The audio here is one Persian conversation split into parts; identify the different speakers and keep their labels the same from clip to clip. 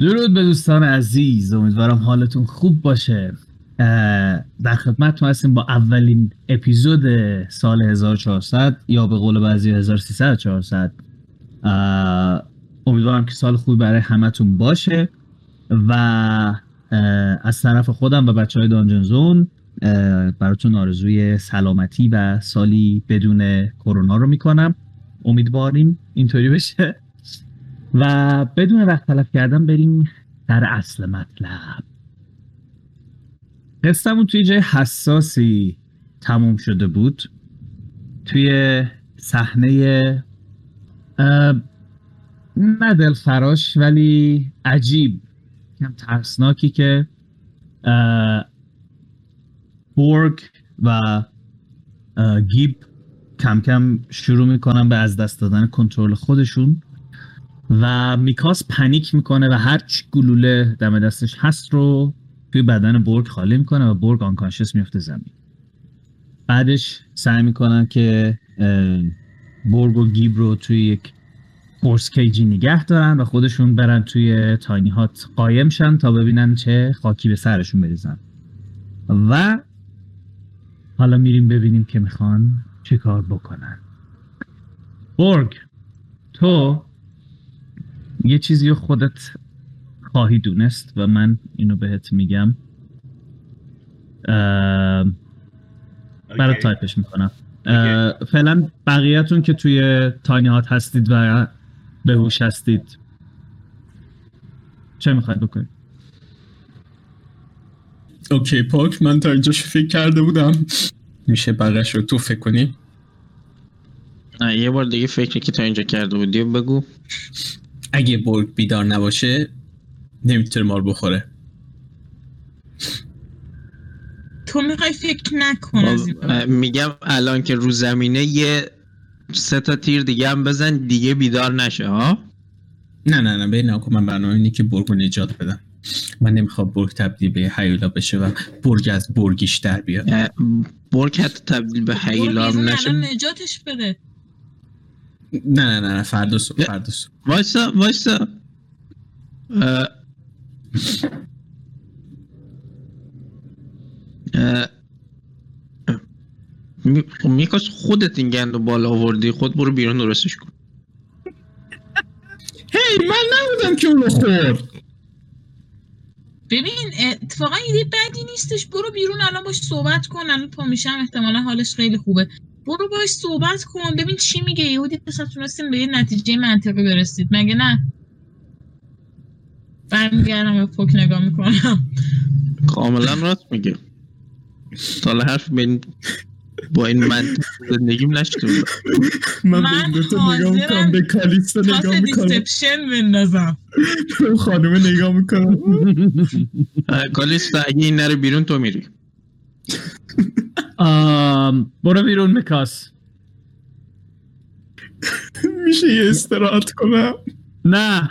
Speaker 1: درود به دوستان عزیز امیدوارم حالتون خوب باشه اه، در خدمتتون هستیم با اولین اپیزود سال 1400 یا به قول بعضی 1300 400 اه، امیدوارم که سال خوبی برای همتون باشه و اه، از طرف خودم و بچه های دانجن زون اه، براتون آرزوی سلامتی و سالی بدون کرونا رو میکنم امیدواریم اینطوری بشه و بدون وقت تلف کردن بریم در اصل مطلب قصهمون توی جای حساسی تموم شده بود توی صحنه اه، نه دلخراش ولی عجیب کم ترسناکی که اه، بورگ و اه، گیب کم کم شروع میکنن به از دست دادن کنترل خودشون و میکاس پنیک میکنه و هر چی گلوله دم دستش هست رو توی بدن برگ خالی میکنه و برگ آنکانشس میفته زمین بعدش سعی میکنن که اه، برگ و گیب رو توی یک فورس کیجی نگه دارن و خودشون برن توی تاینی هات قایم شن تا ببینن چه خاکی به سرشون بریزن و حالا میریم ببینیم که میخوان چه کار بکنن برگ تو یه چیزی رو خودت خواهی دونست و من اینو بهت میگم ام، برات
Speaker 2: اوکی.
Speaker 1: تایپش میکنم فعلا بقیهتون که توی تاینی هات هستید و به هوش هستید چه میخواید بکنید
Speaker 3: اوکی پاک من تا اینجاش فکر کرده بودم میشه بقیش رو تو فکر کنی
Speaker 4: نه یه بار دیگه فکری که تا اینجا کرده بودی و بگو
Speaker 3: اگه برگ بیدار نباشه نمیتونه مار بخوره
Speaker 5: تو میخوای فکر نکن از این
Speaker 4: اه،
Speaker 5: بابت.
Speaker 4: میگم الان که رو زمینه یه سه تا تیر دیگه هم بزن دیگه بیدار نشه ها
Speaker 3: نه نه نه ببین نکن من برنامه اینه که برگ رو نجات بدم من نمیخوام برگ تبدیل به حیولا بشه و برگ از برگیش در بیاد
Speaker 4: اه، برک حتی تبدیل به
Speaker 5: برو
Speaker 4: حیلام
Speaker 5: بیرون الان
Speaker 4: نشه
Speaker 5: نجاتش بده
Speaker 3: نه نه نه نه فردا صبح فردا صبح
Speaker 4: وایسا وایسا اه. اه. می- خب میکاس خودت این گند رو بالا آوردی خود برو بیرون درستش کن
Speaker 3: هی من نبودم که اونو خورد
Speaker 5: ببین اتفاقا ایده بدی نیستش برو بیرون الان باش صحبت کن الان پا میشم احتمالا حالش خیلی خوبه برو باش صحبت کن ببین چی میگه یهو دید مثلا تونستیم به یه نتیجه منطقی برسید مگه نه برمیگردم به پک نگاه میکنم
Speaker 4: کاملا راست میگه تا حالا حرف به این- با این منطق زندگیم نشده بود.
Speaker 5: من به این دوتا نگاه حاضرم می‌کنم، به
Speaker 3: کالیستا
Speaker 5: پاس دیسپشن بندازم
Speaker 3: به خانومه نگاه میکنم
Speaker 4: اه، کالیستا آره، اگه این نره بیرون تو میری
Speaker 1: آم، برو بیرون میکاس
Speaker 3: میشه یه استراحت کنم
Speaker 1: نه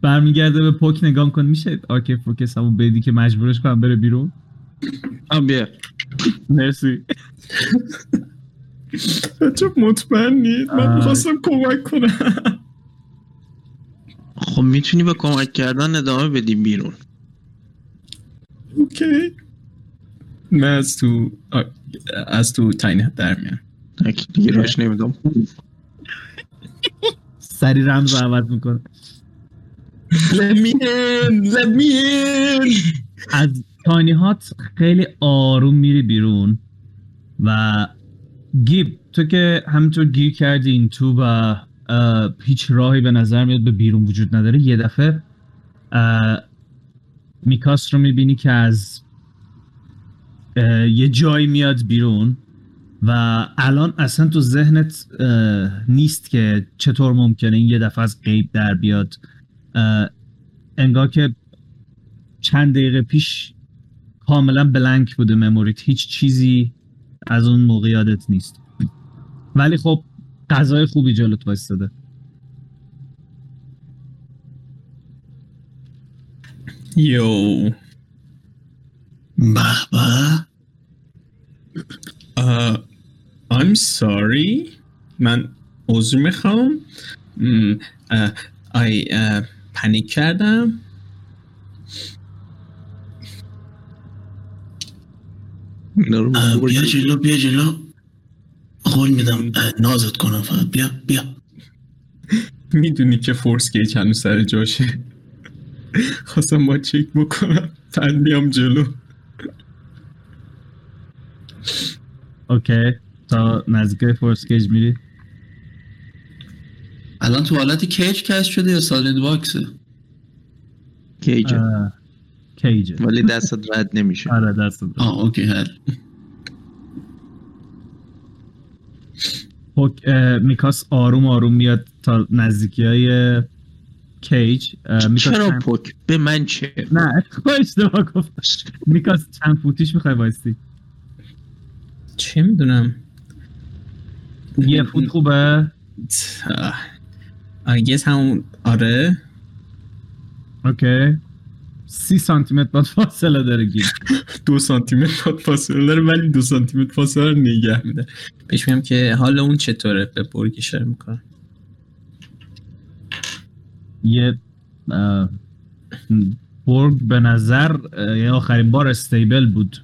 Speaker 1: برمیگرده به پک نگاه کن میشه آرکی فوکس همون بدی که مجبورش کنم بره بیرون
Speaker 4: آه، بیا
Speaker 1: مرسی
Speaker 3: بچه مطمئن نید
Speaker 1: آی.
Speaker 3: من میخواستم کمک کنم
Speaker 4: خب میتونی به کمک کردن ادامه بدی بیرون
Speaker 3: اوکی من از تو آ- از تو تاینه در میام
Speaker 4: نه که دیگه راش نمیدم
Speaker 1: سری رمز رو عوض میکنه
Speaker 3: let me in let me in
Speaker 1: از تاینی هات خیلی آروم میری بیرون و گیب تو که همینطور گیر کردی این تو و اه، هیچ راهی به نظر میاد به بیرون وجود نداره یه دفعه اه، میکاس رو میبینی که از اه، یه جایی میاد بیرون و الان اصلا تو ذهنت اه، نیست که چطور ممکنه این یه دفعه از غیب در بیاد اه، انگار که چند دقیقه پیش کاملا بلنک بوده مموریت هیچ چیزی از اون موقع یادت نیست ولی خب غذای خوبی جلوت وایستاده
Speaker 3: یو بابا
Speaker 6: Uh,
Speaker 3: آه، I'm
Speaker 6: Mm,
Speaker 3: sorry من عذر میخوام م، آه، I uh,
Speaker 6: پنیک کردم
Speaker 4: اینا رو
Speaker 7: اه،
Speaker 4: برو
Speaker 7: بیا
Speaker 4: جلو.
Speaker 7: جلو بیا جلو قول میدم اه، نازت کنم فقط بیا بیا
Speaker 6: میدونی که فورس گیج هنوز سر جاشه خواستم با چک بکنم بعد بیام جلو
Speaker 1: اوکی تا نزدیکای فورس گیج میری
Speaker 7: الان تو حالت کیج کش شده یا سالید باکسه
Speaker 4: کیجه
Speaker 1: اه، کیجه
Speaker 4: ولی دستت رد نمیشه
Speaker 1: آره دست
Speaker 7: آه اوکی هر
Speaker 1: حک... اه، میکاس آروم آروم میاد تا نزدیکی های کیج اه، میکاس
Speaker 4: چرا
Speaker 1: چند-
Speaker 4: پک به من چه
Speaker 1: نه اشتباه گفت میکاس چند فوتیش میخوای وایسی
Speaker 6: چه میدونم
Speaker 1: یه
Speaker 6: Mm,
Speaker 1: فوت خوبه
Speaker 6: آیگز uh, همون آره
Speaker 1: اوکی سی سانتی متر باید فاصله داره گیر
Speaker 6: دو سانتی متر فاصله داره ولی دو سانتی متر فاصله رو نگه میده بهش میگم که حال اون چطوره به برگ اشاره میکنم
Speaker 1: یه اه، برگ به نظر اه، یه آخرین بار استیبل بود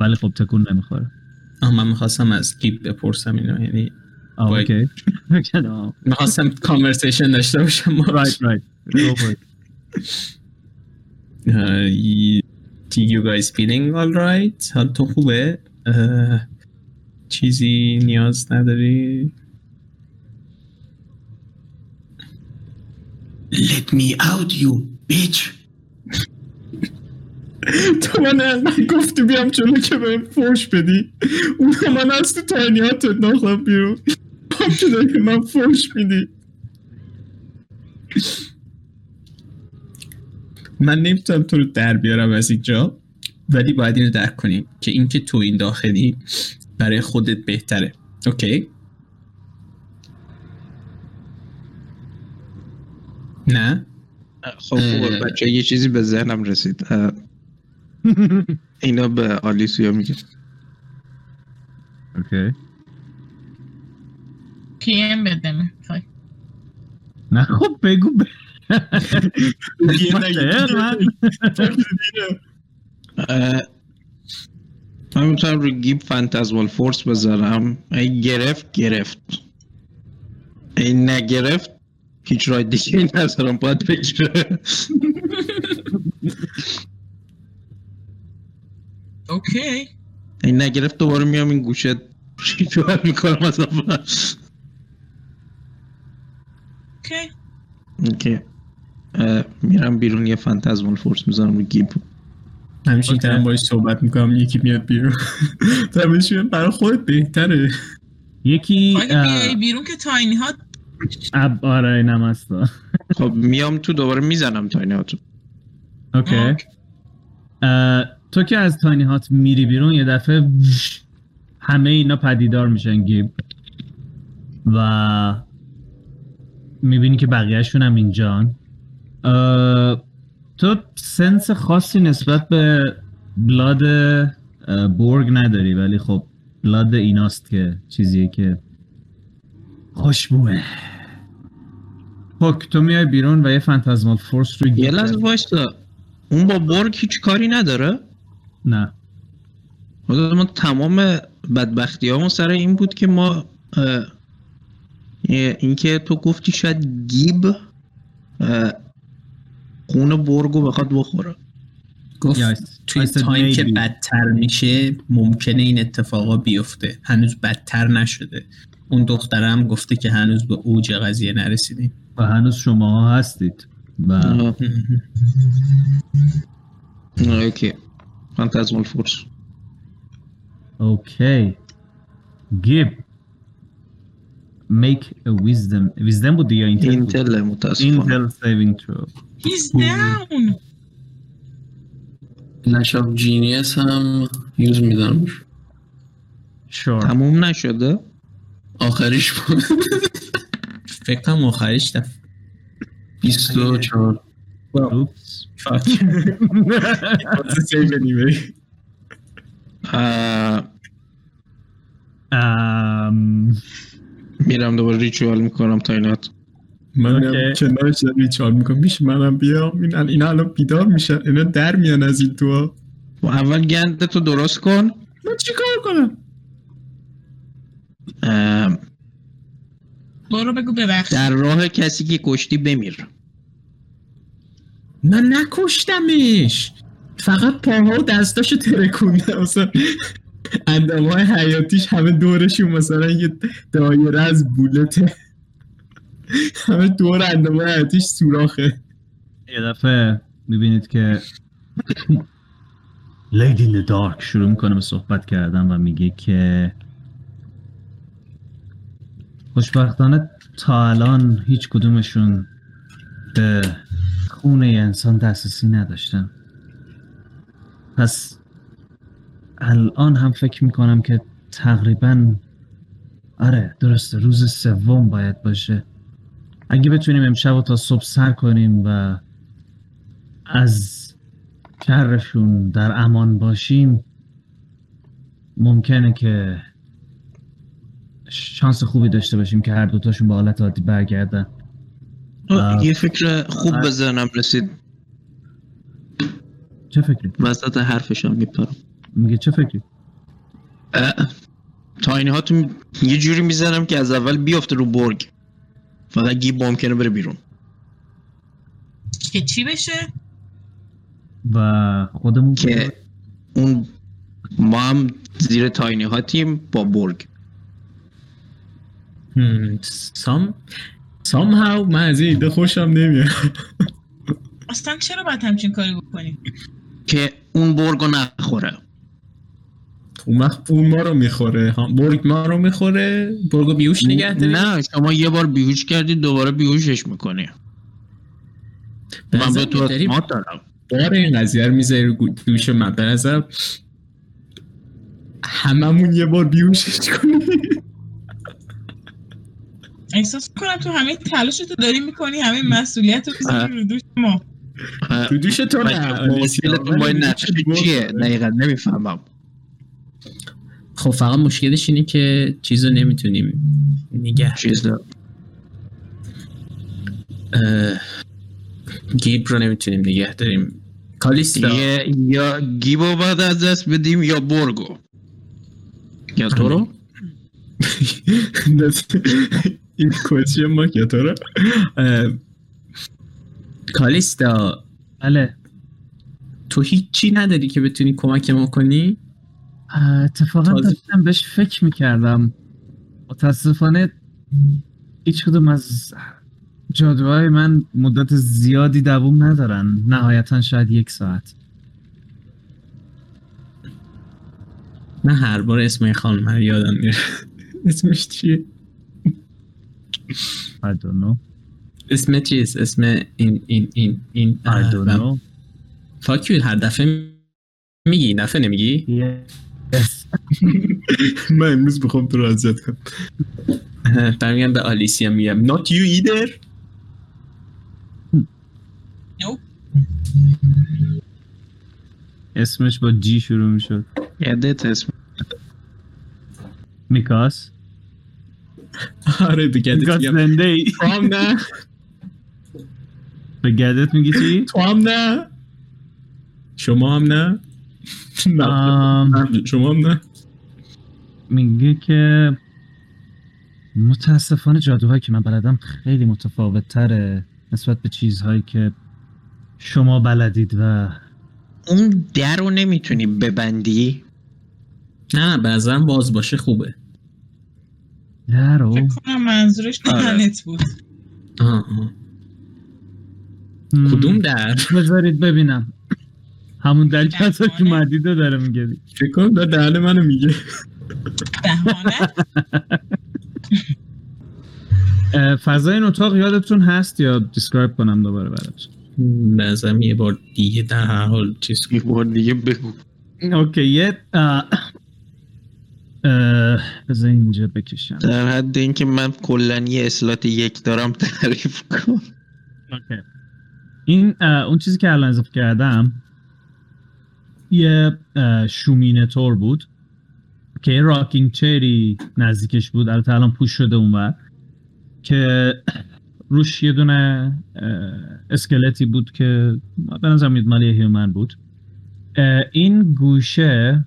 Speaker 1: ولی خب تکون نمیخوره
Speaker 6: آه من میخواستم از گیب بپرسم اینو یعنی
Speaker 1: آه،
Speaker 6: وای.
Speaker 1: اوکی
Speaker 6: میخواستم کانورسیشن داشته باشم
Speaker 1: رایت رایت
Speaker 6: Uh, y- do you guys feeling alright? حال تو خوبه؟ اه، چیزی نیاز نداری؟
Speaker 7: let me out you bitch
Speaker 6: تو من از من گفتی بیام جلو که به فرش بدی اون من از تو تاینیاتت نخواب بیرون هم که داری من فرش میدی من نمیتونم تو رو در بیارم از اینجا ولی باید اینو درک کنیم که اینکه تو این داخلی برای خودت بهتره اوکی نه
Speaker 4: خب خوبه.
Speaker 7: اه.
Speaker 4: بچه یه چیزی به ذهنم رسید اه، اینا به آلیسیا میگه
Speaker 1: اوکی
Speaker 5: پی ام بده میخوای
Speaker 1: نه خب بگو ب-
Speaker 6: دیگه نگی.
Speaker 1: من-
Speaker 4: اه، من میتونم رو گیب فانتزمال فورس بذارم این گرفت گرفت این نگرفت هیچ رای دیگه نظرم باید بگیره
Speaker 5: اوکی
Speaker 4: این نگرفت دوباره میام این گوشه ریتوال میکنم از اول
Speaker 5: اوکی
Speaker 4: اوکی. اه، میرم بیرون یه فانتزمال فورس میذارم رو گیب
Speaker 6: همیشه
Speaker 1: اوکی.
Speaker 6: که دارم باش صحبت میکنم یکی میاد بیرون دارمش میگم برای خودت بهتره
Speaker 1: یکی
Speaker 5: اگه بیای بیرون که تاینی ها
Speaker 1: اه، اب آره اینم هست
Speaker 4: خب میام تو دوباره میزنم تا ایناتو
Speaker 1: اوکی اه، تو که از تاینی هات میری بیرون یه دفعه وش، همه اینا پدیدار میشن گیب و میبینی که بقیهشون هم اینجان اه، تو سنس خاصی نسبت به بلاد اه، برگ نداری ولی خب بلاد ایناست که چیزیه که خوشبوه پک تو میای بیرون و یه فانتزمال فورس رو
Speaker 4: یه
Speaker 1: گیب
Speaker 4: لحظه وایستا اون با برگ هیچ کاری نداره
Speaker 1: نه
Speaker 4: حالا ما تمام بدبختی همون سر این بود که ما اه، اه، اینکه تو گفتی شاید گیب اه، خون برگو بخواد بخوره
Speaker 6: گفت
Speaker 1: Yeah, I-
Speaker 6: توی
Speaker 1: I said
Speaker 6: تایم که
Speaker 1: maybe.
Speaker 6: بدتر میشه ممکنه این اتفاقا بیفته هنوز بدتر نشده اون دخترم گفته که هنوز به اوج قضیه نرسیدیم
Speaker 1: و هنوز شما ها هستید و
Speaker 4: اه، اه، اوکی فانتزمال فورس
Speaker 1: اوکی گیب میک a wisdom wisdom بود یا اینتل بود؟
Speaker 4: اینتل متاسفانه
Speaker 1: اینتل سیوینگ ترو
Speaker 5: هیز داون
Speaker 7: نشاب جینیس هم یوز میدم
Speaker 1: شور
Speaker 4: تموم نشده
Speaker 7: آخریش بود
Speaker 6: فکر کنم آخریش دفعه
Speaker 7: 24
Speaker 1: اوپس
Speaker 6: فاک. واسه save anyway.
Speaker 4: اه،
Speaker 1: Um, ام
Speaker 4: میرم دوباره ریچوال میکنم تاینات
Speaker 3: منم
Speaker 1: اوکی.
Speaker 3: کنارش دارم ریچال میکنم میشه منم بیام این اینا الان بیدار میشن اینا در میان از این تو
Speaker 4: و اول گندتو تو درست کن
Speaker 3: من چیکار کنم
Speaker 4: ام،
Speaker 5: برو بگو ببخشید
Speaker 4: در راه کسی که کشتی بمیر
Speaker 3: من نکشتمش فقط پاها و دستاشو ترکوندم مثلا اندام های حیاتیش همه دورشون مثلا یه دایره از بولته همه دور اندام های حیاتیش سوراخه
Speaker 1: یه دفعه میبینید که لیدی این دارک شروع میکنه به صحبت کردن و میگه که خوشبختانه تا الان هیچ کدومشون به خون یه انسان دسترسی نداشتن پس الان هم فکر میکنم که تقریبا آره درسته روز سوم باید باشه اگه بتونیم امشب رو تا صبح سر کنیم و از شرشون در امان باشیم ممکنه که شانس خوبی داشته باشیم که هر دوتاشون به حالت عادی برگردن آه.
Speaker 4: یه فکر خوب
Speaker 1: آه.
Speaker 4: به ذهنم رسید
Speaker 1: چه فکری؟
Speaker 4: وسط حرفشم میپرم
Speaker 1: میگه چه فکری؟
Speaker 4: تاینی هاتون یه جوری میزنم که از اول بیفته رو برگ فقط گیب ممکنه بره بیرون
Speaker 5: که چی بشه
Speaker 1: و خودمون
Speaker 4: که اون ما هم زیر تاینی هاتیم با برگ
Speaker 3: سام سام هاو من از این ایده خوشم نمیاد
Speaker 5: اصلا چرا باید همچین کاری بکنیم
Speaker 4: که اون برگ رو نخوره
Speaker 3: اون وقت اون ما رو میخوره ها برگ ما رو میخوره برگو بیوش نگه داری؟
Speaker 4: نه شما یه بار بیهوش کردی دوباره بیهوشش میکنی
Speaker 3: به
Speaker 4: من
Speaker 3: نظر
Speaker 4: به تو
Speaker 3: داری
Speaker 4: اعتماد دارم
Speaker 3: بار این قضیه رو میذاری رو گو- دوش من به نظرم هممون یه بار بیوشش کنیم
Speaker 5: احساس کنم تو همه تلاش تو داری میکنی همه مسئولیت رو می‌ذاری رو دوش ما
Speaker 4: اه،
Speaker 3: تو دوش تو نه
Speaker 4: مشکلتون با این نقشه چیه دقیقا نمیفهمم
Speaker 6: خب فقط مشکلش اینه که چیز رو نمیتونیم نگه
Speaker 4: چیز رو.
Speaker 6: اه، گیب رو نمیتونیم نگه داریم کالیستا
Speaker 4: یه یا گیبو باید از دست بدیم یا برگو یا تو رو
Speaker 3: این کوچی ما که تو رو
Speaker 6: اه، کالیستا
Speaker 1: بله
Speaker 6: تو هیچی نداری که بتونی کمک ما کنی
Speaker 1: اه، اتفاقا
Speaker 6: تازه-
Speaker 1: داشتم بهش فکر میکردم متاسفانه هیچ کدوم از جادوهای من مدت زیادی دووم ندارن نهایتا شاید یک ساعت
Speaker 6: نه هر بار اسم این خانم رو یادم میره
Speaker 3: اسمش چیه
Speaker 1: I don't know
Speaker 6: اسم چیز اسم این این این این آره،
Speaker 1: I don't know
Speaker 6: فاکیول هر دفعه میگی این دفعه نمیگی
Speaker 1: Yes.
Speaker 3: من امروز میخوام تو رو اذیت کنم
Speaker 6: اه، برمیگم به آلیسیا میگم not you either
Speaker 1: اسمش با جی شروع میشد
Speaker 4: یادت اسم
Speaker 1: میکاس
Speaker 6: آره دیگه
Speaker 1: میکاس
Speaker 6: دیگه
Speaker 1: زنده ای
Speaker 3: تو هم نه
Speaker 1: به گدت میگی چی؟
Speaker 3: تو هم نه شما هم نه نه
Speaker 1: آم،
Speaker 3: شما هم نه
Speaker 1: میگه که متاسفانه جادوهایی که من بلدم خیلی متفاوت تره نسبت به چیزهایی که شما بلدید و
Speaker 4: اون در رو نمیتونی ببندی
Speaker 6: نه به نظرم باز باشه خوبه
Speaker 1: نه رو
Speaker 5: فکر کنم منظورش
Speaker 4: آره.
Speaker 5: دهنت بود
Speaker 6: آه، آه.
Speaker 1: م،
Speaker 6: کدوم در
Speaker 1: بذارید ببینم همون دلکت که
Speaker 5: دهانه؟
Speaker 1: مدید رو داره میگه
Speaker 3: فکر کنم داره دهن منو میگه
Speaker 5: دهانت
Speaker 1: فضای این اتاق یادتون هست یا دیسکرایب کنم دوباره براتون
Speaker 6: به نظرم یه بار دیگه در هر حال چیز
Speaker 4: یه بار دیگه بگو
Speaker 1: اوکی یه اه، اه، بذار اینجا بکشم
Speaker 4: در حد اینکه من کلا یه اسلات یک دارم تعریف کن
Speaker 1: اوکی. این اه، اون چیزی که الان اضافه کردم یه اه، شومینه تور بود که یه راکینگ چری نزدیکش بود البته الان پوش شده اونور که روش یه دونه اه، اسکلتی بود که به نظر میاد مال یه هیومن بود اه، این گوشه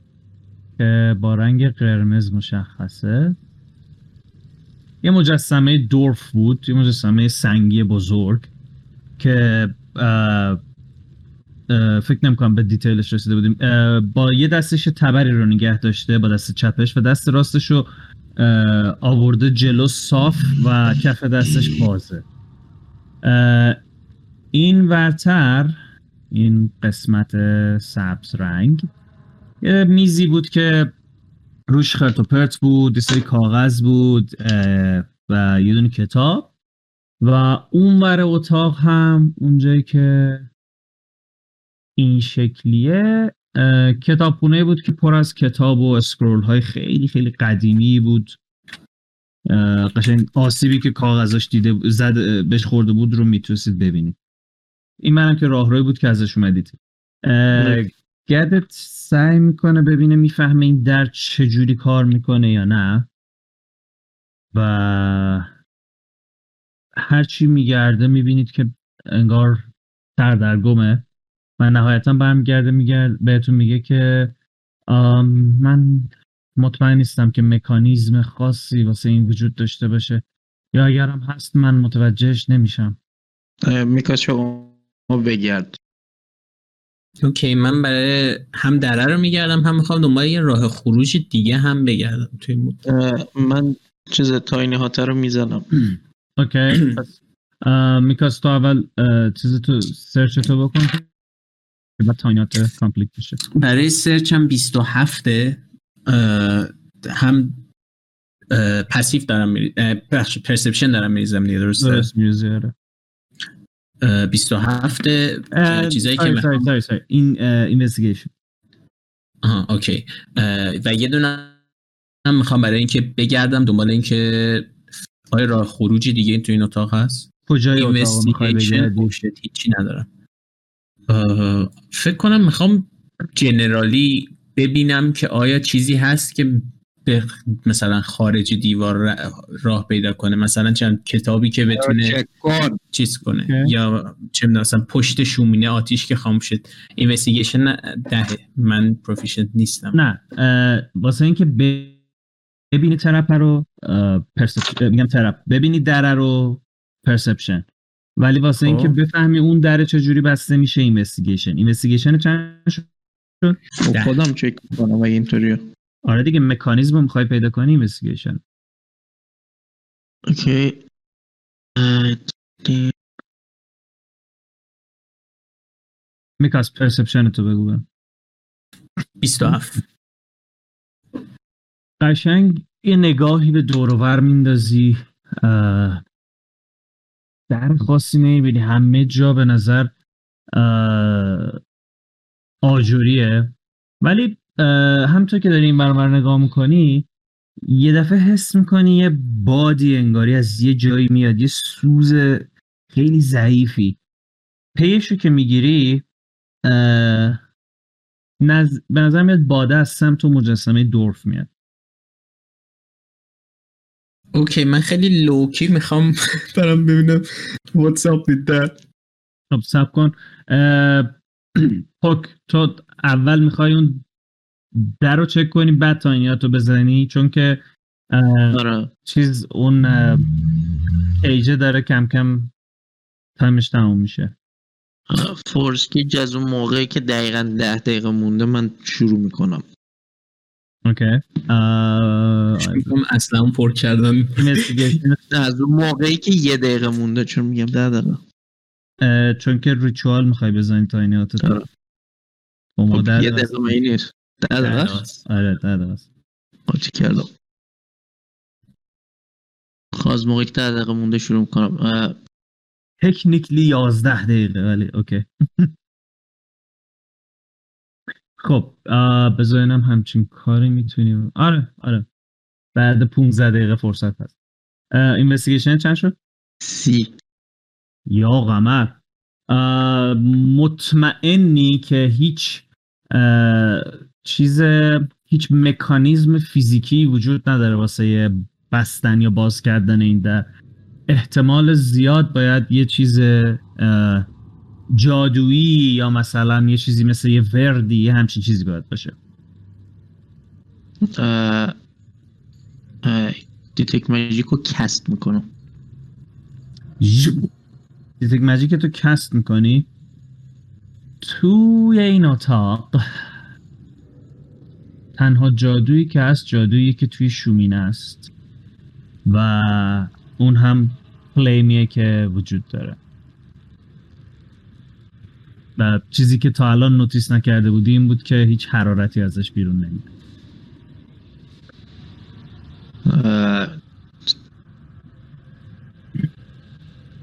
Speaker 1: که با رنگ قرمز مشخصه یه مجسمه دورف بود یه مجسمه سنگی بزرگ که اه، اه، فکر نمیکنم به دیتیلش رسیده بودیم اه، با یه دستش یه تبری رو نگه داشته با دست چپش و دست راستش رو اه، آورده جلو صاف و کف دستش بازه اه، این ورتر این قسمت سبز رنگ یه میزی بود که روش خرت و پرت بود یه سری کاغذ بود اه، و یه دونه کتاب و اونور اتاق هم اونجایی که این شکلیه اه، کتابخونه بود که پر از کتاب و اسکرول های خیلی خیلی قدیمی بود اه، قشنگ آسیبی که کاغذاش دیده بود- زد اه، بهش خورده بود رو میتونستید ببینید این منم که راهروی بود که ازش اومدید اه، گدت سعی میکنه ببینه میفهمه این در چجوری کار میکنه یا نه و هرچی میگرده میبینید که انگار سردرگمه و نهایتا برمیگرده میگه بهتون میگه که آم، من مطمئن نیستم که مکانیزم خاصی واسه این وجود داشته باشه یا اگرم هست من متوجهش نمیشم
Speaker 4: اه، میکاشو اونو بگرد
Speaker 6: اوکی من برای هم دره رو میگردم هم میخوام دنبال یه راه خروج دیگه هم بگردم توی این مدت.
Speaker 4: اه، من چیز تاین هاتر رو میزنم
Speaker 1: اوکی پس آم، میکاس تو اول اه، چیز تو سرچ تو بکن که بعد تاینات کامپلیت بشه
Speaker 6: برای سرچ هم 27 اه، هم اه، پسیف دارم میری بخش پرسپشن دارم میریزم دیگه درسته
Speaker 1: درست آره. می‌گی، زیاره.
Speaker 6: اه، 27
Speaker 1: اه، آره.
Speaker 6: چیزایی که
Speaker 1: ساری،
Speaker 6: میخوام-
Speaker 1: ساری، ساری، ساری. این اینوستیگیشن
Speaker 6: آها اوکی اه، و یه دونه هم میخوام برای اینکه بگردم دنبال اینکه آیا راه خروجی دیگه تو این اتاق هست
Speaker 1: کجای اتاق میخوای
Speaker 6: اینوستیگیشن
Speaker 1: بگردی
Speaker 6: بوشت هیچی ندارم اه، فکر کنم میخوام جنرالی ببینم که آیا چیزی هست که به مثلا خارج دیوار ر- راه پیدا کنه مثلا چند کتابی که بتونه چیز کنه
Speaker 1: اوکی.
Speaker 6: یا چه می‌دونم، مثلا پشت شومینه آتیش که خاموش شد اینوستیگیشن دهه من پروفیشنت نیستم
Speaker 1: نه اه، واسه اینکه ب- ببینی ترپ رو اه، پرسپ- اه، میگم ترپ ببینی دره رو پرسپشن ولی واسه اینکه
Speaker 6: خب.
Speaker 1: بفهمی اون دره چجوری بسته میشه اینوستیگیشن اینوستیگیشن چند شد؟
Speaker 4: خب خودم چک کنم اگه اینطوریه
Speaker 1: آره دیگه مکانیزم رو میخوای پیدا کنی اینوستیگیشن
Speaker 4: اوکی اه، دی-
Speaker 1: میکاس پرسپشن تو بگو بهم.
Speaker 6: 27
Speaker 1: قشنگ یه نگاهی به دوروبر میندازی اه، در خاصی نمیبینی همه جا به نظر اه، آجوریه ولی اه، همطور که داری این برمر نگاه میکنی یه دفعه حس میکنی یه بادی انگاری از یه جایی میاد یه سوز خیلی ضعیفی پیش رو که میگیری نز... به نظر میاد باده از سمت و مجسمه دورف میاد
Speaker 6: اوکی من خیلی لوکی میخوام
Speaker 3: دارم ببینم واتساپ دیدن
Speaker 1: خب سب کن اه، پک تو اول میخوای اون در رو چک کنی بعد تاینیات رو بزنی چون که اه،
Speaker 4: آره
Speaker 1: چیز اون اه، کیجه داره کم کم تایمش تموم میشه
Speaker 4: فورسکیج از اون موقعی که دقیقا ده دقیقه مونده من شروع میکنم
Speaker 1: اوکی اه،
Speaker 6: میخوام اصلا پر کردن
Speaker 1: investigation،
Speaker 4: از اون موقعی که یه دقیقه مونده چون میگم ده دقیقه
Speaker 1: اه، چون که ریچوال میخوای بزنی تاینیات
Speaker 4: آره.
Speaker 1: تو با ما
Speaker 4: خب،
Speaker 1: در
Speaker 4: یه
Speaker 1: دست-
Speaker 4: دقیقه من نیست ده دقیقه است؟
Speaker 1: آره در دست.
Speaker 4: قاطی کردم خواز خب، موقعی که ده دقیقه مونده شروع میکنم اه،
Speaker 1: تکنیکلی 11 دقیقه ولی اوکی خب آه، بذار اینم همچین کاری میتونیم آره آره بعد 15 دقیقه فرصت هست اینوستیگیشن چند شد؟
Speaker 4: سی
Speaker 1: یا قمر آه، مطمئنی که هیچ اه، چیز هیچ مکانیزم فیزیکی وجود نداره واسه بستن یا باز کردن این در احتمال زیاد باید یه چیز اه، جادویی یا مثلا یه چیزی مثل یه وردی یه همچین چیزی باید باشه
Speaker 4: اه، اه، دیتک ماجیک رو کست میکنم
Speaker 1: دیتک مجیک تو کست میکنی توی این اتاق تنها جادویی که هست جادویی که توی شومین است و اون هم پلیمیه که وجود داره و چیزی که تا الان نوتیس نکرده بودی این بود که هیچ حرارتی ازش بیرون نمیاد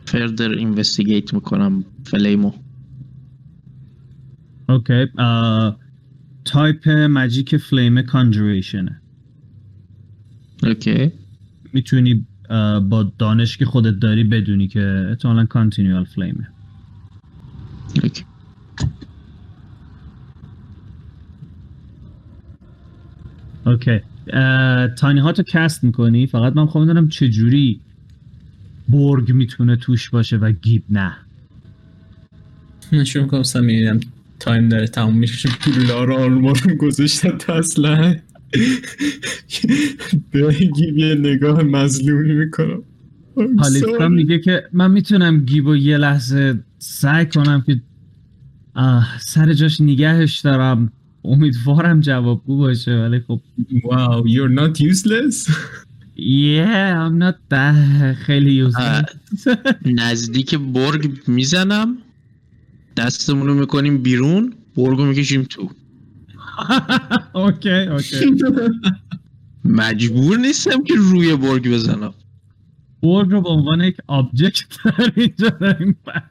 Speaker 4: فردر اینوستیگیت میکنم فلیمو
Speaker 1: اوکی آه، تایپ مجیک فلیم کانجوریشنه
Speaker 4: اوکی
Speaker 1: میتونی با دانش که خودت داری بدونی که احتمالا کانتینیوال فلیمه
Speaker 4: اوکی
Speaker 1: اوکی اه، تاینی هاتو کست میکنی فقط من خواهم دارم چجوری برگ میتونه توش باشه و گیب نه
Speaker 6: من شروع میکنم سم میبینم تایم داره تموم میشه لارا آلمارون گذاشتن تا اصلا بگیم یه نگاه مظلومی میکنم
Speaker 1: حالیستا میگه که من میتونم گیب و یه لحظه سعی کنم که اه، سر جاش نگهش دارم امیدوارم جوابگو باشه ولی خب
Speaker 6: واو you're not useless
Speaker 1: yeah I'm not that خیلی
Speaker 4: اه.
Speaker 1: یوزن
Speaker 4: نزدیک برگ میزنم دستمون رو میکنیم بیرون برگ رو میکشیم تو
Speaker 1: اوکی اوکی
Speaker 4: مجبور نیستم که روی برگ بزنم
Speaker 1: برگ رو به عنوان یک آبجکت در اینجا داریم برگ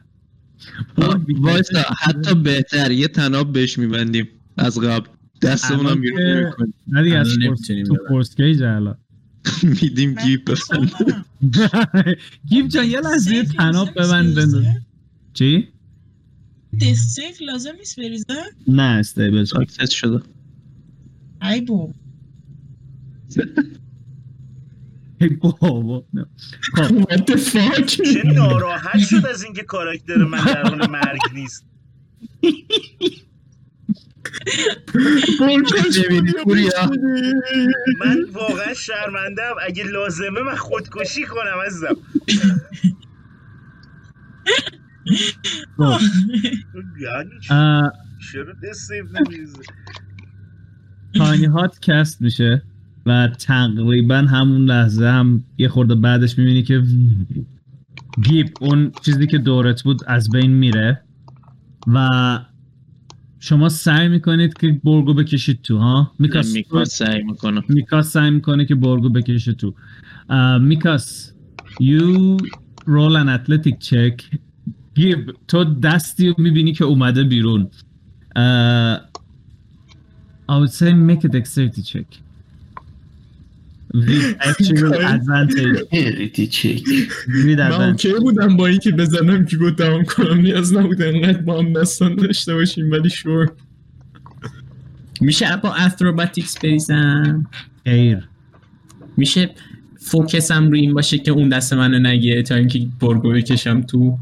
Speaker 1: می‌گه
Speaker 4: وایسا حتی بهتر یه تناب بهش میبندیم از قبل دستمون
Speaker 1: الان
Speaker 4: هم بیرون
Speaker 1: که-
Speaker 4: نمی‌کنیم.
Speaker 1: نه دیگه از
Speaker 6: الان
Speaker 1: فورس-
Speaker 6: نمی‌تونیم
Speaker 1: تو
Speaker 6: ببریم.
Speaker 1: فورس گیج الان
Speaker 4: میدیم گیب بزن
Speaker 1: گیب جان یه لحظه یه
Speaker 5: سیف
Speaker 1: تناب
Speaker 5: لازم
Speaker 1: ببند
Speaker 5: نیست
Speaker 1: بنداز
Speaker 5: بریزه؟
Speaker 1: چی؟
Speaker 5: دست سیف لازم نیست بریزه
Speaker 1: نه استیبل
Speaker 4: ساکسس شده
Speaker 5: ای بابا
Speaker 1: بابا نه. خب
Speaker 6: what the fuck
Speaker 8: چه ناراحت شد از اینکه کاراکتر من در حال مرگ نیست من واقعا شرمنده اگه لازمه من خودکشی کنم عزیزم یعنی چی؟
Speaker 1: خب، اه،
Speaker 8: چرا دستیف نمیریزه
Speaker 1: تاینی هات کست میشه و تقریبا همون لحظه هم یه خورده بعدش میبینی که گیب اون چیزی که دورت بود از بین میره و شما سعی میکنید که برگو بکشید تو ها میکاس
Speaker 4: میکنم سعی میکنم
Speaker 1: میکاس سعی میکنه که برگو بکشه تو اه، میکاس you roll an athletic check گیب تو دستی رو میبینی که اومده بیرون اه، I would say make a dexterity check with actual advantage
Speaker 2: هریتی چک
Speaker 1: with
Speaker 6: من
Speaker 1: advantage
Speaker 6: اوکی بودم با اینکه بزنم که گفت تمام کنم نیاز نبود انقدر با هم داستان داشته باشیم ولی شور میشه با اثروباتیکس بریزم
Speaker 1: خیر
Speaker 6: میشه فوکسم روی این باشه که اون دست منو نگیره تا اینکه برگو بکشم تو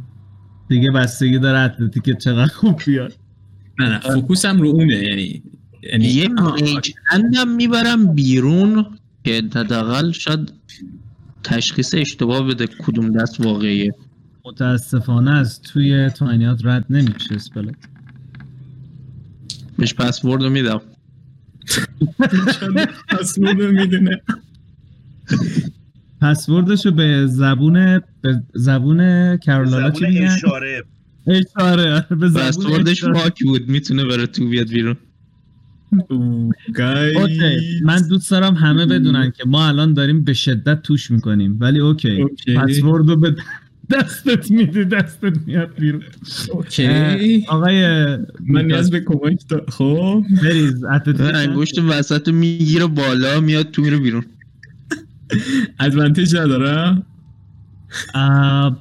Speaker 1: دیگه بستگی داره اتلتیک چقدر خوب بیاد
Speaker 6: نه نه فوکسم رو اونه یعنی یعنی
Speaker 4: یه ماج اندم میبرم بیرون که حداقل شاید تشخیص اشتباه بده کدوم دست واقعیه
Speaker 1: متاسفانه از توی تاینیات رد نمیشه اسپلت
Speaker 4: بهش پسورد رو میدم
Speaker 6: پسورد رو میدونه
Speaker 1: پسوردشو به زبون به زبون کارولانا چی
Speaker 8: زبون
Speaker 1: میگن؟
Speaker 8: اشاره
Speaker 1: اشاره به زبون
Speaker 4: پسوردش
Speaker 1: اشاره.
Speaker 4: پاک بود میتونه بره تو بیاد بیرون
Speaker 1: اوکی من دوست دارم همه بدونن که ما الان داریم به شدت توش میکنیم ولی اوکی
Speaker 6: اوکی.
Speaker 1: پسورد رو به دستت میده دستت میاد بیرون
Speaker 6: اوکی
Speaker 1: اه، آقای
Speaker 6: من
Speaker 1: میکاس،
Speaker 6: نیاز به کمک دارم خب
Speaker 1: بریز اتلتیک
Speaker 4: و انگشت وسط رو میگیره بالا میاد تو میره بیرون
Speaker 6: ادوانتیج ندارم
Speaker 1: اه،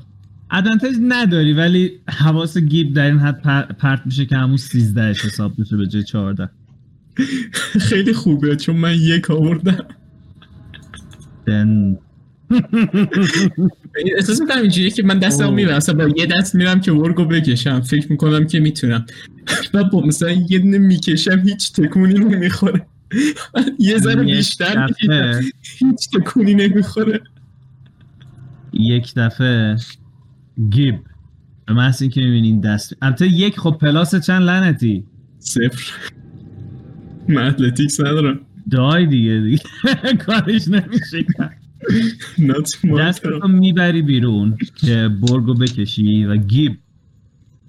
Speaker 1: ادوانتج نداری ولی حواس گیب در این حد پر- پرت میشه که همون 13 حساب میشه به جای 14
Speaker 3: خیلی خوبه چون من یک آوردم
Speaker 1: دن
Speaker 3: احساس میکنم اینجوریه که من دستم
Speaker 1: اوه.
Speaker 3: میرم اصلا با یه دست میرم که ورگو بکشم فکر میکنم که میتونم و با مثلا یه دونه میکشم هیچ تکونی نمیخوره یه ذره
Speaker 1: یک
Speaker 3: بیشتر
Speaker 1: دفعه-
Speaker 3: می‌کشم، هیچ تکونی نمیخوره
Speaker 1: یک دفعه گیب به محض اینکه میبینین دست البته یک خب پلاس چند لعنتی
Speaker 3: صفر من اتلتیکس ندارم
Speaker 1: دای دیگه دیگه کارش نمیشه کرد.
Speaker 3: نات
Speaker 1: دستتو میبری بیرون که برگو بکشی و گیب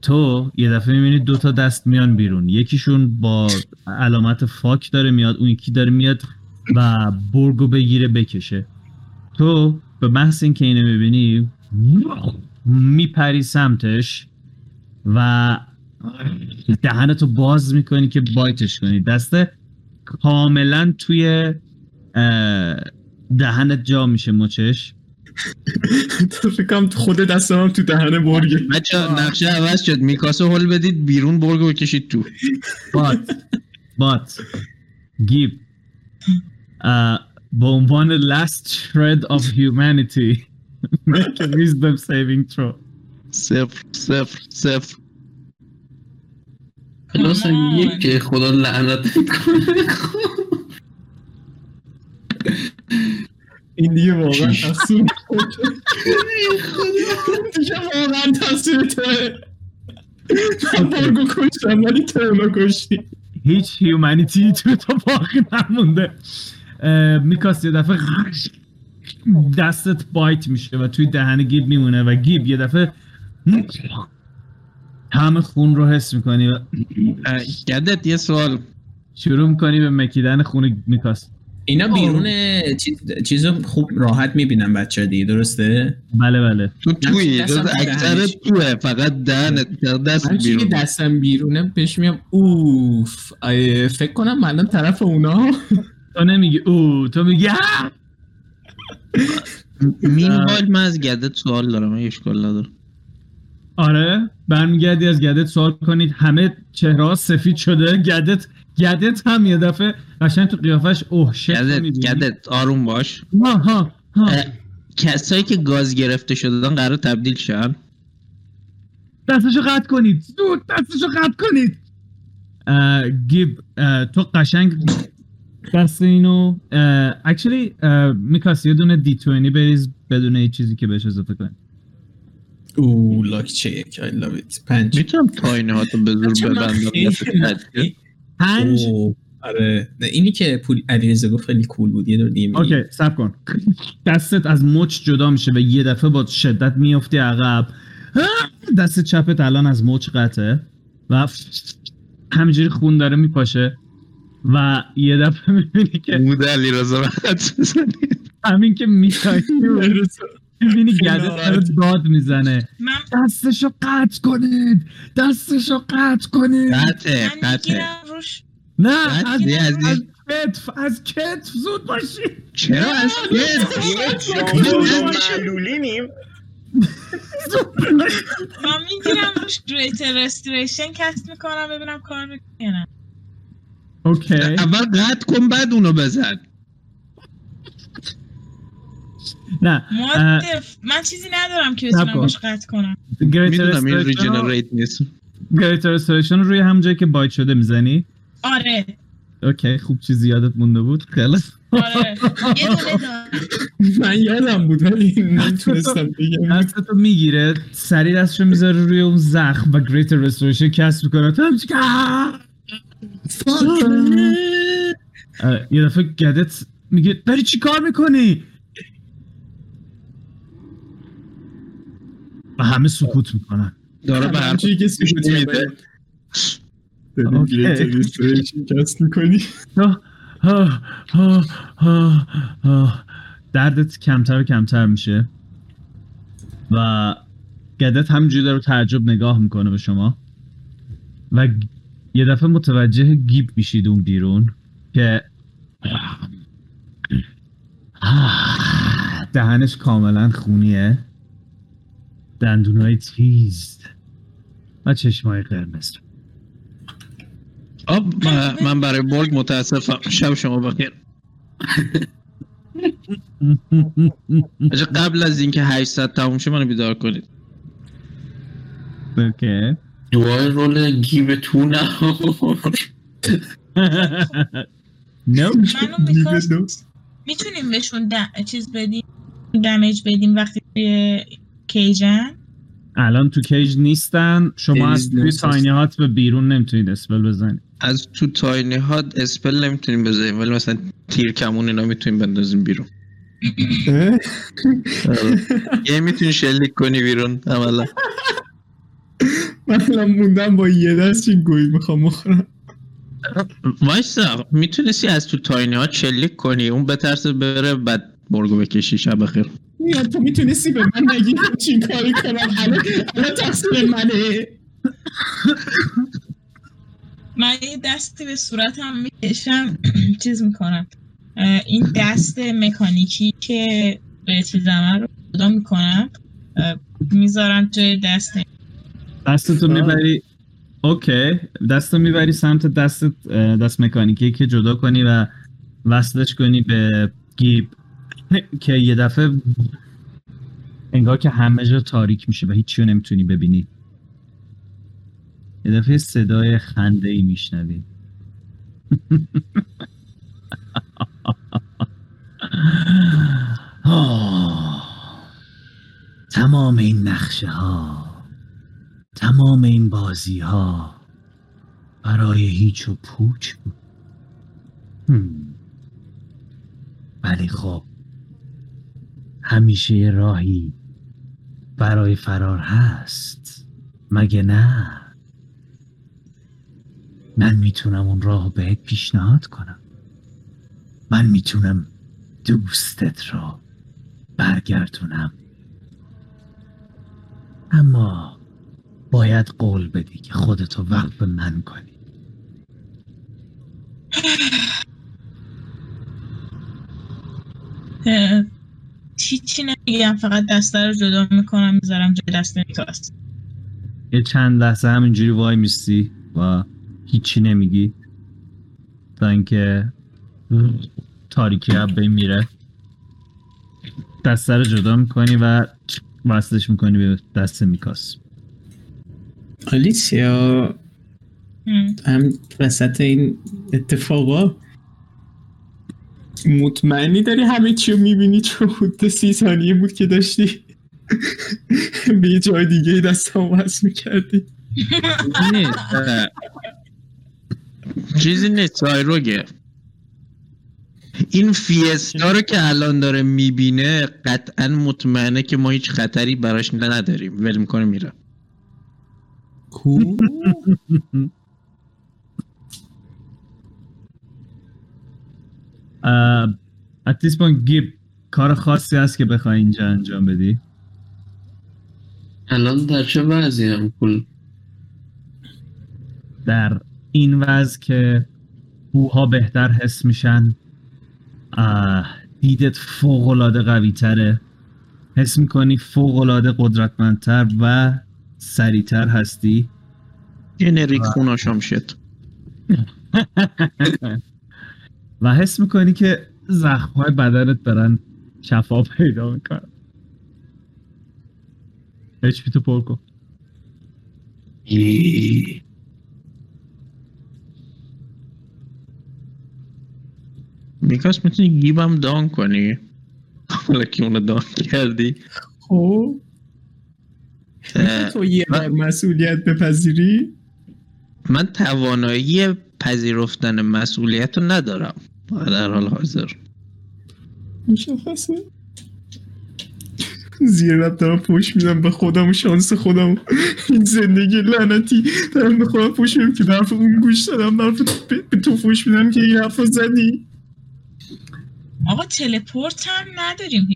Speaker 1: تو یه دفعه میبینی دو تا دست میان بیرون یکیشون با علامت فاک داره میاد اون یکی داره میاد و برگو بگیره بکشه تو به محض اینکه اینو میبینی میپری سمتش و دهنتو باز میکنی که بایتش کنی دسته کاملا توی اه، دهنت جا میشه مچش
Speaker 3: تو فکرم خود دستم هم تو دهن برگه
Speaker 4: بچه نقشه عوض شد میکاسو هل بدید بیرون برگو بکشید تو
Speaker 1: بات بات گیب اه، uh, به عنوان last shred of humanity make a wisdom saving throw
Speaker 4: صفر صفر صفر
Speaker 5: پلاسم آمان.
Speaker 7: یک خدا لعنت
Speaker 3: این دیگه واقعا تصویر دیگه واقعا تصویر توه من برگو کشتم ولی تو اونو کشتی
Speaker 1: هیچ هیومانیتی تو تو باقی نمونده اه، میکاس یه دفعه دستت بایت میشه و توی دهن گیب میمونه و گیب یه دفعه همه خون رو حس میکنی و
Speaker 4: اه، گدت یه سوال
Speaker 1: شروع میکنی به مکیدن خون میکاس
Speaker 6: اینا بیرون چیز چیزو خوب راحت میبینم بچه دیگه درسته
Speaker 1: بله بله
Speaker 4: تو توی
Speaker 6: دستم تو
Speaker 4: اکثر
Speaker 6: دهنش.
Speaker 4: توه فقط دهنت دست
Speaker 3: من چون که
Speaker 4: بیرون
Speaker 3: دستم بیرونه بهش میام اوف آیه، فکر کنم الان طرف اونا
Speaker 1: تو نمیگی او تو میگی آه!
Speaker 4: مین حال من از گدت سوال دارم اگه اشکال نداره
Speaker 1: آره برمیگردی از گدت سوال کنید همه چهره سفید شده گدت گدت هم یه دفعه قشنگ تو قیافش اوه شکل
Speaker 4: گدت
Speaker 1: می‌بینی.
Speaker 4: گدت آروم باش
Speaker 1: ها ها ها
Speaker 4: اه، کسایی که گاز گرفته شدن قرار تبدیل شن
Speaker 1: دستشو قطع کنید زود دستشو قطع کنید اه، گیب اه، تو قشنگ دست اینو اکچولی میکاس یه دونه دی 20 بریز بدون هیچ چیزی که بهش اضافه کنی
Speaker 6: او لاک چک آی لوف ایت پنج
Speaker 4: میتونم پایینه ها تو به
Speaker 6: بچه،
Speaker 4: زور
Speaker 6: من خیلی
Speaker 4: ببندم
Speaker 6: خیلی-
Speaker 1: پنج
Speaker 6: اوه، آره نه، اینی که پول علیرضا گفت خیلی کول بود یه دور دیگه می‌گی.
Speaker 1: اوکی سب کن دستت از مچ جدا میشه و یه دفعه با شدت میفتی عقب دست چپت الان از مچ قطعه و همینجوری خون داره میپاشه و یه دفعه میبینی که
Speaker 4: مود علی رضا راحت بزنی
Speaker 1: همین که میای میبینی گدت
Speaker 3: ناراحت.
Speaker 1: داره داد میزنه
Speaker 5: من
Speaker 1: دستشو قطع کنید دستشو قطع کنید
Speaker 4: قطعه
Speaker 5: من
Speaker 4: قطعه
Speaker 5: میگیرم روش
Speaker 1: نه از
Speaker 4: قطعی از
Speaker 1: از
Speaker 4: این
Speaker 1: کتف از کتف زود باشید
Speaker 4: چرا از
Speaker 8: شما معلولینیم
Speaker 5: من میگیرم روش گریتر رستوریشن کست میکنم ببینم کار میکنم
Speaker 1: اوکی
Speaker 4: اول قطع کن بعد اونو بزن
Speaker 1: نه
Speaker 5: مادف من چیزی ندارم که بتونم
Speaker 1: نکن.
Speaker 5: باش قطع کنم
Speaker 4: میدونم این
Speaker 1: گریتر
Speaker 4: ریجنریت نیست
Speaker 1: استریشن روی هم جایی که باید شده میزنی
Speaker 5: آره
Speaker 1: اوکی خوب چیزی یادت مونده بود خیلی
Speaker 5: آره یه دونه دارم
Speaker 3: من یادم بود ولی نمیتونستم بگم
Speaker 1: دستتو میگیره سری دستشو میذاره روی اون زخم و گریتر رستوریشن کسب میکنه تو همچی که آه! آه، یه دفعه گدت میگه داری چی کار میکنی و همه سکوت میکنن
Speaker 4: داره به هر
Speaker 3: همچنین که سکوت
Speaker 4: میده.
Speaker 3: میده داری
Speaker 1: اوکی.
Speaker 3: گریتر ریستوریشن کست میکنی
Speaker 1: دردت کمتر و کمتر میشه و گدت همینجوری داره تعجب نگاه میکنه به شما و گ- یه دفعه متوجه گیب میشید اون بیرون که دهنش کاملا خونیه دندونای تیز و چشمای قرمز
Speaker 6: آب من- من برای برگ متاسفم شب شما بخیر آجا قبل از اینکه 800 تموم شه منو بیدار کنید
Speaker 1: اوکی
Speaker 9: دوباره رول گیب تو نه
Speaker 1: نو
Speaker 5: منو میخواست میتونیم بهشون د- چیز بدیم دمیج بدیم وقتی توی کیجن
Speaker 1: الان تو کیج نیستن شما از
Speaker 9: نیست،
Speaker 1: توی
Speaker 9: نیست.
Speaker 1: تاینی هات به بیرون نمیتونید اسپل بزنید
Speaker 6: از تو تاینی ها اسپل نمیتونیم بذاریم ولی مثلا تیر کمون اینا میتونیم بندازیم بیرون یه میتونی شلیک کنی بیرون عملا
Speaker 4: من الان موندم با یه دست این گوی میخوام بخورم
Speaker 6: وایسا میتونستی از تو تاینی ها شلیک کنی اون بترسه بره بعد برگو بکشی شب بخیر
Speaker 4: میاد تو میتونستی به من نگی چین کاری کنم الان الان تقصیر منه
Speaker 5: من یه دستی به صورتم میکشم چیز میکنم این دست مکانیکی که به چیزمه رو جدا میکنم میذارم جای دست
Speaker 1: دستتو میبری اوکی دستو میبری سمت دست دست مکانیکی که جدا کنی و وصلش کنی به گیب که یه دفعه انگار که همه جا تاریک میشه و هیچی رو نمیتونی ببینی یه دفعه صدای خنده ای میشنوی تمام این نقشه ها تمام این بازی ها برای هیچ و پوچ بود هم. ولی خب همیشه یه راهی برای فرار هست مگه نه من میتونم اون راه رو بهت پیشنهاد کنم من میتونم دوستت را برگردونم اما باید قول بدی که خودتو وقت به من کنی
Speaker 5: اه، هیچی نمیگم فقط دسته رو جدا میکنم میذارم جای دست نیکلاس
Speaker 1: یه چند لحظه همینجوری وای میستی و هیچی نمیگی تا اینکه تاریکی اب میره دسته رو جدا میکنی و وصلش میکنی به دست میکاس
Speaker 4: آلیسیا
Speaker 5: هم.
Speaker 4: هم وسط این اتفاقا مطمئنی داری همه چی رو میبینی چون حدود سی ثانیه بود که داشتی به یه جای دیگه دست هم وز میکردی
Speaker 6: نه، اه، چیزی نیست سایروگه این فیستا رو که الان داره میبینه قطعا مطمئنه که ما هیچ خطری براش نداریم ول میکنه میره
Speaker 4: کو
Speaker 1: اتیسپان گیب کار خاصی هست که بخوای اینجا انجام بدی
Speaker 7: الان در چه وضعی هم کل
Speaker 1: در این وضع که بوها بهتر حس میشن اه، دیدت فوقالعاده قوی تره حس میکنی فوقالعاده قدرتمندتر و سریعتر هستی
Speaker 6: جنریک خون آشام شد
Speaker 1: و حس میکنی که زخمهای بدنت برن شفا پیدا میکنن HP تو پر کن
Speaker 6: میکاس میتونی گیبم دان کنی حالا که اونو دان کردی
Speaker 4: خب
Speaker 6: اه،
Speaker 4: تو یه بار مسئولیت بپذیری
Speaker 6: من توانایی پذیرفتن مسئولیت رو ندارم در حال حاضر
Speaker 4: مشخصه زیر لب دارم پوش میدم به خودم و شانس خودم این زندگی لعنتی دارم به خودم پوش میدم که به حرف اون گوش دادم به حرف تو- به تو پوش میدم که این حرف رو زدی
Speaker 5: آقا تلپورت هم نداریم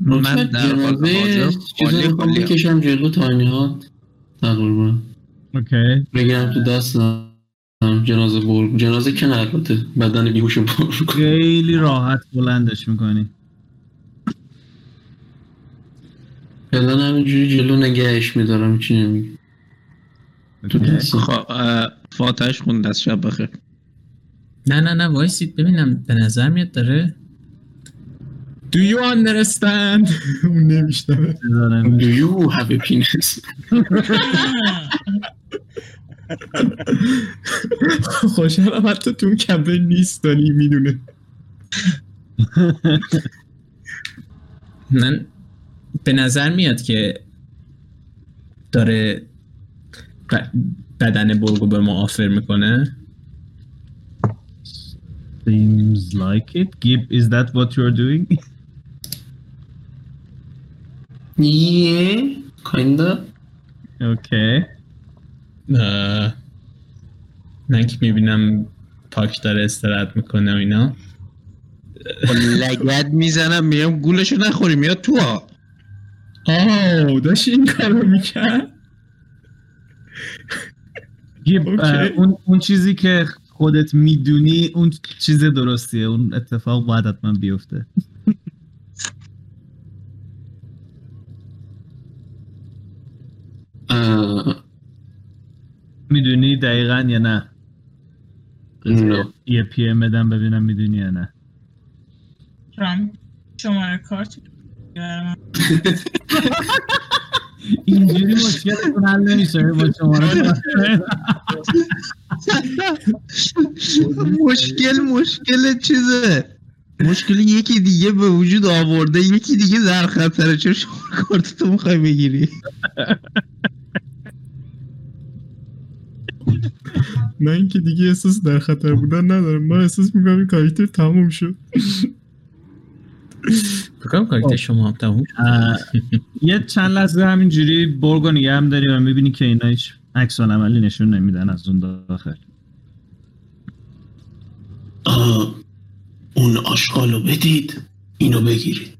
Speaker 6: من در حال حاضر خالی
Speaker 7: چیزی رو
Speaker 6: خالی هم.
Speaker 7: بکشم جلو تاینی ها تقریبا
Speaker 1: اوکی
Speaker 7: بگیرم تو دست دارم جنازه برگ جنازه که نه البته بدن بیهوش برگ
Speaker 1: خیلی راحت بلندش میکنی
Speaker 7: الان همینجوری جلو نگهش میدارم چی نمیگه تو دست
Speaker 6: خب اه،
Speaker 4: فاتحش خوند از شب بخیر
Speaker 6: نه نه نه وایسید ببینم به نظر میاد داره Do you understand?
Speaker 3: اون نمیشنوه
Speaker 7: Do you have a penis?
Speaker 3: خوشحالم حتی تو اون کمپین نیست دانی میدونه
Speaker 6: من به نظر میاد که داره ب- بدن برگو به ما آفر میکنه
Speaker 1: Seems like it. Gib, is that what you're doing?
Speaker 7: Yeah, kinda.
Speaker 1: Okay.
Speaker 6: اه، من که میبینم پاک داره استراحت میکنه و اینا
Speaker 4: با خب، لگد میزنم میگم گولشو نخوری میاد تو ها
Speaker 3: آه داشت این کارو میکرد
Speaker 1: گیب
Speaker 3: اوکی.
Speaker 1: اه، اون, اون چیزی که خودت میدونی اون چیز درستیه اون اتفاق باید حتما بیفته
Speaker 7: Uh,
Speaker 1: میدونی دقیقا یا نه
Speaker 7: no.
Speaker 1: یه پی ام بدم ببینم میدونی یا نه
Speaker 5: رام شماره کارت
Speaker 1: اینجوری مشکلتون حل نمیشه با شماره
Speaker 4: مشکل مشکل چیزه مشکل یکی دیگه به وجود آورده یکی دیگه در خطره چرا شما کارتتو میخوای بگیری
Speaker 3: من که دیگه احساس در خطر بودن ندارم من احساس میکنم این کاراکتر تموم شد
Speaker 6: بکنم کارکتر شما هم تموم شد.
Speaker 1: اه، یه چند لحظه همینجوری برگو نگه هم داری و میبینی که اینا هیچ عکس عملی نشون نمیدن از اون داخل
Speaker 2: آه، اون آشغال رو بدید اینو بگیرید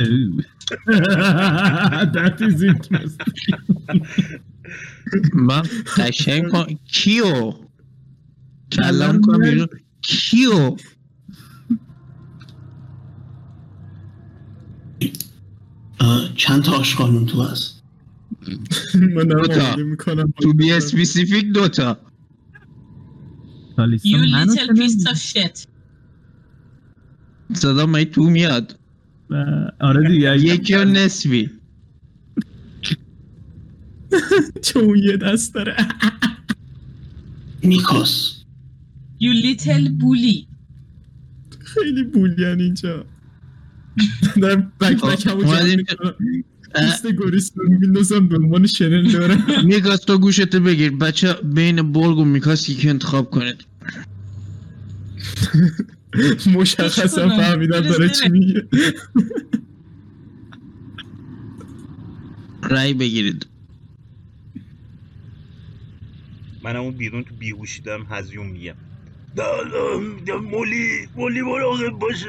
Speaker 1: اوه. That is interesting.
Speaker 4: من قشنگ کن کیو کلم کنم بیرون کیو
Speaker 2: آه، چند تا آشغال اون تو هست
Speaker 3: من دارم
Speaker 4: دوتا.
Speaker 3: آماده میکنم
Speaker 4: تو بی اسپسیفیک دوتا
Speaker 1: تالیسا
Speaker 5: You
Speaker 1: منو
Speaker 5: little
Speaker 1: چرا
Speaker 5: piece of shit
Speaker 4: صدا مای تو میاد
Speaker 1: اه، آره دیگه
Speaker 4: یکی و نصفی
Speaker 3: چون یه دست داره
Speaker 2: نیکاس
Speaker 5: You little bully
Speaker 3: خیلی بولین اینجا دارم بک بک همو
Speaker 4: خب، اومدیم.
Speaker 3: دوست گریستون میندازم به عنوان شنل دارم
Speaker 4: میکاس تو گوشت بگیر بچه بین برگ و میکاس یکی انتخاب کنید
Speaker 3: مشخصا
Speaker 5: هیچ کدوم.
Speaker 3: فهمیدم داره چی
Speaker 5: درسته.
Speaker 3: میگه
Speaker 4: رأی بگیرید
Speaker 8: من اون بیرون تو بیهوشی دارم هزیون میگم دلم دلم، مولی مولی مراقب باشه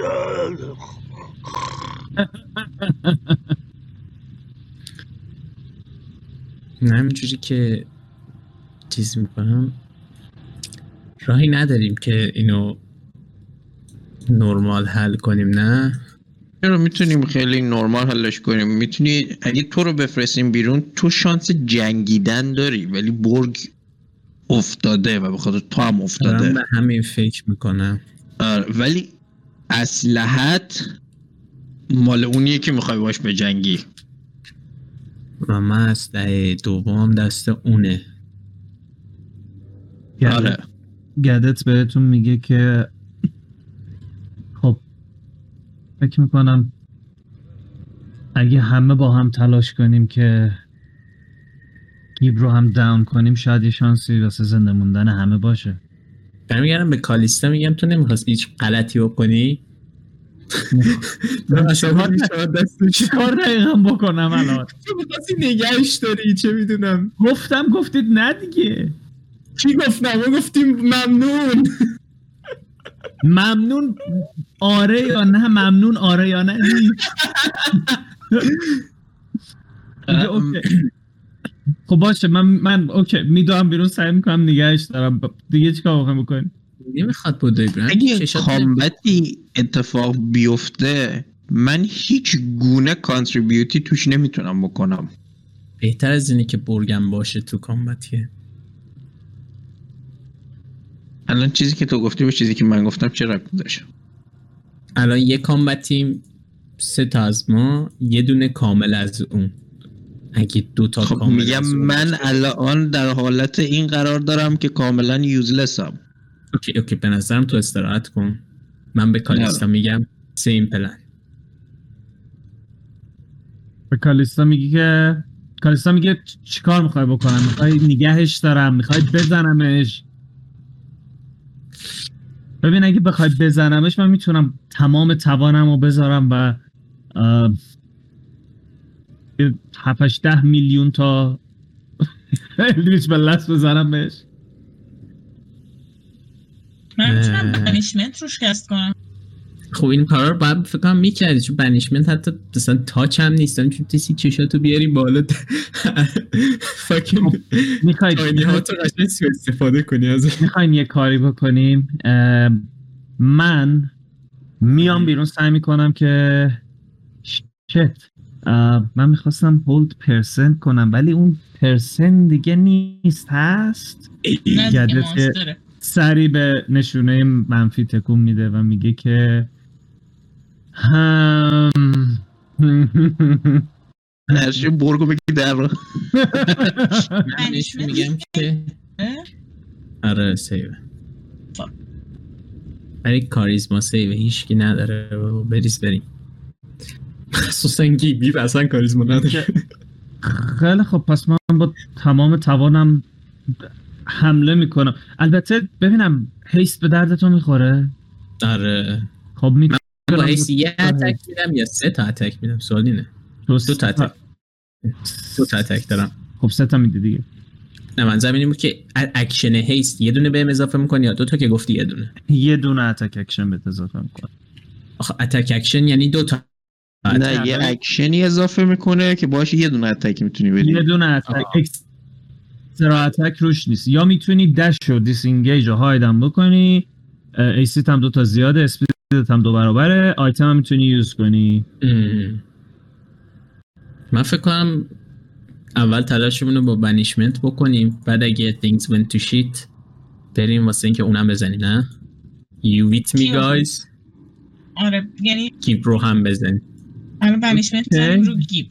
Speaker 6: من همینجوری که چیز میکنم راهی نداریم که اینو نرمال حل کنیم نه
Speaker 4: آره. چرا میتونیم خیلی نرمال حلش کنیم میتونی اگه تو رو بفرستیم بیرون تو شانس جنگیدن داری ولی برگ افتاده و به خاطر تو هم
Speaker 6: دارم
Speaker 4: افتاده
Speaker 6: به همین فکر میکنم
Speaker 4: آره، ولی اسلحت مال اونیه که میخوای باش به جنگی
Speaker 6: و من از دهه دوم دست اونه
Speaker 1: یعنی؟
Speaker 4: آره
Speaker 1: گدت بهتون میگه که خب فکر میکنم اگه همه با هم تلاش کنیم که گیب رو هم داون کنیم شاید یه شانسی واسه زنده موندن همه باشه
Speaker 6: برمیگردم به کالیستا میگم تو نمیخواست هیچ غلطی بکنی
Speaker 3: عصبانی می‌شم دستش
Speaker 1: چیکار دقیقا بکنم الان
Speaker 3: تو میخواستی نگهش داری چه میدونم
Speaker 1: گفتم گفتید نه دیگه
Speaker 3: کی گفت نه ما گفتیم ممنون
Speaker 1: ممنون آره یا نه ممنون آره یا نه نیست میگه اوکی. خب باشه من من اوکی میدونم بیرون سعی میکنم نگهش دارم ب- دیگه چیکار میخوام بکنیم
Speaker 6: نمیخواد بدو ابراهیم
Speaker 4: اگه
Speaker 6: چشات نمی-
Speaker 4: کامبتی اتفاق بیفته من هیچ گونه کانتریبیوتی توش نمیتونم بکنم
Speaker 6: بهتر از اینه که برگم باشه تو کامبتیه
Speaker 4: الان چیزی که تو گفتی به چیزی که من گفتم چه ربطی داشت
Speaker 6: الان یه کامبت تیم سه تا از ما یه دونه کامل از اون اگه دو تا
Speaker 4: خب
Speaker 6: کامل
Speaker 4: میگم
Speaker 6: از اون
Speaker 4: من
Speaker 6: باشه.
Speaker 4: الان در حالت این قرار دارم که کاملا یوزلسم
Speaker 6: اوکی اوکی به نظرم تو استراحت کن من به کالیستا میگم سیم پلن
Speaker 1: به کالیستا میگی که کالیستا میگه چ- چیکار میخوای بکنم میخوای نگهش دارم میخوای بزنمش ببین اگه بخوای بزنمش من میتونم تمام توانم رو بذارم و اه، یه 7 ده میلیون تا لیچ بلس بزنم بهش
Speaker 5: من میتونم
Speaker 6: اه.
Speaker 5: پنیشمنت روش کست کنم
Speaker 6: خب این کارا رو باید فکر کنم میکردی چون بنیشمنت حتی مثلا تاچ هم نیست داریم چون تسی چشاتو بیاری بالا
Speaker 4: خب،
Speaker 6: فاکین
Speaker 1: میخواید
Speaker 6: آینی ها تو قشنگ سوء استفاده کنی از
Speaker 1: میخوایم یه کاری بکنیم ام، من میام بیرون سعی میکنم که شت من میخواستم هولد پرسنت کنم ولی اون پرسنت دیگه نیست هست
Speaker 5: نه دیگه
Speaker 1: یادت-
Speaker 5: آره. مانستره
Speaker 1: سری به نشونه منفی تکون میده و میگه که هم...
Speaker 4: هرچی برگو بگی در راه.
Speaker 6: من بهش میگم که
Speaker 5: اه؟
Speaker 6: آره سیوه خب. ولی کاریزما سیوه هیچکی نداره بابا، بریز بریم خصوصا گیبی اصلا کاریزما نداره
Speaker 1: خیلی خب پس من با تمام توانم حمله میکنم البته ببینم هیست به دردتون میخوره
Speaker 6: آره
Speaker 1: خب می
Speaker 6: من با حیث یه اتک میدم یا سه تا اتک میدم سوال اینه دو تا اتک دو تا اتک دارم
Speaker 1: خب سه تا میده دیگه
Speaker 6: نه من زمینی بود که ا- اکشن هیست یه دونه بهم اضافه میکنی یا دو تا که گفتی یه دونه
Speaker 1: یه دونه اتک اکشن بهت اضافه میکنه
Speaker 6: آخه اتک اکشن یعنی دو تا بله.
Speaker 4: نه یه اکشنی اضافه میکنه که باشه یه دونه اتک میتونی بدی
Speaker 1: یه دونه اتک اکسترا اتک روش نیست یا میتونی دش و دیسینگیج رو هایدم بکنی اه، ایسیت هم دو تا زیاده اسپیدت هم دو برابره آیتم هم میتونی یوز کنی
Speaker 6: ام. من فکر کنم اول تلاشمون رو با بنیشمنت بکنیم بعد اگه things went to shit بریم واسه اینکه اونم بزنیم نه you with me
Speaker 5: کیو؟
Speaker 6: guys
Speaker 5: آره یعنی
Speaker 6: کیپ رو هم بزنیم
Speaker 5: الان پنیشمنت
Speaker 1: اوکی.
Speaker 5: میزنیم رو گیب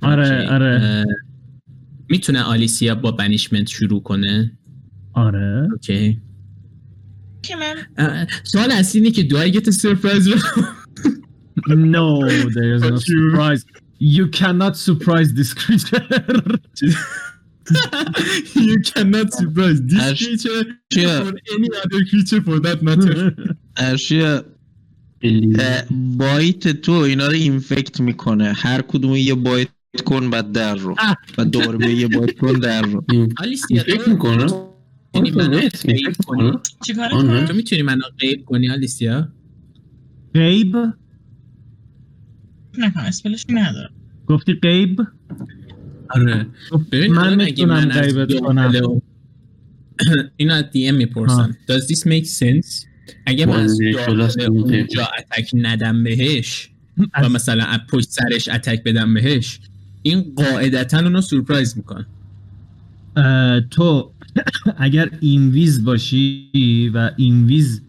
Speaker 1: آره
Speaker 6: اوکی.
Speaker 1: آره
Speaker 6: اه، میتونه آلیسیا با بنیشمنت شروع کنه
Speaker 1: آره
Speaker 6: اوکی
Speaker 5: که من
Speaker 6: اه، سوال اصلی اینه که do I get a surprise رو
Speaker 1: No, there is no
Speaker 6: But you-
Speaker 1: surprise. You cannot surprise this creature.
Speaker 6: you cannot surprise this
Speaker 4: هرچ-
Speaker 6: creature
Speaker 4: چیه؟
Speaker 6: or any other creature for that matter
Speaker 4: ارشیا اه، بایت تو اینا رو اینفکت میکنه هر کدوم یه بایت کن بعد در رو و دوباره به یه بایت کن در رو
Speaker 6: آلیسیا
Speaker 7: فکر
Speaker 6: تو یعنی
Speaker 7: میکنم
Speaker 6: می‌تونی منو
Speaker 7: آره.
Speaker 6: غیب
Speaker 7: فکر
Speaker 6: کنی
Speaker 7: میکنم
Speaker 5: چیکار
Speaker 7: آن
Speaker 5: کنم
Speaker 6: تو میتونی منو غیب کنی آلیسیا
Speaker 1: قیب
Speaker 5: نکنم اسپلش ندارم
Speaker 1: گفتی قیب
Speaker 6: آره ببین
Speaker 1: من
Speaker 6: الان اگه
Speaker 1: میتونم
Speaker 6: از
Speaker 1: غیبت
Speaker 6: دو
Speaker 1: کنم.
Speaker 6: پلو- اینو از دی ام میپرسم does this make sense اگه من
Speaker 7: آره،
Speaker 6: از
Speaker 7: یک کلاس
Speaker 6: داخل
Speaker 7: دیگه.
Speaker 6: اونجا اتک ندم بهش و
Speaker 1: از-
Speaker 6: مثلا از پشت سرش اتک بدم بهش این قاعدتا اونو سورپرایز میکنه
Speaker 1: اه، تو اگر اینویز باشی و اینویز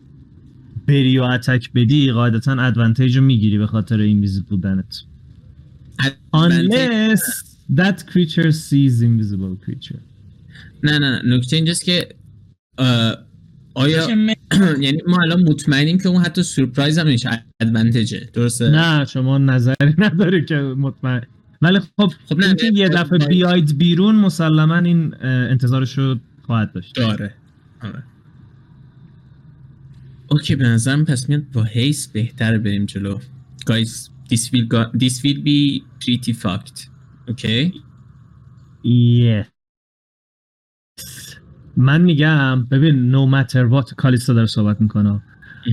Speaker 1: بری و اتک بدی قاعدتا ادوانتیج رو میگیری به خاطر اینویز بودنت unless that creature sees invisible creature
Speaker 6: نه نه نه نکته اینجاست که اه، آیا
Speaker 5: که من-
Speaker 6: یعنی ما الان مطمئنیم که اون حتی سورپرایز هم نیست ادوانتجه درسته
Speaker 1: نه شما نظری نداری که مطمئن ولی خب
Speaker 6: خب نه،
Speaker 1: اینکه یه
Speaker 6: خب،
Speaker 1: دفعه
Speaker 6: باید.
Speaker 1: بیاید بیرون مسلما این اه، انتظارش رو خواهد داشت
Speaker 6: داره آره. اوکی به نظرم پس میاد با هیس بهتر بریم جلو guys this will, go- this will be pretty fucked اوکی
Speaker 1: Yes. من میگم ببین نو متر وات کالیستا داره صحبت میکنه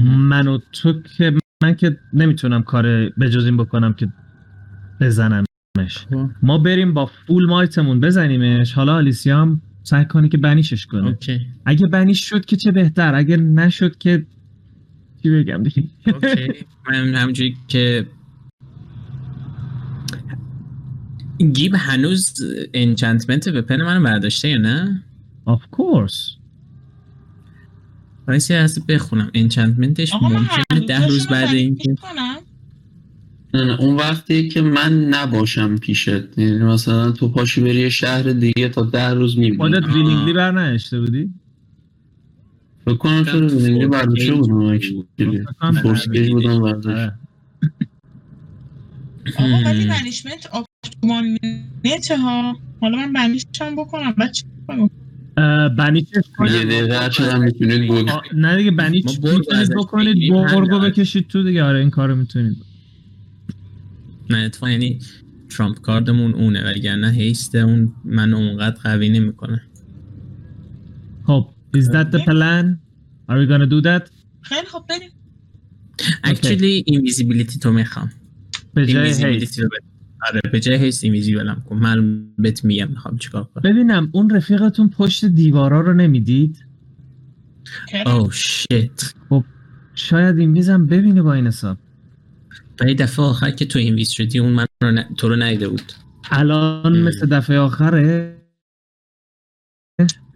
Speaker 1: من و تو که من که نمیتونم کار بجز این بکنم که بزنمش
Speaker 6: خب.
Speaker 1: ما بریم با فول مایتمون بزنیمش حالا آلیسیا هم سعی کنه که بنیشش کنه
Speaker 6: اوکی
Speaker 1: اگه بنیش شد که چه بهتر اگه نشد که چی بگم دیگه
Speaker 6: اوکی من همونجوری که گیب هنوز انچنتمنت وپن من برداشته یا نه
Speaker 1: of course
Speaker 6: وایسی هست بخونم انچنتمنتش
Speaker 5: آقا من هر
Speaker 6: ممکنه یعنی ده روز بعد اینکه
Speaker 7: نه نه اون وقتی که من نباشم پیشت یعنی مثلا تو پاشی بری یه شهر دیگه تا ده روز میبینی
Speaker 1: خودت ریلینگلی بر نهشته بودی؟
Speaker 7: فکر کنم چرا زندگی برداشته بودم اکچولی پرسگیج بودم برداشت
Speaker 1: آره.
Speaker 5: آقا ولی
Speaker 6: مم.
Speaker 5: بنیشمنت آپتومانته ها حالا من بنیشم بکنم بچه
Speaker 1: اه، بنی چه
Speaker 7: یه دقیقه هر چقدر میتونید گوگ
Speaker 1: آه، نه دیگه بنی
Speaker 6: ما
Speaker 1: چی-
Speaker 6: برگ
Speaker 1: میتونید
Speaker 6: ازش
Speaker 1: بکنید
Speaker 6: بگیریم، هر
Speaker 1: برگو
Speaker 6: لحظه.
Speaker 1: بکشید تو دیگه آره این کارو میتونید
Speaker 6: نه اتفاقا یعنی ترامپ کاردمون اونه وگرنه هیست اون من اونقدر قوی نمیکنه
Speaker 1: خب is that the plan are we gonna do that
Speaker 5: خیلی خب بریم
Speaker 6: اکچولی اینویزیبیلیتی تو میخوام
Speaker 1: به جای هیس
Speaker 6: اینویزیبیلیتی رو بده. آره به جای هیست اینویزیبلم کن من الان بهت میگم میخوام چیکار کنم
Speaker 1: ببینم اون رفیقتون پشت دیوارا رو نمیدید
Speaker 6: اوه شت
Speaker 1: شاید این میزم ببینه با این حساب
Speaker 6: ولی دفعه آخر که تو اینویز شدی اون من رو ن... تو رو ندیده بود
Speaker 1: الان
Speaker 6: مم.
Speaker 1: مثل دفعه آخره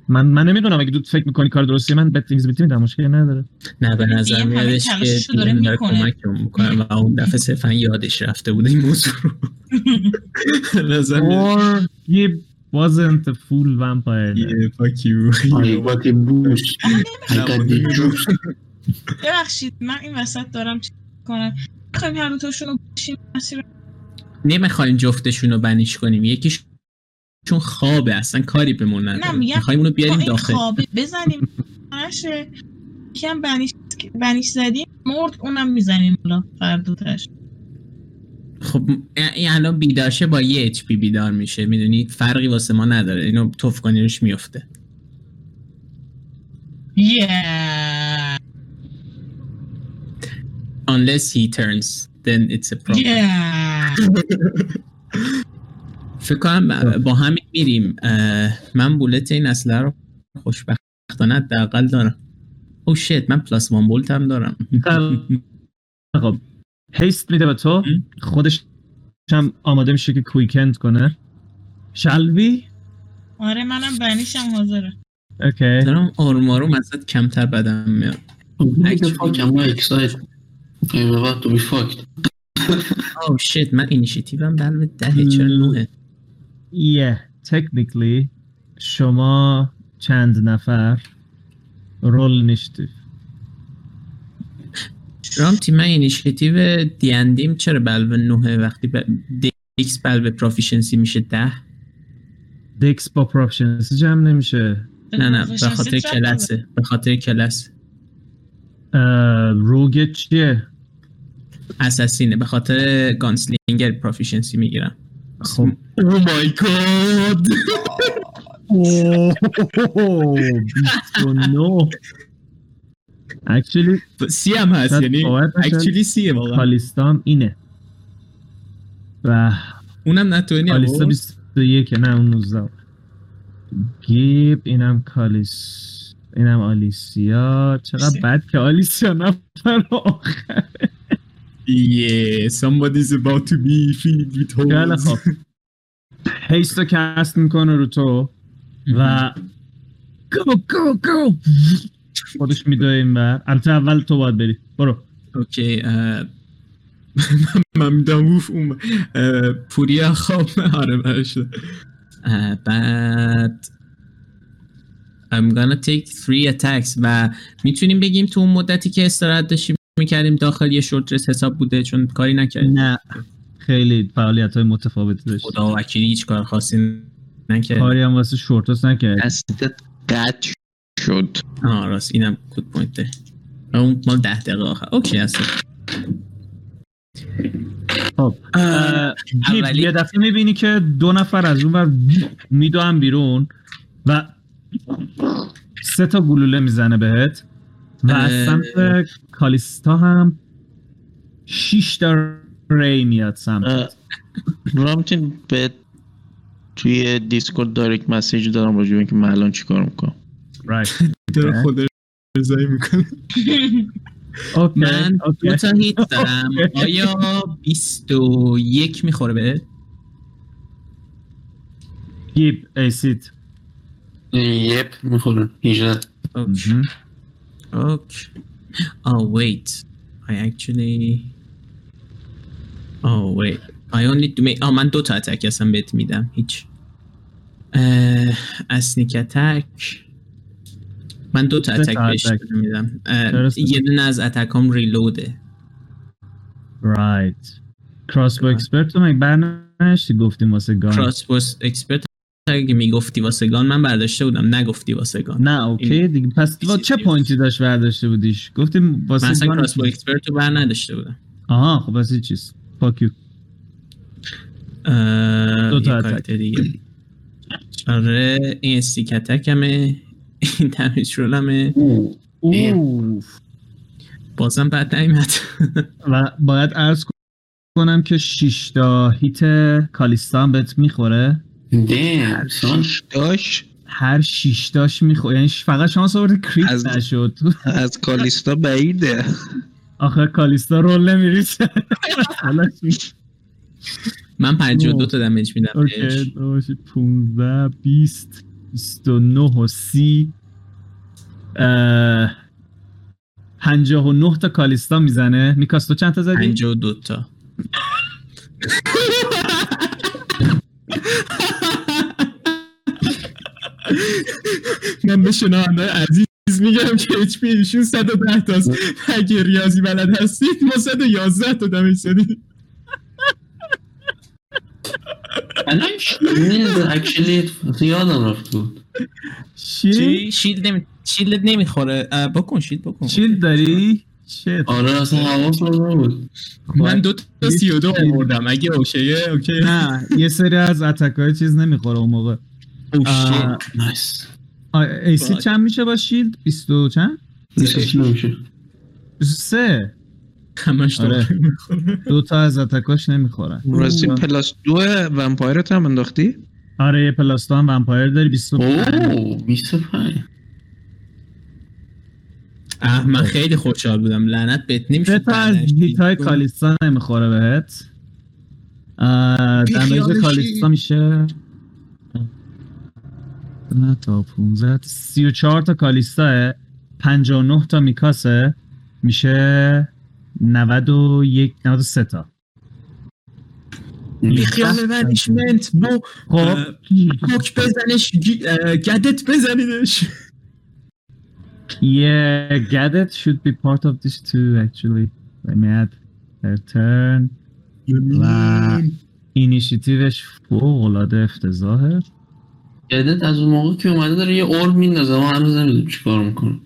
Speaker 1: من من نمیدونم اگه دود فکر میکنی کار درستی من بد ویزیبیلیتی میدم مشکلی نداره
Speaker 6: نه به
Speaker 5: ببین،
Speaker 6: نظر
Speaker 5: دیگه همه
Speaker 6: میادش که
Speaker 5: تلاششو داره
Speaker 6: دیگه داره
Speaker 5: می‌کنه.
Speaker 6: کمکمون میکنه و اون دفعه صرفا یادش رفته بود این موضوع رو به نظر میاد
Speaker 1: or he wasn't a fool vampire
Speaker 6: یه پاکی بود.
Speaker 5: آره.
Speaker 7: آیگات بوش آیگات جوش
Speaker 5: ببخشید من این وسط دارم چیز کنم میخوایم هر دوتاشون رو بشیم مسیر رو-
Speaker 6: نمیخوایم جفتشون رو بنیش کنیم یکیش چون خوابه اصلا کاری به ما
Speaker 5: نه
Speaker 6: نداره
Speaker 5: میگم
Speaker 6: میخوایم اونو بیاریم
Speaker 5: با این
Speaker 6: داخل
Speaker 5: خوابه بزنیم نشه یکم بنیش بنیش زدیم مرد اونم میزنیم حالا فردوتش
Speaker 6: خب این الان بیدارشه با یه اچ پی بیدار میشه میدونی فرقی واسه ما نداره اینو توف کنی روش میفته
Speaker 5: یه
Speaker 6: unless he turns then it's a problem
Speaker 5: یه
Speaker 6: فکر کنم با همین میریم اه، من بولت این اسلحه رو خوشبختانه حداقل دارم او شت من پلاس وان بولت هم دارم
Speaker 1: خب هیست میده به تو خودش هم آماده میشه که کویکند کنه شلوی
Speaker 5: آره منم بنیشم حاضره
Speaker 1: اوکی
Speaker 6: دارم آرمارو مزد کمتر بدم میاد
Speaker 7: فاک اما اکسایت این وقت تو بی فاکت
Speaker 6: او شت Oh من اینیشیتیو هم بلو دهه چرا نوه
Speaker 1: یه تکنیکلی شما چند نفر رول نیشتی
Speaker 6: رام تیم من اینیشیتیو دیندیم چرا بلو نوه وقتی ب... دیکس بلو پروفیشنسی میشه ده
Speaker 1: دکس با پروفشنسی جمع نمیشه
Speaker 6: نه نه به خاطر کلسه به خاطر کلس
Speaker 1: اه، روگه چیه
Speaker 6: اساسینه به خاطر گانسلینگر پروفیشنسی Oh میگیرم
Speaker 1: خب
Speaker 6: او مای گاد
Speaker 1: نو اکچولی
Speaker 6: سی هم هست یعنی
Speaker 1: خب.
Speaker 6: اکچولی سیه واقعا
Speaker 1: کالیستا هم اینه و
Speaker 6: اونم نتونی
Speaker 1: کالیستا 21 نه اون 19 بود. گیب اینم کالیس اینم آلیسیا چقدر بد که آلیسیا نفر آخر
Speaker 6: یه somebody's about to be filled with
Speaker 1: خیلی
Speaker 6: holes
Speaker 1: خب هیست رو کست میکنه رو تو و گو گو گو خودش میدوه این بر البته اول تو باید بری برو
Speaker 6: اوکی اه، من میدم ووف اون اه، پوریا خواب آره برشه اه، بعد Euh, I'm gonna take three attacks و میتونیم بگیم تو اون مدتی که استراحت داشتیم میکردیم داخل یه شورت رست حساب بوده چون کاری نکردیم
Speaker 1: نه خیلی فعالیت های متفاوتی داشت
Speaker 6: خدا وکیلی هیچ کار خاصی نکرد
Speaker 1: کاری هم واسه شورتوس نکرد
Speaker 4: دستت قطع شد
Speaker 6: آه راست اینم کود پوینته اون مال ده دقیقه آخر اوکی هست
Speaker 1: خب. اه، جیب،
Speaker 6: اولی-
Speaker 1: یه دفعه میبینی که دو نفر از اون بر میدوهم بیرون و سه تا گلوله میزنه بهت و از
Speaker 6: اه.
Speaker 1: سمت کالیستا هم شیش تا ری میاد سمت
Speaker 4: اه، رامتین به توی دیسکورد دایرکت مسیج دارم راجع به اینکه من الان چیکار میکنم
Speaker 1: رایت
Speaker 6: داره خود رضایی میکنه
Speaker 1: اوکی
Speaker 6: من
Speaker 1: اوکی
Speaker 6: دو تا هیت دارم
Speaker 1: اوکی.
Speaker 6: آیا 21 میخوره بهت؟
Speaker 1: گیب ایسید
Speaker 7: یپ میخوره 18
Speaker 6: اوکی. Okay. Oh wait. I actually Oh wait. I only do make... آه من دو تا اتک اصلا بهت میدم هیچ اه... اسنیک اتک من دو تا
Speaker 1: سه تا
Speaker 6: اتک بهش
Speaker 1: اتک.
Speaker 6: میدم اه،
Speaker 1: چرا سه تا؟
Speaker 6: یه دونه از اتکام ریلوده
Speaker 1: رایت کراسبو اکسپرت رو مگه برنشتی گفتیم واسه گان
Speaker 6: کراس بوس اکسپرت اگه میگفتی واسه گان من برداشته بودم نگفتی واسه گان
Speaker 1: نه اوکی
Speaker 6: این-
Speaker 1: دیگه پس
Speaker 6: این
Speaker 1: با
Speaker 6: چیز
Speaker 1: چه
Speaker 6: دیگه.
Speaker 1: پوینتی داشت برداشته بودیش گفتیم
Speaker 6: من
Speaker 1: واسه
Speaker 6: اصلا
Speaker 1: گان
Speaker 6: کراس بو اکسپرت رو بر نداشته بودم
Speaker 1: آها خب پس هیچ چیز پاکیو
Speaker 6: اه،
Speaker 1: دو تا
Speaker 6: یه
Speaker 1: اتک.
Speaker 6: کارت دیگه آره این استیک اتکمه این دمیج رولمه
Speaker 7: اوه.
Speaker 1: اوف
Speaker 6: بازم بعد نیمت
Speaker 1: و باید عرض کنم که 6 تا هیت کالیستان بهت میخوره
Speaker 7: دم سان
Speaker 4: داشت
Speaker 1: هر 6 تاش میخوره یعنی ش- فقط شانس آورد کریت
Speaker 4: از-
Speaker 1: نشد
Speaker 4: از کالیستا بعیده
Speaker 1: آخه کالیستا رول نمیریز
Speaker 6: من 52 تا دمیج میدم بهش
Speaker 1: اوکی باشه 15 20 29 و 30 اه، 59 تا کالیستا میزنه میکاس تو چند تا زدی
Speaker 6: 52 تا من به شنوانده عزیز میگم که اچ پی ایشون 110 تاست اگه ریاضی بلد هستید ما 111 تا دمیج زدیم
Speaker 7: الان شیلد اکچولی یادم رفت بود
Speaker 1: چی
Speaker 6: شیلد نمی شیلدت نمیخوره اه، بکن شیلد بکن
Speaker 1: چیل داری چه
Speaker 7: آره اصلا حواسم نبود
Speaker 6: من دو تا 32 آوردم اگه اوکیه اوکی
Speaker 1: نه یه سری از اتکای چیز نمیخوره اون موقع
Speaker 6: شیت.
Speaker 7: نایس
Speaker 1: ایسی چند میشه با شیلد 20 و چند
Speaker 7: هیچ چیز نمیشه
Speaker 1: 23
Speaker 6: همش
Speaker 1: آره.
Speaker 6: دوباره میخوره
Speaker 1: دو تا از اتکاش نمیخورن
Speaker 4: راستی پلاس دو ومپایرت هم انداختی
Speaker 1: آره یه پلاستو هم ومپایر داری 25
Speaker 7: اوه 25
Speaker 6: اه، من خیلی خوشحال بودم لعنت بهت
Speaker 1: سه
Speaker 6: نمیشه
Speaker 1: تا از هیت های کالیستا نمیخوره بهت اه، دمیج
Speaker 4: بیخیالشی.
Speaker 1: کالیستا میشه نه تا 15 تا 34 تا کالیستا 59 تا میکاسه میشه 91 93 تا
Speaker 6: بیخیال منیشمنت بو
Speaker 1: خب
Speaker 6: اه، کوک بزنش گی- اه، گدت بزنیدش
Speaker 1: Yeah, Gadget should be part of this too, actually. Let me add her turn. و اینیشیتیوش فوق العاده افتضاحه
Speaker 7: جدت از اون موقع که اومده داره یه اور میندازه ما هنوز نمیدونیم چیکار میکنه
Speaker 6: آره،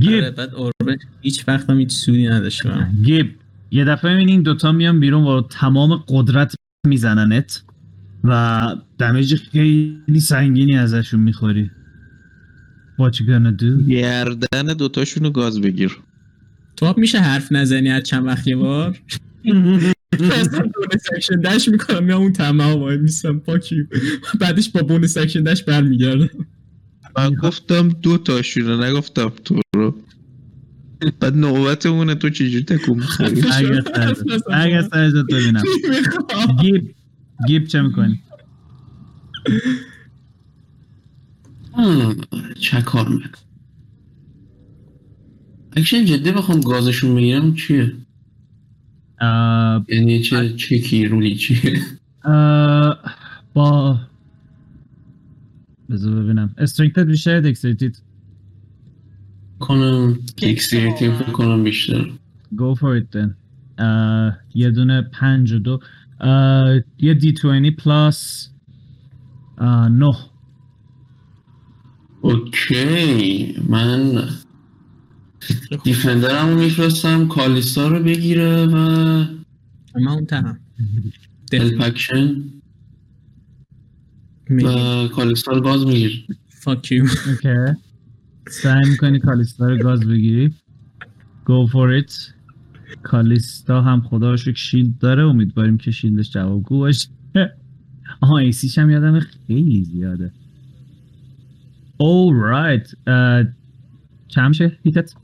Speaker 1: گیب
Speaker 6: بعد اوربه هیچ وقت هم هیچ سودی نداشت به من.
Speaker 1: گیب یه دفعه میبینی این دوتا میان بیرون با تمام قدرت میزننت و دمیج خیلی سنگینی ازشون میخوری What you gonna do?
Speaker 4: گردن دوتاشونو گاز بگیر
Speaker 6: تو هم میشه حرف نزنی هر چند وقت یه بار اصلا بونس اکشن دش میکنم یا اون تمام وای میسم پاکی بعدش با بونس اکشن دش برمیگردم
Speaker 4: من گفتم دوتاشونو نگفتم تو رو بعد نوبتمونه تو چجوری تکون میخوری
Speaker 1: اگر سرت اگر سرت ببینم
Speaker 6: میخوام
Speaker 1: گیب گیب چه میکنی؟
Speaker 7: آه، چه کار میکنه اکشن جدی بخوام گازشون بگیرم چیه
Speaker 1: آه،
Speaker 7: یعنی چه چکی رولی چیه
Speaker 1: اه، با بذار ببینم استرینگت میشه دکسیتیت
Speaker 7: کنم دکسیریتی فکر کنم بیشتر
Speaker 1: گو فور ایت دن Uh, یه دونه پنج و دو اه، یه دی 20 پلاس اه، uh, نه
Speaker 7: اوکی من دیفندرم رو میفرستم کالیستا رو بگیره و
Speaker 6: من اون تمام
Speaker 7: الپکشن و کالیستا رو گاز میگیره
Speaker 6: فاک یو
Speaker 1: اوکی سعی میکنی کالیستا رو گاز بگیری گو فور ایت کالیستا هم خدا رو شکر شیلد داره امیدواریم که شیلدش جوابگو باشه آها ایسیش هم یادم خیلی زیاده اورایت Uh, چند میشه هیتت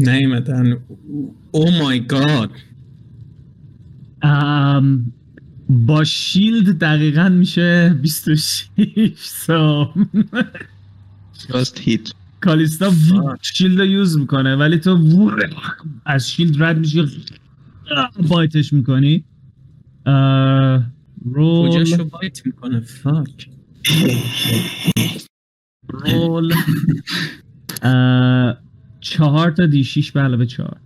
Speaker 6: نیومدن او مای گاد
Speaker 1: ام، با شیلد دقیقا میشه 26 سام
Speaker 4: راست هیت
Speaker 1: کالیستا وو- شیلد رو یوز میکنه ولی تو وو- از شیلد رد میشی بایتش میکنی رول
Speaker 6: کجاشو بایت میکنه فاک
Speaker 1: رول اه، چهار تا دی شیش به علاوه چهار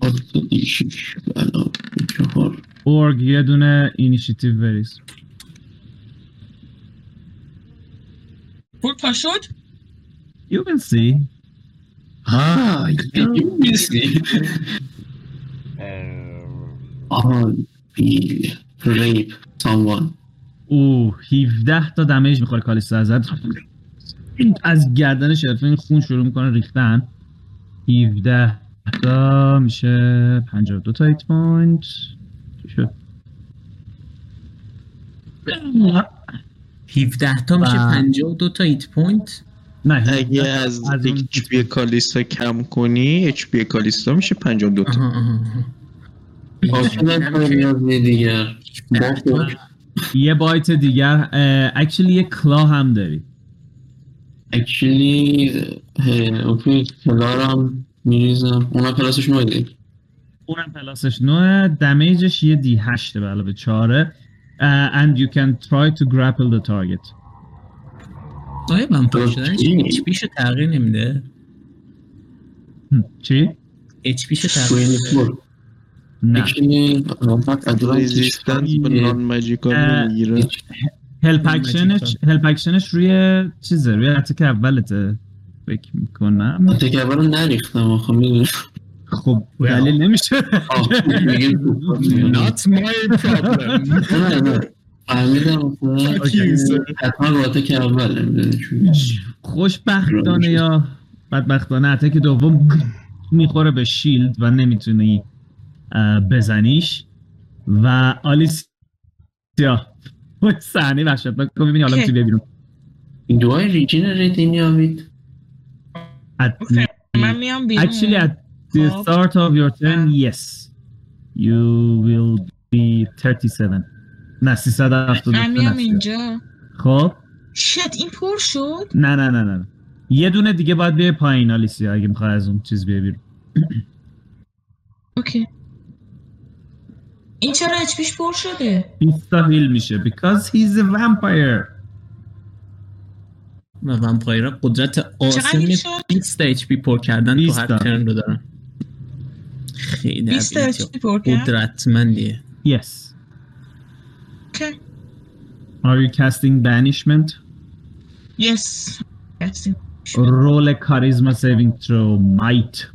Speaker 7: چهار تا دی شیش بلا چهار
Speaker 1: اورگ یه دونه اینیشیتیو بریز
Speaker 5: پول پا شد
Speaker 1: You will see
Speaker 7: ها یه میسی آن بیل ریپ ساموان
Speaker 1: او 17 تا دمیج میخوره کالیستا ازت از گردن شرفین خون شروع میکنه ریختن 17 تا میشه 52 تا ایت پوینت چی شد
Speaker 6: 17 تا میشه
Speaker 1: و-
Speaker 6: 52 تا ایت پوینت
Speaker 1: نه 17
Speaker 4: اگه از
Speaker 1: از اون-
Speaker 4: اچ پی کالیستا کم کنی اچ پی کالیستا میشه 52 تا
Speaker 6: آها، آها.
Speaker 7: آسان کاریازی دیگر با
Speaker 1: یه بایت دیگر اکچولی یه کلا هم داری
Speaker 7: اکشنی اوکی کلارم میریزم اونا پلاسش نویده
Speaker 1: اونم پلاسش نوه دمیجش یه دی هشته به علاوه چهاره اه، and you can try to grapple the target
Speaker 6: آیا من پاشدنش اچ پیشو تغییر نمیده
Speaker 1: هم، چی؟
Speaker 6: اچ پیشو تغییر
Speaker 7: سوینی فور
Speaker 1: نه
Speaker 7: اکشنی آنفاک ادرانتیش
Speaker 4: رزیستنس به نان ماجیکال
Speaker 1: اه،
Speaker 4: نمیگیره
Speaker 1: هلپ
Speaker 6: من
Speaker 1: اکشنش
Speaker 6: مجید
Speaker 1: هلپ اکشنش روی چیزه روی اتک اولته فکر میکنم
Speaker 7: تکربه رو نریختم آخه میدونم
Speaker 1: خب دلیل نمیشه
Speaker 7: آه، میگه تو-
Speaker 3: Not my problem
Speaker 7: نه، نه. فهمیدم مثلا
Speaker 3: Fuck you, sir.
Speaker 7: حتما رابطه که اوله میدونی چون
Speaker 1: خوشبختانه یا بدبختانه اتک دوم میخوره به شیلد و نمیتونی اه، بزنیش و آلیس یا صحنه وحشتناک رو میبینی حالا میتونی ببینم
Speaker 7: دوهای ریجنریت این یابید
Speaker 5: اوکی. من میام بیرون
Speaker 1: Actually, at the
Speaker 5: خب.
Speaker 1: start of your turn,
Speaker 5: آه.
Speaker 1: yes. You will be 37. نه 370
Speaker 5: من
Speaker 1: نه،
Speaker 5: میام
Speaker 1: 37.
Speaker 5: اینجا
Speaker 1: خب
Speaker 5: شت این پر شد
Speaker 1: نه نه نه نه نه. یه دونه دیگه باید بیای پایین آلیسیا اگه میخوای از اون چیز بیای بیرون
Speaker 5: اوکی این چرا اچ پیش پر شده
Speaker 1: 20 تا هیل میشه because he's a vampire
Speaker 6: و ومپایرها قدرت
Speaker 5: چقدر
Speaker 6: آسم
Speaker 5: هیل شد
Speaker 6: 20 تا اچ پی پر کردن تو
Speaker 1: 20
Speaker 6: هر
Speaker 1: تا.
Speaker 6: ترن رو دارن خیلی
Speaker 5: 20 تا اچ
Speaker 6: ابیلیتی
Speaker 5: پی پر کرد
Speaker 6: قدرتمندیه
Speaker 1: yes
Speaker 5: اوکی
Speaker 1: are you casting banishment
Speaker 5: یس هستیم.
Speaker 1: roll a charisma saving throw might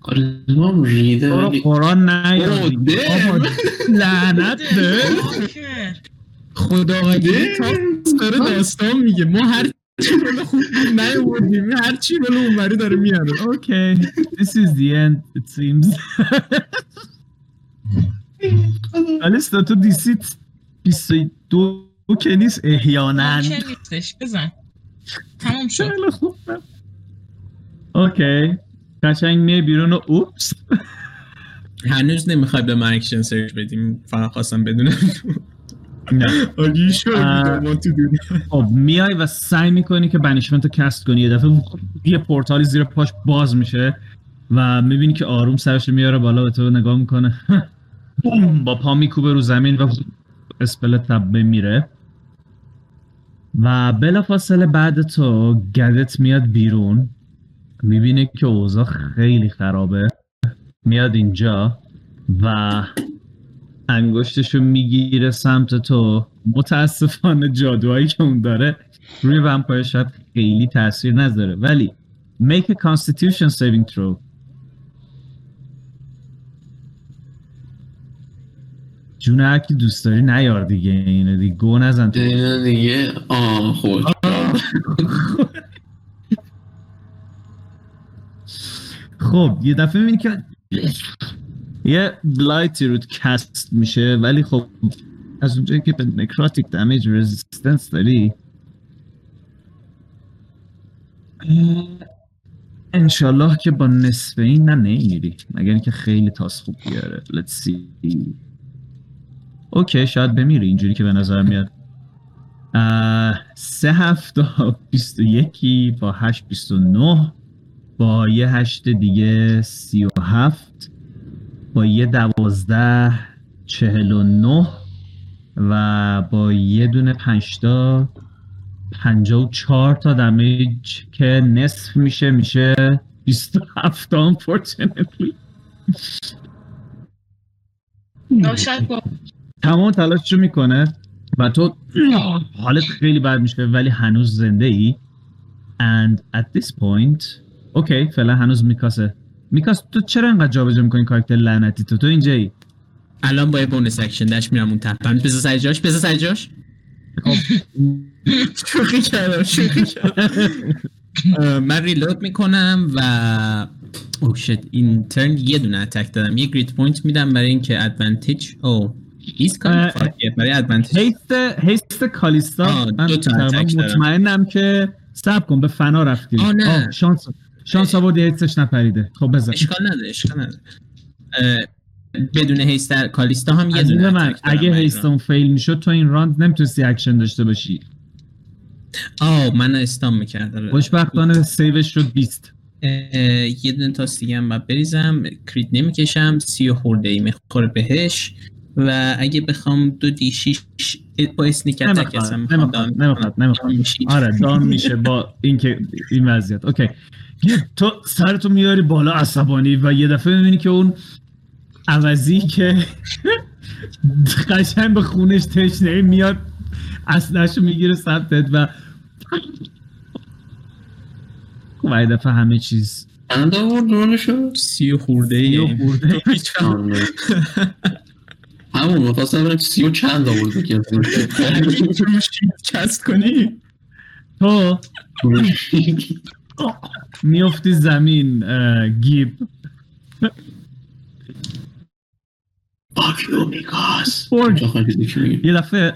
Speaker 7: کاریزمام ریده
Speaker 1: تو رو
Speaker 7: ولی
Speaker 1: قرآن نیاری.
Speaker 7: Oh, damn.
Speaker 1: بابا، لعنت به
Speaker 5: اوکی.
Speaker 3: خداوندی تاس داره داستان میگه ما هر چی رول خوب بود نیاوردیم هر چی رول اونوری داره میاره
Speaker 1: Okay, this is the end, it seems. آلیستا تو دیسیت 22 که نیست احیانا
Speaker 5: اوکی نیستش بزن تمام شد
Speaker 1: خیلی خوب رفت. اوکی قشنگ میای بیرون و اوپس
Speaker 6: هنوز نمیخوای به من اکشن سرچ بدیم فقط خواستم بدونم
Speaker 3: آگی شو
Speaker 1: آه. خب میای و سعی میکنی که بنیشمنت رو کست کنی یه دفعه یه پورتالی زیر پاش باز میشه و میبینی که آروم سرش رو میاره بالا به تو نگاه میکنه بوم با پا میکوبه رو زمین و اسپل تبه میره و بلافاصله بعد تو گدت میاد بیرون میبینه که اوضاع خیلی خرابه میاد اینجا و انگشتشو میگیره سمت تو متاسفانه جادوهایی که اون داره روی ومپایر شاید خیلی تاثیر نذاره ولی make a constitution saving throw جون هر کی دوست داری نیار دیگه اینو دیگه گو نزن تو
Speaker 7: اینا دیگه آه خوش
Speaker 1: خب یه دفعه میبینی که یه لایتی رود کست میشه ولی خب از اونجایی که به نکراتیک دمیج رزیستنس داری انشالله که با نصف این نه نمیری مگر اینکه خیلی تاس خوب بیاره Let's see اوکی شاید بمیری اینجوری که به نظر میاد اه، سه هفته بیست و یکی با هشت بیست و نه با یه هشت دیگه سی و هفت با یه دوازده چهل و نه و با یه دونه پنجتا پنجا و چهار تا دمیج که نصف میشه میشه بیست و هفت unfortunately
Speaker 5: یا شاید با
Speaker 1: تمام تلاششو میکنه و تو حالت خیلی بد میشه ولی هنوز زنده ای and at this point اوکی فعلا هنوز میکاسه میکاس تو چرا اینقدر جابجا میکنی کاراکتر لعنتی تو تو اینجایی
Speaker 6: الان با یه بونس اکشن داش میرم اون تپم بزن سر جاش بزن سر جاش خب. شوخی کردم شوخی کردم اه، من ریلود میکنم و اوه شت این ترن یه دونه اتک دادم یه گریت پوینت میدم برای اینکه Oh, ادوانتیج او ایز
Speaker 1: اه.
Speaker 6: کار برای ادوانتیج
Speaker 1: هیست هیست کالیستا
Speaker 6: آه،
Speaker 1: من
Speaker 6: دو تا
Speaker 1: تقریباً
Speaker 6: اتک دارم.
Speaker 1: مطمئنم که سب کن به فنا رفتی
Speaker 6: آه، نه.
Speaker 1: آه، شانس شانس آوردی هیستش نپریده خب بزن
Speaker 6: اشکال نداره اشکال نداره اه، بدون هیستر کالیستا هم یه
Speaker 1: از
Speaker 6: دونه
Speaker 1: من
Speaker 6: اتک دارم
Speaker 1: اگه
Speaker 6: برای
Speaker 1: هیستون فیل میشد تو این راند نمیتونستی اکشن داشته باشی
Speaker 6: آه من استام میکردم
Speaker 1: خوشبختانه سیوش شد 20
Speaker 6: یه دونه تاس دیگه هم باید بریزم کریت نمیکشم سی و خورده ای میخوره بهش و اگه بخوام دو دی شیش با اسنیک اتک
Speaker 1: نمیخواد
Speaker 6: هستم
Speaker 1: نمیخواد نمیخواد نمیخواد
Speaker 6: آره
Speaker 1: آره دام میشه با اینکه این وضعیت اوکی یه تو سرتو میاری بالا عصبانی و یه دفعه میبینی که اون عوضی که قشنگ به خونش تشنه میاد اصلش میگیره سمتت و و یه دفعه همه چیز
Speaker 7: چند آورد رولشو؟
Speaker 6: سی و خورده ای
Speaker 1: یه خورده
Speaker 7: آه، نه. همون میخواستم برم سی و چند آورد بکنم
Speaker 6: کست کنی
Speaker 1: تو میفتی زمین اه، گیب
Speaker 7: Fuck you, Mikas.
Speaker 1: Fuck.
Speaker 7: تا خواهد دیدی که میگه.
Speaker 1: یه دفعه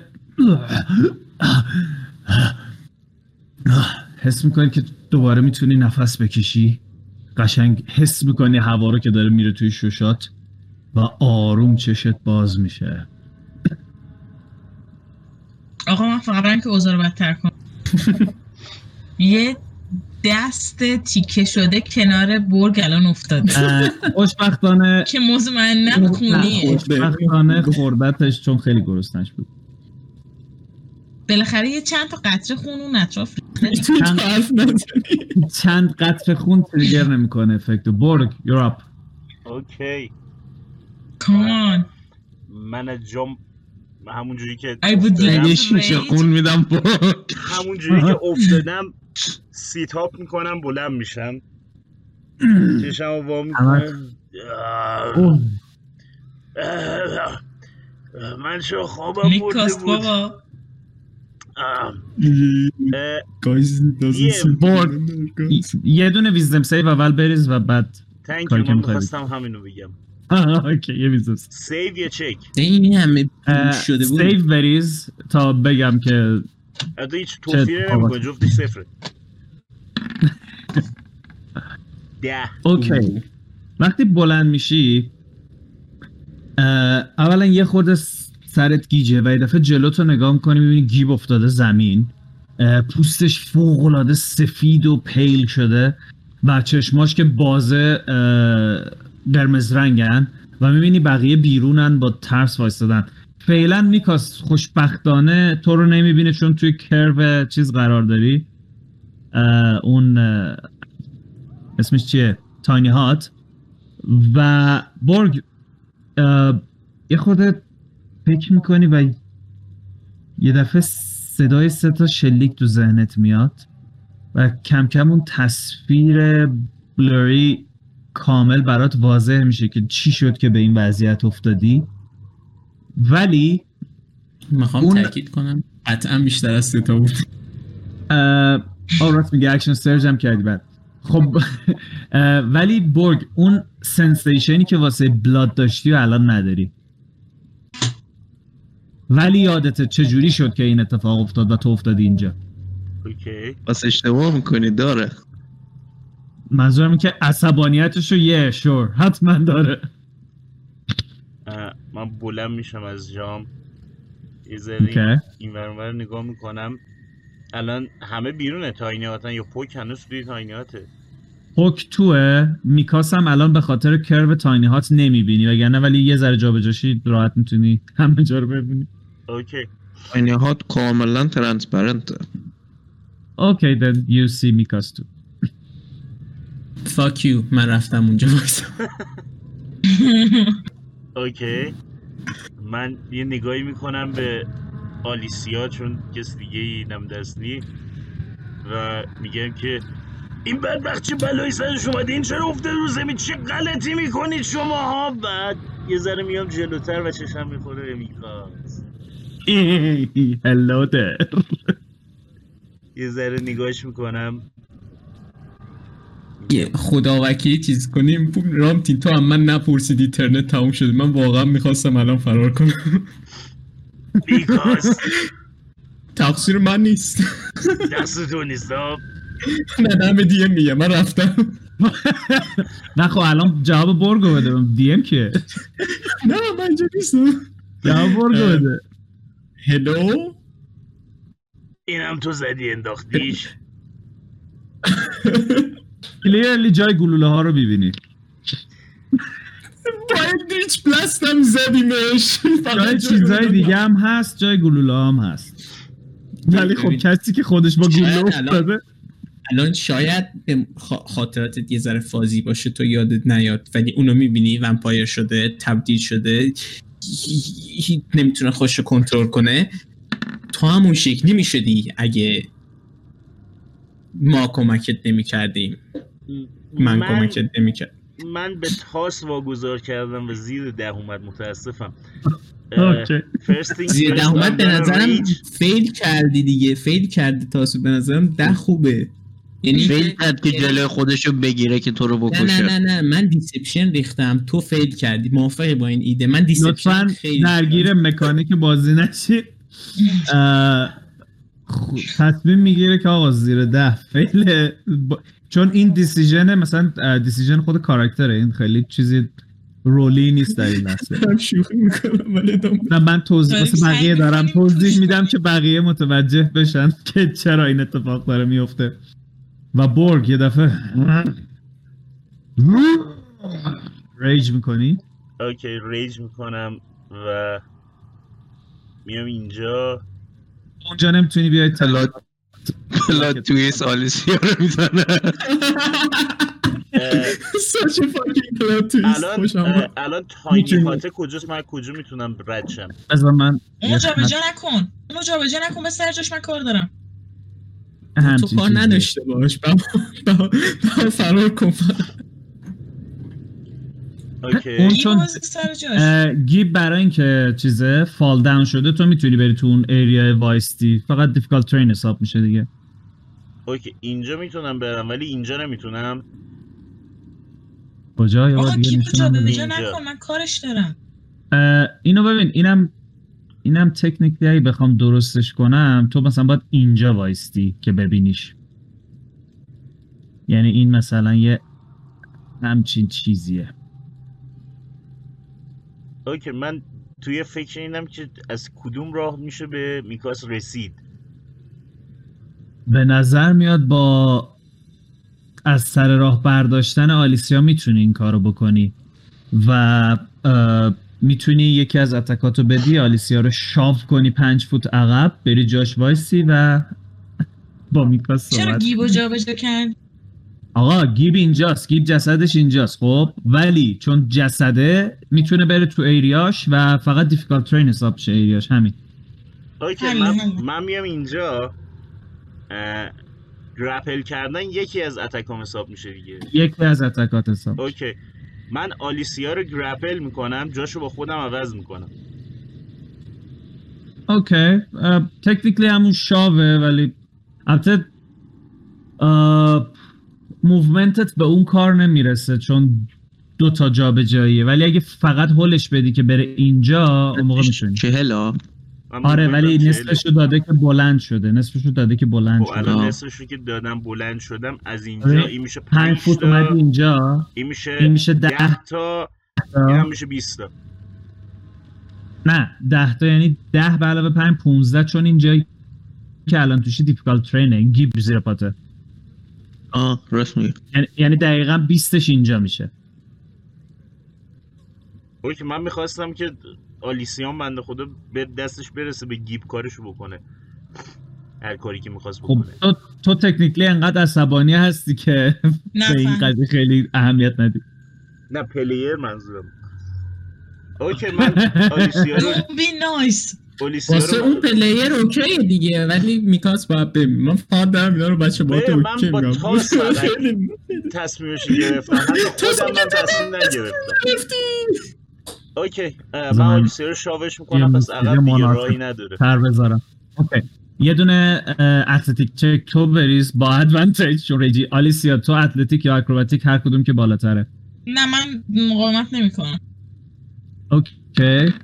Speaker 1: حس میکنی که دوباره میتونی نفس بکشی قشنگ حس میکنی هوا رو که داره میره توی شوشات و آروم چشت باز میشه
Speaker 5: آقا من فقط برای اینکه اوضاع رو بدتر کنم یه دست تیکه شده کنار برگ الان افتاده
Speaker 1: اه، خوشبختانه
Speaker 5: که مطمئنا خونیه
Speaker 1: خوشبختانه خوردتش چون خیلی گرسنش بود
Speaker 5: بالاخره یه چند تا قطره خون اون اطراف
Speaker 1: چند, چند قطره خون تریگر نمیکنه افکتو برگ یورپ
Speaker 8: اوکی
Speaker 5: کامان
Speaker 8: من از جام همون جوری که
Speaker 5: I would
Speaker 8: افتادم-
Speaker 5: like-
Speaker 4: نگهش میشه اون میدم با
Speaker 8: همون جوری که افتادم سیت اپ میکنم بلند میشم چشم رو وا میکنم
Speaker 1: اوه.
Speaker 8: من چه خوابم برده
Speaker 5: میکاست
Speaker 8: بود
Speaker 5: بابا
Speaker 8: اه، اه،
Speaker 3: گایز
Speaker 8: یه
Speaker 1: یه دونه ویزدم سیو اول بریز و بعد
Speaker 8: تنک
Speaker 1: کاری که
Speaker 8: من
Speaker 1: می‌خوای
Speaker 8: میخواستم همینو بگم
Speaker 1: آه، اوکی یه ویزدم
Speaker 8: سیو یا چک
Speaker 6: این همه
Speaker 1: اه،
Speaker 6: پول شده بود
Speaker 1: سیو بریز تا بگم که
Speaker 8: حتی هیچ
Speaker 1: چه
Speaker 8: توفیره
Speaker 1: بابا.
Speaker 8: نمیکنه جفتش صفره ده
Speaker 1: اوکی وقتی بلند میشی اه، اولا یه خورده س- سرت گیجه و یه دفعه جلوتو نگاه میکنی میبینی گیب افتاده زمین اه، پوستش فوقالعاده سفید و پیل شده و چشماش که بازه اه، قرمز رنگن و میبینی بقیه بیرونن با ترس وایستادن فعلا میکاس خوشبختانه تو رو نمیبینه چون توی کرو چیز قرار داری اه، اون اه، اسمش چیه تاینی هات و برگ اه، یه خورده فکر میکنی و یه دفعه صدای سه تا شلیک تو ذهنت میاد و کم کم اون تصویر بلوری کامل برات واضح میشه که چی شد که به این وضعیت افتادی ولی
Speaker 6: میخوام
Speaker 1: اون-
Speaker 6: تاکید کنم قطعا بیشتر از سه تا بود
Speaker 1: اه، آه راست میگه اکشن سرج هم کردی بعد خب اه، ولی برگ اون سنسیشنی که واسه بلاد داشتی و الان نداری ولی یادته چجوری شد که این اتفاق افتاد و تو افتادی اینجا
Speaker 8: اوکی
Speaker 4: بس اشتباه میکنی داره
Speaker 1: منظورم این که عصبانیتش رو یه شور حتما داره
Speaker 8: اه، من بلند میشم از جام یه ذره
Speaker 1: اوکی
Speaker 8: این ور اون ور نگاه میکنم الان همه بیرونه تاینیاتن یا پوک هنوز توی تاینیاته
Speaker 1: پوک توه میکاس هم الان به خاطر کرو تاینی هات نمیبینی وگرنه ولی یه ذره جابجاشی راحت میتونی همه جا رو ببینی
Speaker 8: اوکی
Speaker 4: این هات کاملا ترانسپرنته
Speaker 1: اوکی then you see میکاس تو
Speaker 6: فاک یو من رفتم اونجا وایسا
Speaker 8: اوکی من یه نگاهی میکنم به آلیسیا چون کس دیگه ای دست نی و میگم که این بدبخت چه بلایی سرش اومده این چرا افتاده رو زمین چه غلطی میکنید شما ها بعد یه ذره میام جلوتر و چشم میخوره به میکاس
Speaker 1: هلو there
Speaker 8: یه ذره نگاهش میکنم
Speaker 6: یه خدا وکیلی چیز کنیم رامتین تو هم من نپرسید اینترنت تموم شده من واقعا میخواستم الان فرار کنم
Speaker 8: میکاس
Speaker 6: تقصیر من نیست
Speaker 8: دست تو نیست ها.
Speaker 6: نه نه به دیگه میگم من رفتم
Speaker 1: نه خب الان جواب برگو بده دی ام کیه
Speaker 6: نه من اینجا نیستم
Speaker 1: جواب برگو بده
Speaker 6: هلو
Speaker 8: اینم تو زدی انداختیش
Speaker 1: کلیرلی جای گلوله ها رو میبینی
Speaker 6: باید ریچ پلاستم زدیمش
Speaker 1: جای چیزای دیگه هم هست جای گلوله ها هم هست ولی خب
Speaker 6: ببین.
Speaker 1: کسی که خودش با گلوله
Speaker 6: شاید الان-
Speaker 1: افتاده
Speaker 6: الان شاید به خا- خاطراتت یه ذره فازی باشه تو یادت نیاد ولی اونو میبینی ومپایر شده تبدیل شده هی- هی- نمیتونه خوش رو کنترل کنه تو همون شکلی میشدی اگه ما کمکت نمیکردیم من, کمکت نمیکرد
Speaker 8: من به تاس واگذار کردم و زیر ده اومد متاسفم اه،
Speaker 1: اوکی.
Speaker 8: first thing
Speaker 6: زیر
Speaker 8: first,
Speaker 6: ده
Speaker 8: I'm
Speaker 6: اومد به
Speaker 8: gonna
Speaker 6: نظرم
Speaker 8: reach.
Speaker 6: فیل کردی دیگه فیل کردی تاسو به نظرم ده خوبه یعنی
Speaker 4: فیل کرد که جلوی خودشو بگیره که تو رو
Speaker 6: نه نه نه
Speaker 4: بکشه
Speaker 6: نه من دیسپشن ریختم تو فیل کردی موافقی با این ایده من دیسپشن
Speaker 1: لطفا
Speaker 6: خیلی
Speaker 1: درگیر مکانیک بازی نشید اه، خب، تصمیم میگیره که آقا زیر ده فعل با- چون این دیسیژن مثلا اه، دیسیژن خود کاراکتره این خیلی چیزی رولی نیست در این لحظه
Speaker 6: دارم شوخی میکنم ولی ادامه
Speaker 1: نه من توضیح
Speaker 5: داریم
Speaker 1: مثل
Speaker 5: سعی
Speaker 1: بقیه دارم
Speaker 5: می‌کنیم پوش
Speaker 1: توضیح میدم
Speaker 5: کنیم.
Speaker 1: که بقیه متوجه بشن که چرا این اتفاق داره میفته و برگ یه دفعه ریج میکنی
Speaker 8: اوکی ریج میکنم و میام اینجا
Speaker 1: اونجا نمیتونی بیای تلا
Speaker 4: پلات پلات تویس آلیسیا رو میزنه
Speaker 8: اه،
Speaker 6: ساچ فاکینگ کلاب تویست
Speaker 8: الان
Speaker 6: خوشم
Speaker 8: اه،
Speaker 6: اومد.
Speaker 8: الان تاینی
Speaker 6: می‌تونی.
Speaker 8: هاته کجاست من کجا میتونم رد شم
Speaker 1: بذار من
Speaker 5: اونو جابجا نکن اونو جابجا نکن به سر جاش من کار دارم
Speaker 6: تو
Speaker 1: همچین
Speaker 6: کار
Speaker 1: چیزی.
Speaker 6: نداشته باش بابا بابا- بابا فرار کن
Speaker 8: اوکی
Speaker 1: اون
Speaker 5: این
Speaker 1: چون-
Speaker 5: بازی سر جاش
Speaker 1: اه، گیب برای اینکه چیزه فال داون شده تو میتونی بری تو اون ایریا وایستی فقط دیفیکالت ترین حساب میشه دیگه
Speaker 8: اوکی اینجا میتونم برم ولی اینجا نمیتونم
Speaker 1: کجا یا
Speaker 5: آقا
Speaker 1: دیگه
Speaker 5: کیپ
Speaker 1: نشونم بده.
Speaker 5: جابجا
Speaker 8: اینجا.
Speaker 5: نکن من کارش دارم
Speaker 1: اه، اینو ببین اینم اینم تکنیکلی اگه بخوام درستش کنم تو مثلا باید اینجا وایستی که ببینیش یعنی این مثلا یه همچین چیزیه
Speaker 8: اوکی من توی فکر اینم که از کدوم راه میشه به میکاس رسید
Speaker 1: به نظر میاد با از سر راه برداشتن آلیسیا میتونی این کارو بکنی و میتونی یکی از اتکاتو بدی آلیسیا رو شاف کنی پنج فوت عقب بری جاش وایسی و با میکاس
Speaker 5: چرا
Speaker 1: صحبت
Speaker 5: گیبو جابجا کرد
Speaker 1: آقا گیب اینجاست گیب جسدش اینجاست خب ولی چون جسده میتونه بره تو ایریاش و فقط دیفیکالت ترین حساب شه ایریاش همین
Speaker 8: اوکی
Speaker 5: همین،
Speaker 8: من,
Speaker 5: همین.
Speaker 8: من میام اینجا اه، گرپل کردن یکی از اتکام حساب میشه دیگه
Speaker 1: یکی از اتکات حساب
Speaker 8: اوکی من آلیسیا رو گرپل میکنم جاشو با خودم عوض میکنم
Speaker 1: اوکی اه، تکنیکلی همون شاوه ولی البته اه، موومنتت به اون کار نمیرسه چون دو تا جا به جاییه ولی اگه فقط هلش بدی که بره اینجا اون موقع میشونی
Speaker 4: چهلا
Speaker 8: من
Speaker 1: آره ولی
Speaker 8: می‌گفتم
Speaker 1: نصفشو داده که بلند شده نصفشو داده که بلند
Speaker 8: خب
Speaker 1: شده
Speaker 8: الان
Speaker 1: آه.
Speaker 8: نصفش رو که دادم بلند شدم از اینجا
Speaker 1: آره.
Speaker 8: این میشه 5
Speaker 1: پنج فوت اومد
Speaker 8: تا
Speaker 1: اینجا
Speaker 8: این
Speaker 1: این
Speaker 8: میشه
Speaker 1: میشه
Speaker 8: 10
Speaker 1: ده
Speaker 8: تا این
Speaker 1: تا
Speaker 8: هم میشه 20 تا
Speaker 1: نه ده تا یعنی ده به علاوه پنج 15 چون اینجا که الان توشه دیفیکال ترینه این گیب زیر پاته
Speaker 4: آه راست میگه
Speaker 6: خب.
Speaker 1: یعنی- یعنی دقیقا بیستش اینجا میشه
Speaker 8: اوکی من میخواستم که آلیسیان بنده خدا به دستش برسه به گیب کارشو بکنه هر کاری که میخواست
Speaker 1: خب
Speaker 8: بکنه
Speaker 1: تو, تو تکنیکلی انقدر عصبانی هستی که
Speaker 5: نه
Speaker 1: به این
Speaker 5: فهم.
Speaker 1: قضیه خیلی اهمیت ندی
Speaker 8: نه پلیر منظورم اوکی من آلیسیا رو
Speaker 5: Don't be nice.
Speaker 8: آلیسیا
Speaker 3: واسه
Speaker 8: رو
Speaker 3: اون پلیر اوکیه دیگه ولی میکاس باید ببین من فقط دارم اینا رو بچه با تو
Speaker 8: ببین، من
Speaker 3: اوکی
Speaker 8: با
Speaker 3: میگم
Speaker 8: تاس فقط- تصمیمش رو گرفتم حتی خودم من تصمیم نگرفتم اوکی اه، من
Speaker 1: بذار من
Speaker 8: آلیسیا رو شاوش میکنم
Speaker 1: یه
Speaker 8: پس
Speaker 1: موسیقی
Speaker 8: عقب دیگه
Speaker 1: مناسب.
Speaker 8: راهی نداره
Speaker 1: تر بذارم اوکی یه دونه اه، اتلتیک چک تو بریز با ادوانتیج چون رجی آلیسیا تو اتلتیک یا اکروباتیک هر کدوم که بالاتره
Speaker 5: نه من مقاومت نمیکنم
Speaker 1: اوکی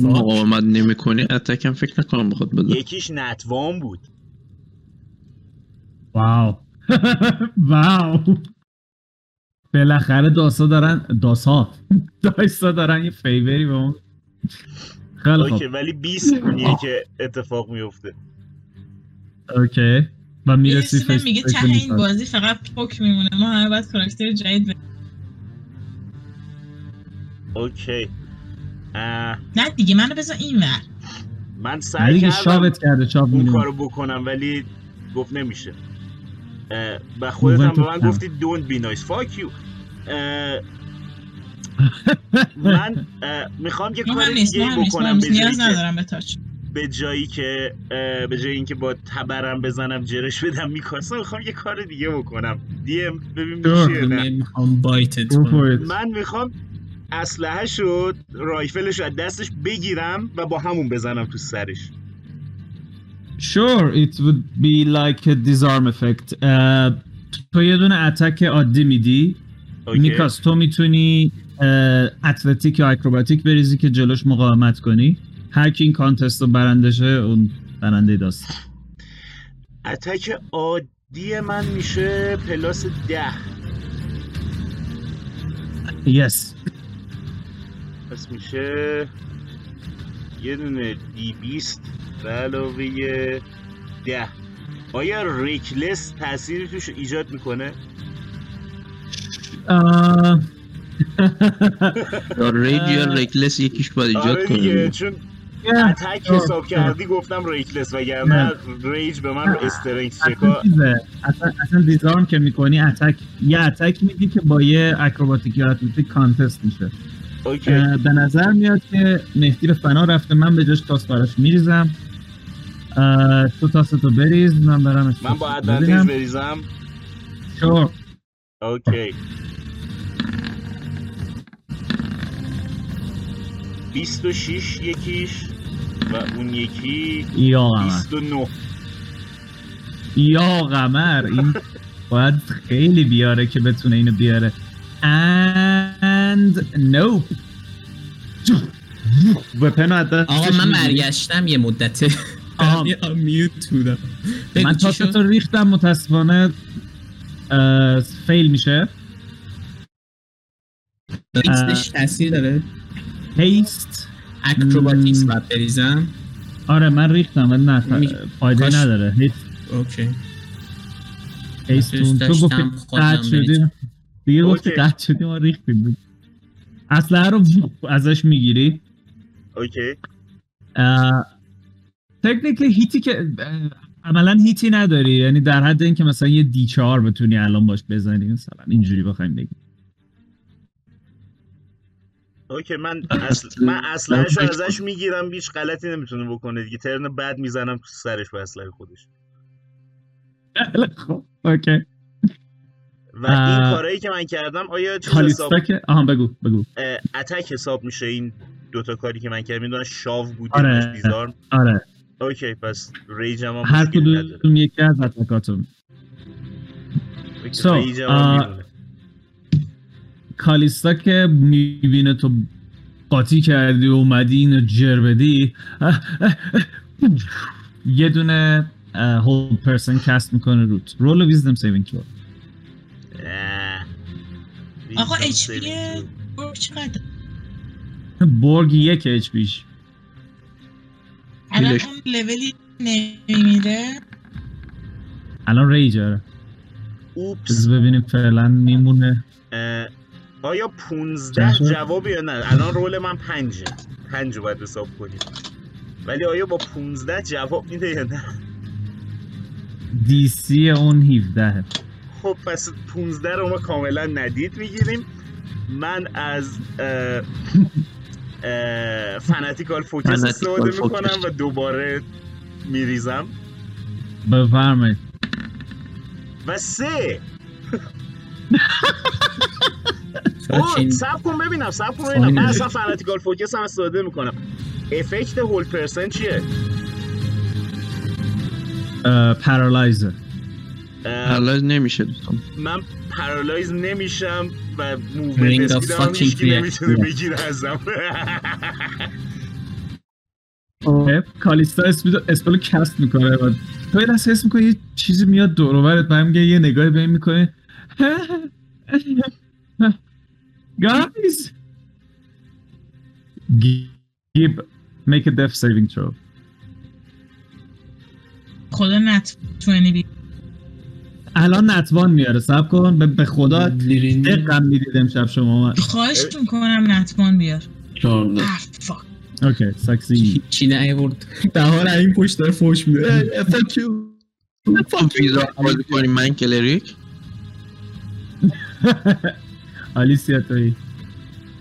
Speaker 4: مقاومت نمیکنی اتکم فکر نکنم بخواد بده
Speaker 8: یکیش نتوان بود
Speaker 1: واو واو بالاخره داسا دارن داسا دایسا دارن یه فیوری به اون خیلی
Speaker 8: اوکی
Speaker 1: خوب
Speaker 8: ولی 20 ثانیه که اتفاق میفته
Speaker 1: اوکی و میرسی
Speaker 5: یه
Speaker 1: فیس
Speaker 5: میگه ته این بازی فقط پوک میمونه ما همه باید کاراکتر جدید ب-
Speaker 8: اوکی اه،
Speaker 5: نه دیگه منو بذار این ور
Speaker 8: من سعی
Speaker 1: دیگه
Speaker 8: کردم
Speaker 1: شابت کرده چاپ
Speaker 8: اون
Speaker 1: می‌دونی.
Speaker 8: کارو بکنم ولی گفت نمیشه اه، و خودت هم به من
Speaker 1: موقعیت کم.
Speaker 8: گفتی don't be nice fuck you اه، من اه، میخوام که
Speaker 5: مهم
Speaker 8: کار
Speaker 5: نیست
Speaker 8: دیگه
Speaker 5: مهم نیست مهم
Speaker 8: بکنم به
Speaker 5: نیست
Speaker 8: جایی
Speaker 5: نیاز
Speaker 8: که
Speaker 5: ندارم به تاچ
Speaker 8: به جایی که اه، به جایی اینکه با تبرم بزنم جرش بدم میکاسم میخوام یه کار دیگه بکنم دیم ببین میشه یا نه
Speaker 6: میخوام بایتت
Speaker 1: Go
Speaker 6: کنم
Speaker 1: for it.
Speaker 8: من میخوام اسلحه شد رایفلش از دستش بگیرم و با همون بزنم تو سرش
Speaker 1: Sure, it would be like a disarm effect. اه، تو یه دونه اتک عادی میدی
Speaker 8: اوکی؟
Speaker 1: میکاس تو میتونی اتلتیک یا اکروباتیک بریزی که جلوش مقاومت کنی هر کی این کانتست رو برندشه اون برنده داست
Speaker 8: اتک عادی من میشه پلاس ده
Speaker 1: yes
Speaker 8: پس میشه یه دونه دی بیست به علاوه یه ده آیا ریکلس تأثیری توش ایجاد میکنه؟
Speaker 1: اه،
Speaker 4: یا ریج یا ریکلس یکیش باید ایجاد
Speaker 8: آره دیگه
Speaker 4: کنه
Speaker 8: چون
Speaker 1: yeah.
Speaker 8: اتک حساب کردی گفتم ریکلس وگرنه ریج به من استرنگز چکا
Speaker 1: اصلا چیزه. اصلا, اصلا دیزارم که میکنی اتک یه اتک میدی که با یه اکروباتیک یا اتلتیک کانتست میشه
Speaker 8: اوکی
Speaker 1: اه، به نظر میاد که مهدی به فنا رفته من به جاش تاس براش میریزم اه، تو تاس تو بریز من برم
Speaker 8: من با
Speaker 1: استاتس رو ببینم.
Speaker 8: ادوانتیج بریزم
Speaker 1: Sure.
Speaker 8: اوکی 26 یکیش و اون یکی
Speaker 1: یا قمر
Speaker 8: 29
Speaker 1: یا قمر این باید خیلی بیاره که بتونه اینو بیاره and nope به
Speaker 3: آقا من برگشتم یه مدته
Speaker 1: آها.
Speaker 3: یه میوت بودم
Speaker 1: من
Speaker 3: بگو چی
Speaker 1: تاست
Speaker 3: شد؟
Speaker 1: رو ریختم متاسفانه اه، فیل میشه
Speaker 3: ریکسش تاثیر داره
Speaker 1: هیست
Speaker 3: اکروباتیکس
Speaker 1: مم.
Speaker 3: باید بریزم
Speaker 1: آره من ریختم ولی نه
Speaker 3: می-
Speaker 1: فایده
Speaker 3: کاش-
Speaker 1: نداره هیست
Speaker 3: اوکی
Speaker 1: ایستون
Speaker 3: دوست
Speaker 1: تو گفتی
Speaker 3: داشتم خودم
Speaker 1: قطع شدی
Speaker 3: بریزم.
Speaker 1: دیگه
Speaker 8: اوکی.
Speaker 1: گفتی قطع شدی ما ریختیم اسلحه رو ازش میگیری
Speaker 8: اوکی
Speaker 1: تکنیکلی هیتی که اه، عملا هیتی نداری یعنی در حد اینکه مثلا یه دی 4 بتونی الان باش بزنی مثلا اینجوری بخوایم بگیم
Speaker 8: اوکی من اصل... من اسلحه‌شو ازش میگیرم هیچ غلطی نمیتونه بکنه دیگه ترن بعد میزنم تو سرش به اسلحه خودش
Speaker 1: خب اوکی
Speaker 8: و این
Speaker 1: آه.
Speaker 8: کارایی که من کردم آیا چیز حساب
Speaker 1: کالیستا که آها بگو بگو
Speaker 8: اه، اتک حساب میشه این دوتا کاری که من کردم میدونن شاو بود
Speaker 1: آره.
Speaker 8: آره. دیزارم
Speaker 1: آره
Speaker 8: اوکی پس ریج هم, هم
Speaker 1: هر
Speaker 8: مشکلی نداره
Speaker 1: کدوم یکی از اتکاتون
Speaker 8: اوکی،
Speaker 1: So,
Speaker 8: ریج هم
Speaker 1: آه،
Speaker 8: میمونه.
Speaker 1: کالیستا که میبینه تو قاطی کردی و اومدی اینو جر بدی اه، اه، اه. یه دونه هول پرسن کست میکنه روت رول ویزدم سیوینگ ترو
Speaker 8: اه.
Speaker 5: آقا،
Speaker 8: wisdom
Speaker 5: HP
Speaker 8: saving throw.
Speaker 5: برو چقدر
Speaker 1: برگ یک اچ پیش
Speaker 5: الان
Speaker 4: بیلش.
Speaker 5: اون لولی نمیره
Speaker 1: الان ریج آره
Speaker 8: اوپس
Speaker 1: بز ببینیم فعلا میمونه
Speaker 8: اه، آیا 15
Speaker 1: چند شد؟
Speaker 8: جواب یا نه الان رول من پنجه پنج رو باید حساب کنیم ولی آیا با 15 جواب میده یا نه
Speaker 1: دی سی اون 17
Speaker 8: خب پس 15 رو ما کاملا ندید میگیریم من از اه، اه، فنتیکال فوکس
Speaker 4: فنتیکال
Speaker 8: استفاده
Speaker 4: فوکس.
Speaker 8: میکنم و دوباره میریزم
Speaker 1: بفرمایید
Speaker 8: و سه
Speaker 6: چرا چین-
Speaker 8: سب کن ببینم سب کن ببینم من اصلا فنتیکال فوکس هم استفاده میکنم افکت هول پرسن چیه؟
Speaker 1: اه، پارالایزر
Speaker 8: اه،
Speaker 4: حالا نمیشه
Speaker 6: خب.
Speaker 4: دوستان
Speaker 8: من پارالایز نمیشم و
Speaker 6: Ring
Speaker 8: موومنت
Speaker 6: of
Speaker 8: اسپیدم هم
Speaker 6: fucking
Speaker 8: هیچکی
Speaker 6: reaction.
Speaker 8: نمیتونه بگیره ازم
Speaker 1: خب، کالیستا اسپیدو اسپلو کست میکنه و تو یه لحظه حس میکنی یه چیزی میاد دور و برت بهم میگه یه نگاهی به این میکنه گایز گیب make a death saving throw
Speaker 5: خدا نت تو بی
Speaker 1: الان نتوان میاره سب کن به- به خدا دقم میدید امشب شما
Speaker 5: خواهش میکنم نتبان بیار
Speaker 7: چارده
Speaker 5: آه، فاک.
Speaker 1: اوکی ساکسی
Speaker 6: چی نه برد
Speaker 3: بهار از این پشت داره فوش میده
Speaker 4: ویزا بازی کنیم من کلریک
Speaker 1: آلیسیا توی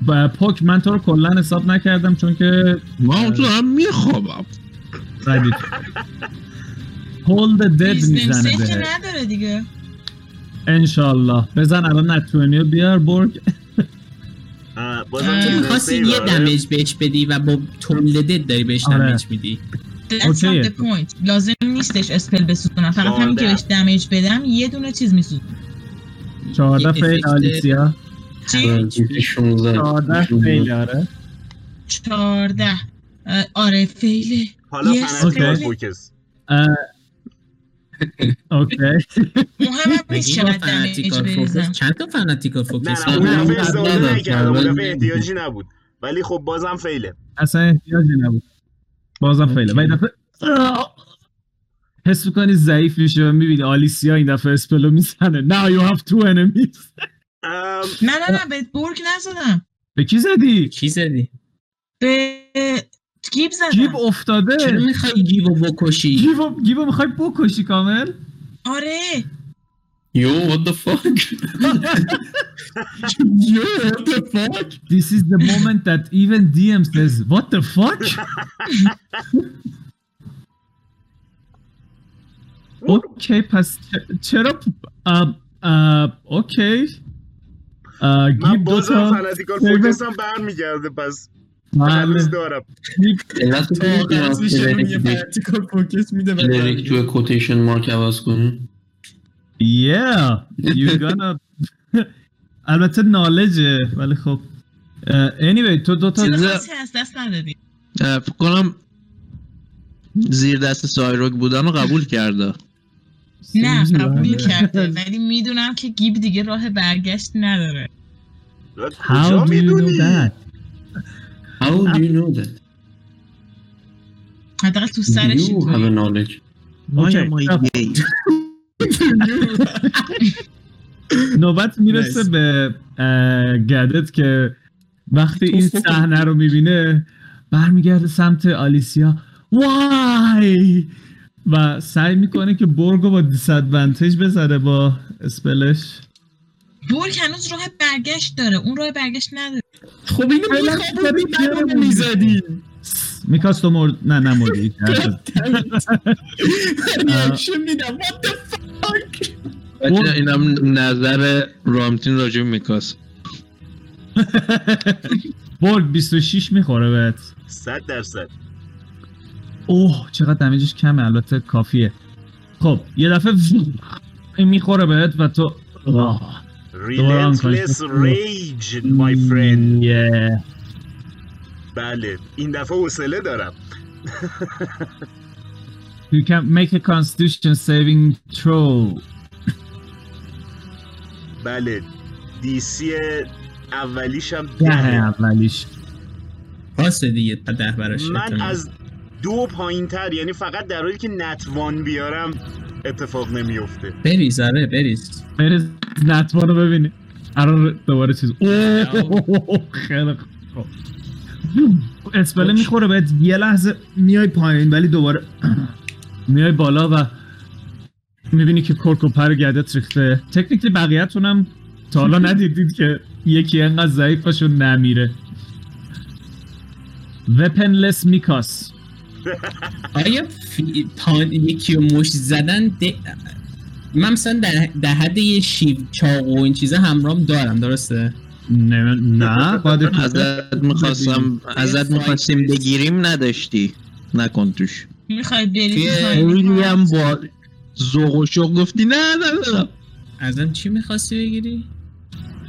Speaker 1: و پوک من تو رو کلا حساب نکردم چون که
Speaker 4: من اون تو دارم میخوابم
Speaker 1: ردیف هولد دد
Speaker 5: wisdom
Speaker 1: میزنه
Speaker 5: save که
Speaker 1: بهت
Speaker 5: نداره دیگه
Speaker 1: انشالله بزن الان نتونی رو بیار برگ
Speaker 8: اه،
Speaker 5: اه،
Speaker 8: بازم
Speaker 5: تو
Speaker 8: چیز
Speaker 6: میخواستی
Speaker 8: save
Speaker 6: یه
Speaker 8: آره.
Speaker 6: دمیج بهش بدی و با تولدت داری بهش
Speaker 1: آره.
Speaker 6: دمیج میدی
Speaker 5: That's
Speaker 1: اوکیه.
Speaker 5: not the point. لازم نیستش اسپل بسوزونم فقط همین که
Speaker 8: چهارده.
Speaker 5: بهش دمیج بدم یه دونه چیز میسوزونم
Speaker 1: چهارده
Speaker 6: یه
Speaker 1: فیل
Speaker 6: افکت-
Speaker 1: آلیسیا
Speaker 5: چی؟
Speaker 1: چهارده فیل آره
Speaker 5: چهارده اه، آره فیله
Speaker 8: حالا
Speaker 5: Yes.
Speaker 8: فنتیکال
Speaker 1: Okay.
Speaker 8: فوکس
Speaker 1: اوکی
Speaker 5: مهم هم نیست
Speaker 6: بگی با
Speaker 5: چقدر دمیج
Speaker 6: فناتیکال
Speaker 5: بریزم
Speaker 6: فوکس چند تا فناتیکال
Speaker 8: نه
Speaker 6: فوکس
Speaker 8: نه
Speaker 6: داری؟
Speaker 8: اون دفعه
Speaker 7: ندارم،
Speaker 8: استفاده
Speaker 7: ندارم.
Speaker 8: نکردم اون دفعه
Speaker 7: ندارم.
Speaker 8: احتیاجی نبود ولی خب بازم فیله
Speaker 1: اصلا احتیاجی نبود بازم فیله و این دفعه حس میکنی ضعیف میشه و میبینی آلیسیا این دفعه اسپلو میزنه نه you have two enemies
Speaker 8: ام،
Speaker 5: نه نه نه به برگ نزدم
Speaker 1: به کی زدی؟
Speaker 6: کی زدی؟
Speaker 5: به گیب زدم
Speaker 1: گیب افتاده
Speaker 6: چرا میخوای گیبو بکشی؟
Speaker 1: گیبو گیبو میخوای بکشی کامل
Speaker 5: آره
Speaker 7: یو what the fuck
Speaker 6: یو the fuck
Speaker 1: This is the moment that even DM says what the fuck اوکی پس چ- چرا ام، ام، اوکی اه،
Speaker 8: من
Speaker 1: گیب دو
Speaker 8: بازم
Speaker 1: تا
Speaker 8: فنتیکال
Speaker 1: save.
Speaker 8: فوکس هم برمیگرده پس هنوز
Speaker 1: بله.
Speaker 8: دارم
Speaker 7: علت تو می‌دونم
Speaker 3: کاغذ میشه یه
Speaker 7: کلریک-
Speaker 3: پرکتیکال فوکس میده به
Speaker 7: کلریک
Speaker 3: من.
Speaker 7: توی کوتیشن مارک عوض کنی
Speaker 1: yeah you gonna البته نالجه ولی خب اه، anyway تو دو تا
Speaker 5: چیز
Speaker 4: چیزه.
Speaker 5: خاصی از دست ندادی
Speaker 4: اه، فکر کنم زیر دست سایروک بودن رو قبول کرده
Speaker 5: نه قبول
Speaker 1: آره.
Speaker 5: کرده ولی میدونم که گیب دیگه راه برگشت نداره
Speaker 8: و کجا
Speaker 1: How do you know
Speaker 8: میدونی؟
Speaker 1: that?
Speaker 7: How do you know that?
Speaker 5: حداقل تو سرش
Speaker 7: You have a
Speaker 5: اینطوری.
Speaker 7: knowledge
Speaker 1: اوکی،
Speaker 4: آیا ما
Speaker 1: خب،
Speaker 4: گی؟
Speaker 1: نوبت میرسه
Speaker 6: Nice.
Speaker 1: به اه، گدت که وقتی این صحنه رو میبینه برمیگرده سمت آلیسیا وای و سعی میکنه که برگو با دیسادوانتج بزنه با اسپلش
Speaker 5: برگ هنوز راه برگشت داره اون راه برگشت نداره
Speaker 3: خب اینو میخوابونی منو میزدی
Speaker 1: میکاس تو مرد نه نه مرد هیچ نشد.
Speaker 3: ریاکشن میدم what the fuck
Speaker 4: بچه‌ها، اینم نظر رامتین راجع به میکاس
Speaker 1: برگ 26 میخوره بهت
Speaker 8: صد درصد
Speaker 1: اوه چقدر دمیجش کمه البته کافیه خب یه دفعه این میخوره بهت و تو آه.
Speaker 8: Relentless
Speaker 1: کنید. Mm,
Speaker 8: rage my friend
Speaker 1: Yeah.
Speaker 8: بله این دفعه حوصله دارم
Speaker 1: You can make a constitution saving throw.
Speaker 8: بله دیسی اولیشم
Speaker 1: ده
Speaker 8: دهه
Speaker 1: اولیش
Speaker 6: پاسه دیگه تا ده براش
Speaker 8: من
Speaker 6: احتمال.
Speaker 8: از دو پایین تر یعنی فقط در حالی که نتوان بیارم اتفاق نمیفته
Speaker 6: بریز آره بریز
Speaker 1: برز نتوانو ببینی الان دوباره چیز اوه خیلی خوب اسپله میخوره بهت یه لحظه میای پایین ولی دوباره میای بالا و میبینی که کرک و پر گردت ریخته تکنیکلی بقیه‌تون هم تا حالا ندیدید که یکی انقدر ضعیف باشه و نمیره وپنلس میکاس
Speaker 6: آیا فی... تا یکی رو مش زدن ده... من مثلا در, در حد یه شیو چاق و این چیزا همرام دارم درسته
Speaker 1: نه نه باید
Speaker 4: ازت میخواستم ازت میخواستیم بگیریم نداشتی نکن توش
Speaker 5: میخوای بری
Speaker 6: توی
Speaker 4: خیلی هم
Speaker 5: پایین؟
Speaker 4: با ذوق و شوق گفتی نه ندارم
Speaker 6: ازم چی میخواستی بگیری؟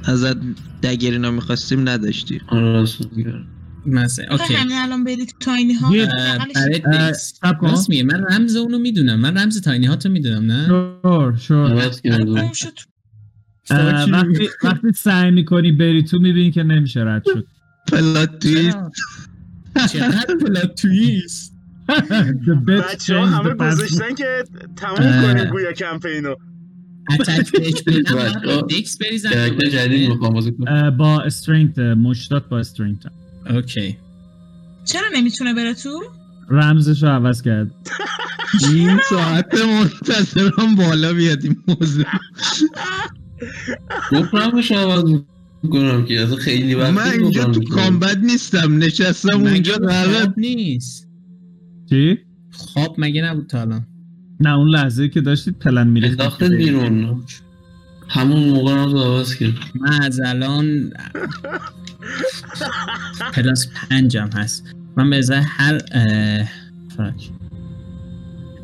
Speaker 4: ازت دگر اینا میخواستیم نداشتی
Speaker 7: آره راست میگه.
Speaker 6: مثلا
Speaker 5: میخوای
Speaker 6: اوکی
Speaker 5: همه الان برید تاینی ها
Speaker 1: یه-
Speaker 6: اه،
Speaker 5: بغلش-
Speaker 6: برای
Speaker 1: اه،
Speaker 6: دیس.
Speaker 1: سب کن.
Speaker 6: راست میگه من رمز اونو میدونم من رمز تاینی هاتو میدونم نه
Speaker 1: شور شور
Speaker 7: عوض کردم.
Speaker 5: گم شد.
Speaker 1: اه، وقتی وقتی سعی میکنی بری تو میبینی که نمیشه رد شد
Speaker 4: پلات توییت
Speaker 6: چقدر پلات تویست
Speaker 1: The bitch
Speaker 8: بچه ها
Speaker 1: changed
Speaker 8: همه
Speaker 1: the password.
Speaker 8: گذاشتن که تموم
Speaker 6: اه.
Speaker 8: کنیم گویا کمپینو
Speaker 6: اتک بهش بدم
Speaker 7: بچه‌ها،
Speaker 6: باید با دیکس بریزم یا
Speaker 7: کاراکتر
Speaker 6: باید
Speaker 7: جدید
Speaker 6: نه؟
Speaker 7: میخوام بازی کنم
Speaker 1: اه، با استرینگت مشتات با استرینگت
Speaker 6: اوکی
Speaker 5: چرا نمیتونه بره تو؟
Speaker 1: رمزش رو عوض کرد
Speaker 4: این ساعت منتظرم بالا بیاد این موضوع
Speaker 7: گفتم میشه عوض میکنم که از خیلی وقت
Speaker 4: من اینجا تو کامبت نیستم نشستم
Speaker 6: مگه
Speaker 4: اونجا قرار
Speaker 6: خواب نیست
Speaker 1: چی؟
Speaker 6: خواب مگه نبود تا الان
Speaker 1: نه اون لحظه که داشتید پلن میریخت
Speaker 7: انداخته بیرون همون موقع هم تو عوض کرد
Speaker 6: من از الان پلاس پنجم هست من به ازای هر اه، فراک.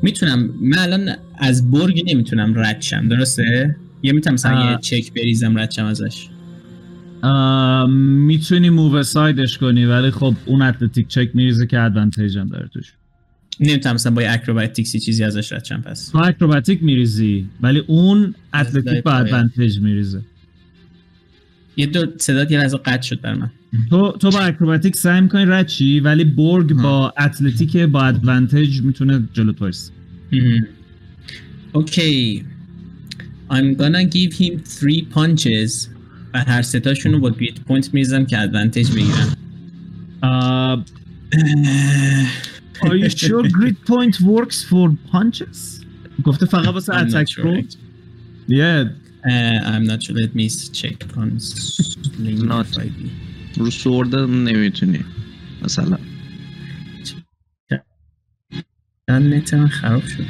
Speaker 6: میتونم من الان از برگ نمیتونم رد شم درسته؟ یه میتونم مثلا
Speaker 1: آه.
Speaker 6: یه چک بریزم رد شم ازش
Speaker 1: میتونی موو سایدش کنی ولی خب اون اتلتیک چک میریزه که ادوانتیج هم داره توش
Speaker 6: نمیتونم مثلا با یه اکروباتیکسی چیزی ازش رد شم پس
Speaker 1: تو اکروباتیک میریزی ولی اون
Speaker 6: لای
Speaker 1: اتلتیک با
Speaker 6: پایه.
Speaker 1: ادوانتیج میریزه
Speaker 6: یه دو صدات یه لحظه قطع شد بر من
Speaker 1: تو تو با اکروباتیک سعی میکنی رد چی ولی برگ با اتلتیک با ادوانتیج میتونه جلوت وایس
Speaker 6: Mhm. Okay. I'm gonna give him three punches و هر ستاشون رو با گریت پوینت میریزم که ادوانتج بگیرم
Speaker 1: Are you sure grid point works for punches? گفته فقط واسه
Speaker 6: I'm not
Speaker 1: اتک
Speaker 6: sure.
Speaker 1: رو Yeah.
Speaker 6: Uh, I'm not sure let me check on sling
Speaker 4: Not.
Speaker 6: if I do.
Speaker 4: رو سوردن نمیتونی مثلا
Speaker 6: من نت من خراب شد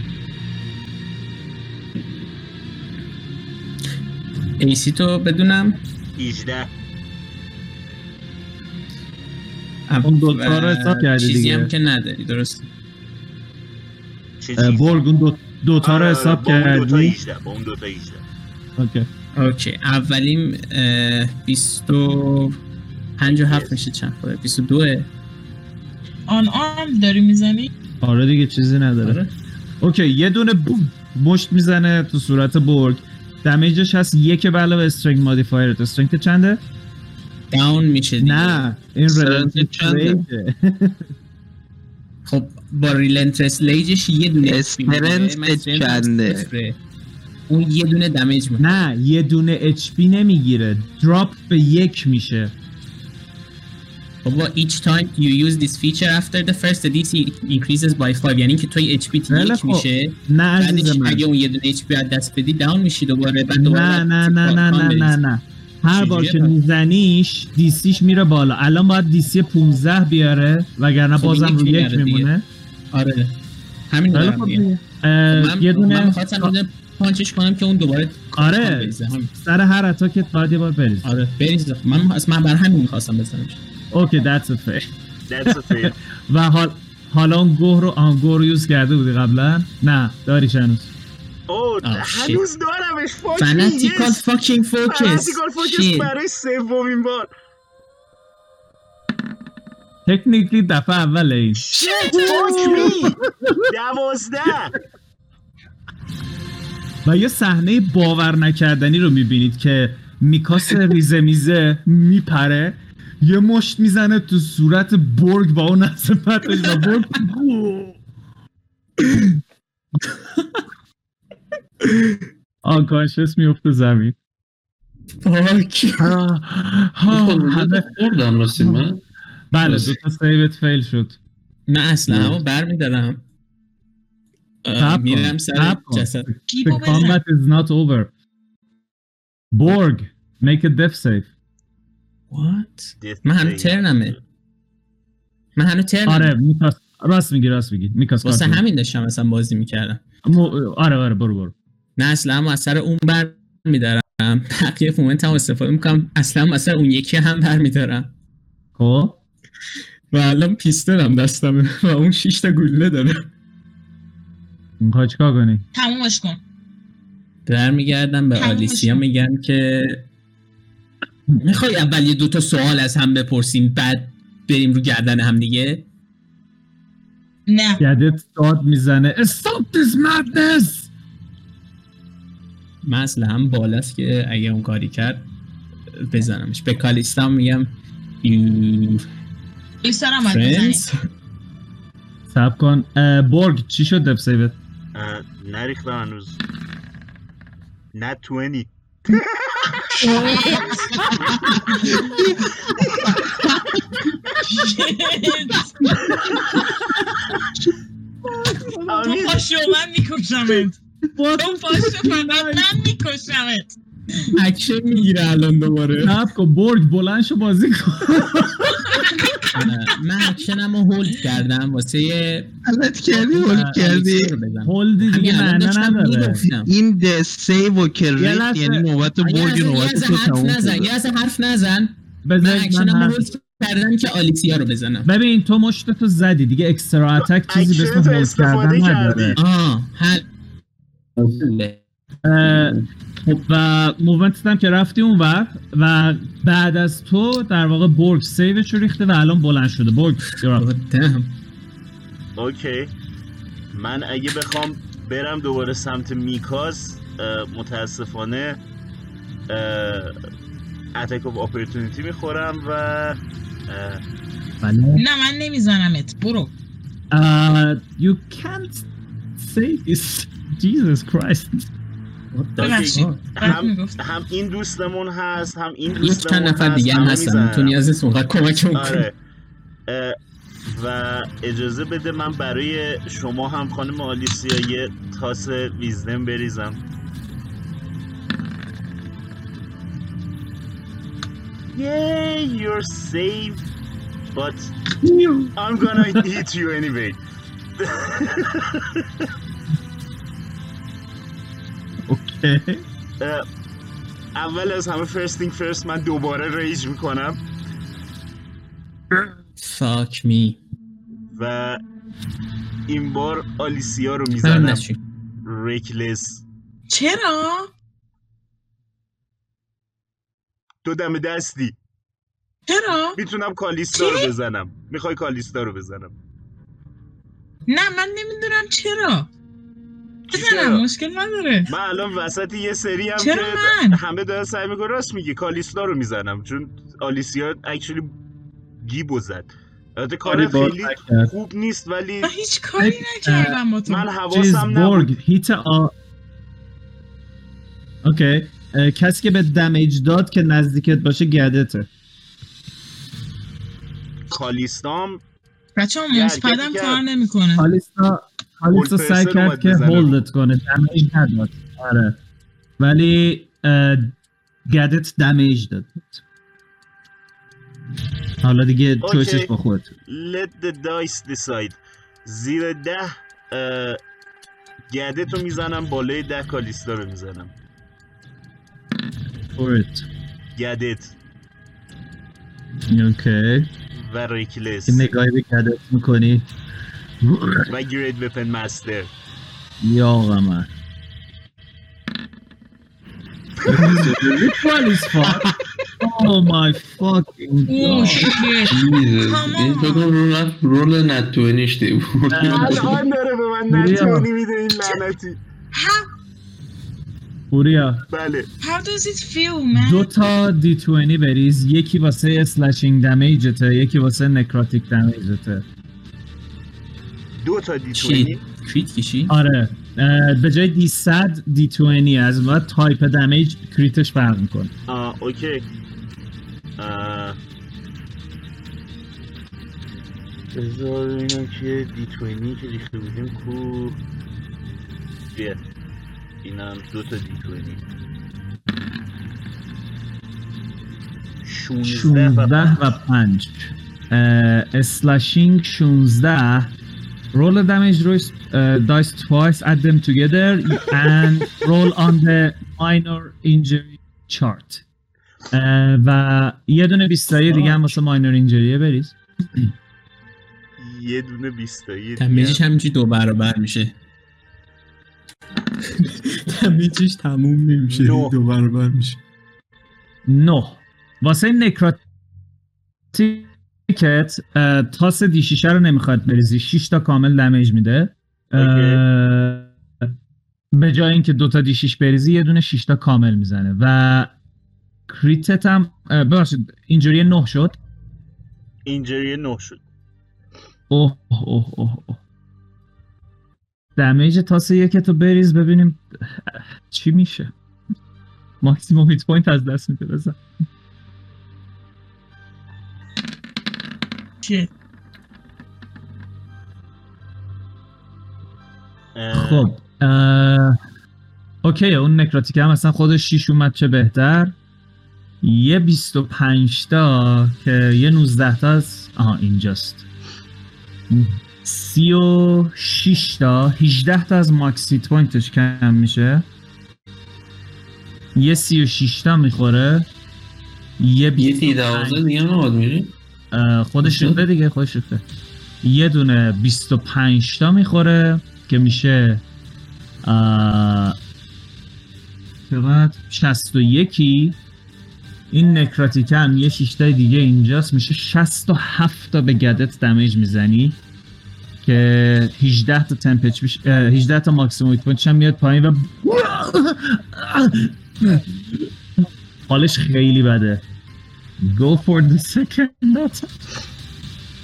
Speaker 6: AC تو بدونم
Speaker 8: 18
Speaker 1: اون دوتا رو
Speaker 6: و
Speaker 1: حساب کردی
Speaker 6: چیزی
Speaker 1: دیگه.
Speaker 6: هم که نداری درست
Speaker 8: چه
Speaker 1: اه،
Speaker 8: چیزی؟
Speaker 1: برگ اون دو دوتا رو
Speaker 8: آره،
Speaker 1: حساب
Speaker 8: با اون دوتا
Speaker 1: کردی
Speaker 8: 18 با اون دوتا 18
Speaker 1: اوکی.
Speaker 6: اوکی اولیم اه، 25 و 7 میشه چند خوده 22
Speaker 5: آن آرم داری میزنی؟
Speaker 1: آره دیگه چیزی نداره
Speaker 6: آره.
Speaker 1: اوکی یه دونه بوم مشت میزنه تو صورت برگ دمیجش هست یک به علاوه استرینگ مادیفایرت استرینگ چنده؟
Speaker 6: داون میشه دیگه
Speaker 1: نه این
Speaker 4: Strength
Speaker 1: relative
Speaker 4: چنده؟
Speaker 1: rage.
Speaker 6: خب با ریلنترس لیجش یه دونه
Speaker 4: استرنث
Speaker 6: اسپینگه. من استرنث
Speaker 4: چنده؟
Speaker 6: صفره. اون یه دونه دمیج میکنه
Speaker 1: نه یه دونه اچ پی نمیگیره دراپ به یک میشه
Speaker 6: بابا خب، each time you use this feature after the first DC increases by 5 یعنی که توی اچ پی
Speaker 1: بله
Speaker 6: یک
Speaker 1: خب.
Speaker 6: میشه
Speaker 1: نه
Speaker 6: بعدش
Speaker 1: عزیز من
Speaker 6: یعنی اگه اون یه دونه اچ پی از دست بدی داون میشی دوباره بعد دوباره
Speaker 1: نه
Speaker 6: باید
Speaker 1: نه نه
Speaker 6: کار-
Speaker 1: نه
Speaker 6: کار
Speaker 1: نه
Speaker 6: بریزی.
Speaker 1: نه نه هر بار
Speaker 6: چجوریه
Speaker 1: که
Speaker 6: پس؟
Speaker 1: میزنیش دیسیش میره بالا الان باید دیسی 15 بیاره وگرنه
Speaker 6: خب این
Speaker 1: بازم
Speaker 6: یک
Speaker 1: رو یک
Speaker 6: میاره دیگه.
Speaker 1: میمونه
Speaker 6: آره همین
Speaker 1: خیلی
Speaker 6: دارم
Speaker 1: خب
Speaker 6: میگم.
Speaker 1: دیگه. اه،
Speaker 6: من خب
Speaker 1: یه
Speaker 6: من
Speaker 1: دونه
Speaker 6: می‌خواستم یه دونه پانچش کنم که اون دوباره کار-
Speaker 1: آره.
Speaker 6: کار بریزه. همین.
Speaker 1: سر هر اتاکت باید یه بار بریز
Speaker 6: آره بریز من اصلا من بر همین میخواستم بزنمش
Speaker 1: اوکی that's a fair.
Speaker 8: That's a fail.
Speaker 1: و حال حالا اون گوه رو آن گوه رو یوز کرده بودی قبلا نه داریش هنوز
Speaker 8: اوه
Speaker 1: Oh,
Speaker 6: shit.
Speaker 8: هنوز دارمش فاک
Speaker 6: فناتیکال فاکینگ فوکس
Speaker 8: فاناتیکال فوکس
Speaker 6: شیت.
Speaker 8: برای سومین بار
Speaker 1: تکنیکلی دفعه اول این
Speaker 8: دوازده
Speaker 1: و یه صحنه باور نکردنی رو میبینید که میکاس ریزه میزه میپره یه مشت میزنه تو صورت برگ با اون عظمتش و برگ آنکانشس میفته زمین آه، آه،
Speaker 6: خب،
Speaker 1: همه-
Speaker 7: خوردم راستی من
Speaker 1: بله دو تا سیوت فیل شد
Speaker 6: من اصلا اما برمیدارم
Speaker 1: صبر کن،
Speaker 6: میرم سر
Speaker 1: صبر کن.
Speaker 6: جسد
Speaker 1: The
Speaker 5: گیبو بزن
Speaker 1: combat is not over Borg make a death save
Speaker 6: What? من هنو ترنمه من هنو ترنمه
Speaker 1: آره میکاس راست میگی راست میگی میکاس
Speaker 6: واسه
Speaker 1: کارت
Speaker 6: همین داشتم اصلا بازی میکردم
Speaker 1: می‌گی. مو- آره آره برو برو
Speaker 6: نه اصلا اما از سر اون بر میدارم بقیه مومنت هم استفاده میکنم اصلا از سر اون یکی هم بر میدارم
Speaker 1: خب
Speaker 6: و الان پیستلم دستمه و اون شش تا گلوله داره
Speaker 1: میخوای چیکار کنی
Speaker 5: تمومش کن
Speaker 6: در میگردم به آلیسیا میگم که میخوای اول یه دوتا سوال از هم بپرسیم بعد بریم رو گردن هم دیگه
Speaker 5: نه
Speaker 1: یدت داد میزنه Stop this madness
Speaker 6: من اصلا هم بالاست که اگه اون کاری کرد بزنمش به کالیستم میگم "You
Speaker 5: لیسا رو هم باید بزنی
Speaker 6: friends
Speaker 1: سب کن اه، برگ چی شد دف سیوت
Speaker 8: اه، نریختم هنوز نه توینی
Speaker 5: تو
Speaker 8: آره.
Speaker 5: پاشو من میکشمت تو پاشو فقط من میکشمت
Speaker 6: اکشن میگیره الان دوباره
Speaker 1: سب کن برگ بلند شو بازی کن
Speaker 6: من اکشنم رو هولد کردم واسه یه
Speaker 4: غلط کردی هول کردی
Speaker 6: الیکسیر بزنم.
Speaker 1: هلدی دیگه
Speaker 6: همین الان
Speaker 1: معنی
Speaker 6: داشتم
Speaker 1: نداره
Speaker 6: می‌گفتم.
Speaker 4: این ده سیو و که
Speaker 1: یه
Speaker 4: ریخت
Speaker 1: لحظه.
Speaker 4: یعنی نوبت
Speaker 6: آقا، یه
Speaker 4: برگ
Speaker 6: لحظه- یه
Speaker 4: نوبت
Speaker 6: لحظه
Speaker 4: تو
Speaker 6: حرف
Speaker 4: تموم
Speaker 6: نزن
Speaker 4: شده.
Speaker 6: یه لحظه حرف نزن من
Speaker 1: بذار من
Speaker 6: اکشنم رو
Speaker 1: حرف
Speaker 6: هولد کردم که آلیسیا رو بزنم
Speaker 1: ببین تو مشتتو زدی دیگه اکسترا اتک چیزی به اسم
Speaker 8: اکشنتو
Speaker 1: هولد
Speaker 8: استفاده
Speaker 1: کردن
Speaker 8: کردی.
Speaker 1: نداره
Speaker 6: آه حل
Speaker 1: اه، خب و موومنت هم که رفتی اونور و بعد از تو در واقع برگ سیوش رو ریخته و الان بلند شده برگ you're up.
Speaker 6: آدم.
Speaker 8: اوکی من اگه بخوام برم دوباره سمت میکاس اه، متاسفانه اتک اف اپورتونیتی میخورم و اه،
Speaker 1: بله.
Speaker 5: نه من نمیزنمت
Speaker 6: خب.
Speaker 5: برو
Speaker 1: اه، you can't say this Jesus Christ
Speaker 5: ببخشید
Speaker 6: خب.
Speaker 5: بعد
Speaker 8: هم-
Speaker 5: میگفت
Speaker 8: هم این دوستمون هست هم این
Speaker 6: یک
Speaker 8: دوستمون
Speaker 6: چند نفر
Speaker 8: هست،
Speaker 6: دیگه هم
Speaker 8: همه
Speaker 6: هستن
Speaker 8: می‌زنن.
Speaker 6: تو نیاز نیست اونقدر کمک
Speaker 8: آره اه، و اجازه بده من برای شما هم خانم آلیسیا یه تاس ویزدم بریزم Yeah, you're safe, but I'm gonna hit you anyway.
Speaker 1: اوکی
Speaker 8: اه، اول از همه first thing first من دوباره ریج میکنم
Speaker 6: فاک می
Speaker 8: و این بار آلیسیا رو
Speaker 6: من
Speaker 8: میزنم
Speaker 6: نشین
Speaker 8: ریکلس
Speaker 5: چرا؟
Speaker 8: تو دم دستی
Speaker 5: چرا؟
Speaker 8: میتونم کالیستا رو بزنم میخوای کالیستا رو بزنم
Speaker 5: نه من نمیدونم چرا
Speaker 8: چی
Speaker 5: بزنم
Speaker 8: چرا؟
Speaker 5: مشکل نداره
Speaker 8: من الان وسط یه سری هم
Speaker 5: چرا
Speaker 8: که
Speaker 5: من؟
Speaker 8: همه دارن سعی میکنن راست میگی کالیستا رو میزنم چون آلیسیا اکچولی گیبو زد البته کار خیلی خوب نیست ولی
Speaker 5: من هیچ کاری نکردم با تو
Speaker 8: من
Speaker 1: چیز
Speaker 8: حواسم نبود
Speaker 1: برگ هیت آ اوکی اه، کسی که به دمیج داد که نزدیکت باشه گردته
Speaker 8: کالیستام
Speaker 5: بچه ها
Speaker 8: یه
Speaker 5: موسپدم
Speaker 8: حرکتی
Speaker 5: کار نمیکنه
Speaker 1: کالیستا کالیستا
Speaker 8: Hold
Speaker 1: سعی
Speaker 8: person
Speaker 1: کرد
Speaker 8: اومد
Speaker 1: که
Speaker 8: بزنه.
Speaker 1: هولدت کنه دمیج نداد آره ولی اه، گردت دمیج داد حالا دیگه
Speaker 8: اوکی.
Speaker 1: چویسش با خودت
Speaker 8: let the dice decide زیر ده اه، گرده تو میزنم بالای ده کالیستا رو میزنم
Speaker 1: for it.
Speaker 8: گدت
Speaker 1: اوکی
Speaker 8: و ریکلس
Speaker 1: یه نگاهی به گردت میکنی
Speaker 8: و گرید وپن مستر
Speaker 1: یا آقا من What is fuck? Oh my fucking
Speaker 5: اوه،
Speaker 1: god.
Speaker 5: شیت.
Speaker 7: می‌ریزه. این فکر کنم رول نت- رول نتوینیش دی بود
Speaker 8: آره،
Speaker 10: الان داره به من نتونی میده این لعنتی
Speaker 5: How
Speaker 1: پوریا
Speaker 10: بله
Speaker 5: how does it feel man
Speaker 1: دو تا دی 20 بریز یکی واسه اسلشینگ دمیجته یکی واسه نکراتیک دمیجته
Speaker 10: دو تا دی
Speaker 6: چی؟
Speaker 10: 20
Speaker 6: کریت کشی؟
Speaker 1: آره اه، به جای دی 100 دی 20 از ما تایپ دمیج کریتش فرق میکنه
Speaker 8: آه اوکی آه. بذار ببینم که دی 20 که ریخته بودیم کو بیا اینم دو تا دی 20 16 و
Speaker 1: 16 و 5 اسلاشینگ 16 roll the damage dice, uh, dice twice add them together and roll on the minor injury chart اه، و یه دونه 20 تایی دیگه هم واسه ماینور اینجریه بریز
Speaker 8: یه دونه 20 تایی دیگه
Speaker 6: دمیجش همینجوری دو برابر میشه
Speaker 3: دمیجش تموم نمیشه
Speaker 8: نه.
Speaker 3: دو برابر میشه
Speaker 1: نه واسه نکراتیکت اه، تاس دیشیشه رو نمیخواد بریزی 6 تا کامل دمیج میده اه، به جای اینکه دوتا دیشیش بریزی یه دونه 6 تا کامل میزنه و کریتت هم اه، ببخشید اینجوری 9 شد
Speaker 8: اینجوری 9 شد
Speaker 1: اوه اوه اوه اوه اوه. دمیج تاس یک تو بریز ببینیم اه، چی میشه ماکسیموم هیت پوینت از دست میده بزن
Speaker 5: Shit.
Speaker 8: اه،
Speaker 1: خب اه، اوکی اون نکراتیک هم اصلا خودش 6 اومد چه بهتر یه 25 تا که یه 19 تا از آها اینجاست 36 تا 18 تا از ماکسیت پوینتش کم میشه یه 36 تا میخوره یه
Speaker 7: یه
Speaker 1: 25
Speaker 7: تی دوازه دیگه نباد میری
Speaker 1: اه، خودش ریخته دیگه خودش ریخته یه دونه 25 تا میخوره که میشه اه، چقدر 61 این نکراتیکم یه 6 تای دیگه اینجاست میشه 67 تا به گدت دمیج میزنی که 18 تا تمپچ میشه اه، 18 تا ماکسیمم هیت پوینتش هم میاد پایین و حالش خیلی بده Go for the second attack.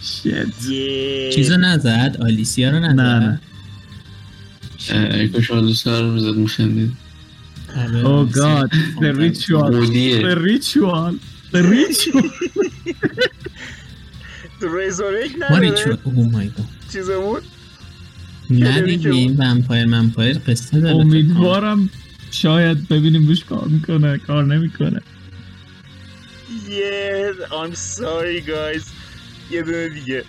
Speaker 1: Shit.
Speaker 8: یه-
Speaker 6: چیزو نزد آلیسیا رو نزد
Speaker 1: نه، نه.
Speaker 7: اگه شما دوست رو میزد میخندید
Speaker 6: آره،
Speaker 1: Oh
Speaker 6: آلیسیا.
Speaker 1: god, the ritual. The
Speaker 7: بودیه
Speaker 1: ritual. The ritual.
Speaker 10: رزورک
Speaker 6: ما
Speaker 10: نداره
Speaker 6: ریچوال اوه مای گاد
Speaker 10: چیزمون
Speaker 6: نه
Speaker 10: چه داری که
Speaker 6: دیگه این ومپایر منپایر قصه داره
Speaker 1: امیدوارم شاید ببینیم روش کار میکنه کار نمیکنه
Speaker 10: یه I'm sorry guys یه دونه دیگه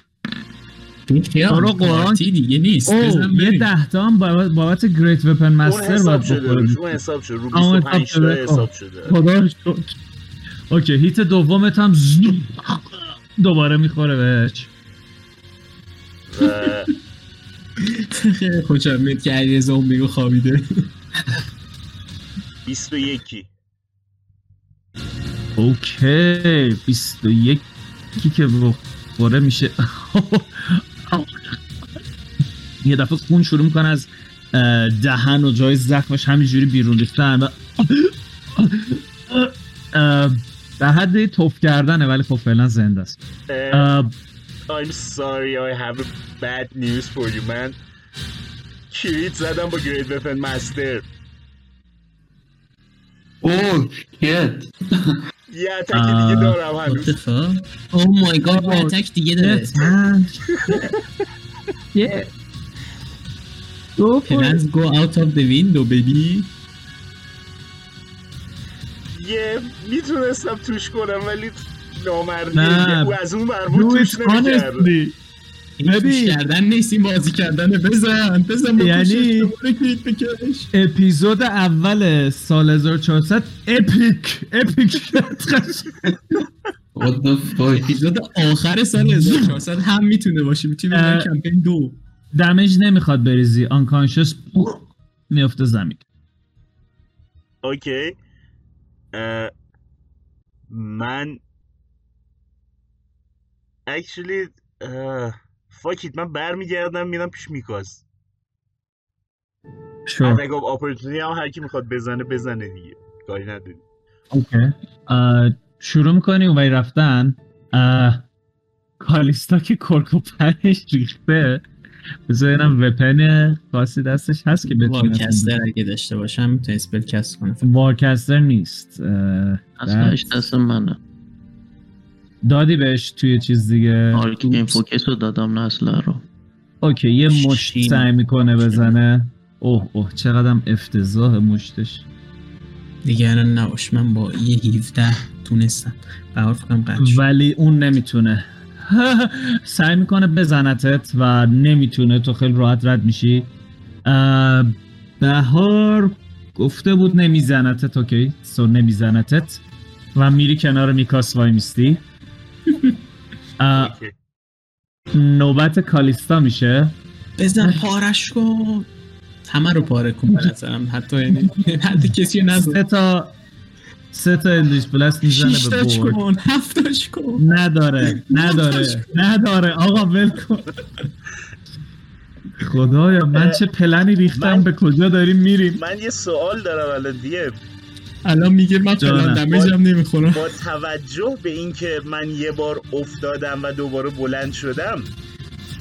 Speaker 6: این خیال
Speaker 1: تو رو قرآن-
Speaker 6: پارتی دیگه نیست بزن
Speaker 1: اوه یه
Speaker 6: بریم.
Speaker 1: دهتا هم بابت بابت گریت وپن
Speaker 8: اون
Speaker 1: مستر
Speaker 8: حساب
Speaker 1: باید
Speaker 8: شده
Speaker 1: بخوره
Speaker 8: روش، اون حساب شده رو
Speaker 1: آه، حساب
Speaker 8: 25 تا
Speaker 1: شده. خب.
Speaker 8: حساب شده
Speaker 1: خدا رو شکر. اوکی هیت دومت هم زدوم. دوباره میخوره بهش
Speaker 8: و
Speaker 6: خیلی خوشم میاد که علیرضا اون بگو خوابیده
Speaker 8: 21
Speaker 1: اوکی 21 کی که بخوره میشه یه دفعه خون شروع میکنه از اه، دهن و جای زخمش همینجوری بیرون ریختن و اه، در حد توف کردنه ولی خب فعلا زنده است
Speaker 8: اه،
Speaker 1: اه،
Speaker 8: I'm sorry I have a bad news for you man کریت زدم با گرید وفن مستر
Speaker 7: اوه شیت
Speaker 8: یه اتک دیگه دارم
Speaker 6: What
Speaker 8: هنوز
Speaker 6: the fuck? Oh my god یه اتک دیگه داره
Speaker 1: یه- گو فور
Speaker 6: Plans go out of the window baby
Speaker 10: یه میتونستم توش کنم ولی
Speaker 1: نه.
Speaker 10: نامردیه او از اون
Speaker 1: Do
Speaker 10: مربوط توش
Speaker 1: it
Speaker 10: نمیکرد
Speaker 1: honestly.
Speaker 6: این
Speaker 1: ببین.
Speaker 6: توش کردن نیست این بازی کردنه بزن بزن با
Speaker 1: یعنی-
Speaker 6: توش دوباره کلیک بکش
Speaker 1: اپیزود اول سال 1400 اپیک اپیک
Speaker 7: what the fuck
Speaker 6: اپیزود آخر سال 1400 هم میتونه باشه چی میگن
Speaker 1: اه.
Speaker 6: کمپین دو
Speaker 1: دمج نمیخواد بریزی آنکانشس میفته زمین
Speaker 8: اوکی اه، من اکچولی فاکیت من برمیگردم میرم پیش میکاس
Speaker 1: شور
Speaker 8: اگه اپورتونی هم هر کی میخواد بزنه بزنه دیگه کاری نداری
Speaker 1: اوکی اه، Uh, شروع میکنی اونوری رفتن اه، کالیستا که کرک و پنش ریخته بذارینم وپن خاصی دستش هست که بتونه
Speaker 6: وارکستر اگه داشته باشم میتونی اسپل کست کنه
Speaker 1: وارکستر نیست اه،
Speaker 4: اصلاش دست منه
Speaker 1: دادی بهش توی چیز دیگه
Speaker 4: آرکین فوکس رو دادم نه اصلا رو
Speaker 1: اوکی یه مشت
Speaker 6: شین.
Speaker 1: سعی میکنه بزنه اوه اوه چقدرم افتضاح مشتش
Speaker 6: دیگران نباش من با یه 17 تونستم بهار فکرم قد شد
Speaker 1: ولی اون نمیتونه سعی میکنه بزنتت و نمیتونه تو خیلی راحت رد میشی اه، بهار گفته بود نمیزنتت اوکی سو نمیزنتت و میری کنار میکاس وای میستی اه،
Speaker 8: اوکی.
Speaker 1: نوبت کالیستا میشه
Speaker 6: بزن پارش کن همه رو پاره کن به نظرم حتی یعنی حتی کسی رو نزن
Speaker 1: سه تا سه تا اندریش بلست میزنه به
Speaker 6: شیشتاش
Speaker 1: بورد
Speaker 6: کن هفتاش کن
Speaker 1: نداره نداره نداره آقا ول کن خدایا من چه پلنی ریختم
Speaker 8: من-
Speaker 1: به کجا داریم میریم
Speaker 8: من یه سوال دارم الان دیگه
Speaker 6: الان میگه من
Speaker 1: جانم.
Speaker 6: فلان دمیج هم نمیخورم
Speaker 8: با توجه به اینکه من یه بار افتادم و دوباره بلند شدم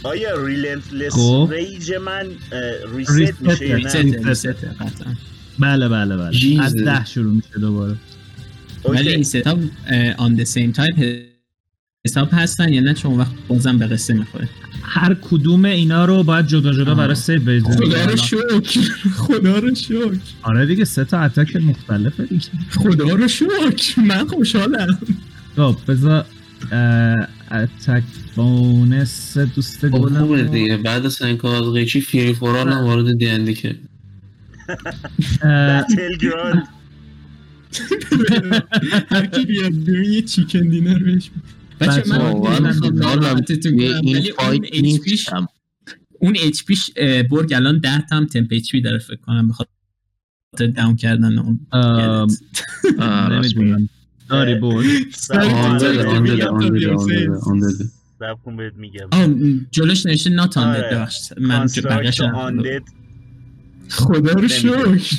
Speaker 8: آیا ریلنتلس
Speaker 1: خب.
Speaker 8: ریج من اه،
Speaker 1: ریست
Speaker 8: ریست میشه یا
Speaker 1: میشه.
Speaker 8: نه
Speaker 1: نه.
Speaker 6: قطعا
Speaker 1: بله بله بله
Speaker 7: Jesus.
Speaker 1: از ده شروع میشه دوباره
Speaker 6: ولی
Speaker 8: اوکی.
Speaker 6: این ستاپ آن د سیم تایپ حساب هستن یا نه چون اون وقت بازم به قصه میخوره
Speaker 1: هر کدوم اینا رو باید جدا جدا
Speaker 6: آه.
Speaker 1: برای سیو
Speaker 6: خدا رو
Speaker 1: بزنیم
Speaker 6: شکر خدا رو شکر
Speaker 1: آره دیگه سه تا اتک مختلفه دیگه
Speaker 6: خدا رو شکر من خوشحالم
Speaker 1: خب بذار اه، اتک بونس دوست
Speaker 7: خب
Speaker 1: گلم
Speaker 7: خوبه
Speaker 1: رو-
Speaker 7: دیگه بعد از سنکاز قیچی فیری فورال هم وارد دیندی که
Speaker 1: اه،
Speaker 8: بتلگراند
Speaker 6: هر کی بیاد ببین یه چیکن دینر بهش می‌ده. بچه
Speaker 1: بچه‌ها،
Speaker 6: من
Speaker 1: واقعاً
Speaker 6: میخوام
Speaker 7: خوشحالم.
Speaker 6: ناراحتتون
Speaker 4: توی
Speaker 6: کنم ولی
Speaker 4: این
Speaker 6: اون
Speaker 4: فایت
Speaker 6: HPش
Speaker 4: نیستم
Speaker 6: اون HPش برگ الان 10 تا هم تمپ HP داره فکر کنم بخواد داون کردن اون
Speaker 1: اه،
Speaker 4: آه، آره، راست میگی.
Speaker 1: نمیدونم داری برد
Speaker 6: آره.
Speaker 8: آن
Speaker 7: آن
Speaker 8: داده،
Speaker 7: داده، آن داده، آن داده، آن داده، آن داده.
Speaker 8: صبر کن بهت میگم
Speaker 6: آه، جلوش نوشته نات آندد
Speaker 8: آره.
Speaker 6: ببخشید من جو- بقیه‌ش رو-
Speaker 8: آندد
Speaker 6: خدا رو
Speaker 8: نمی‌دونم.
Speaker 6: شکر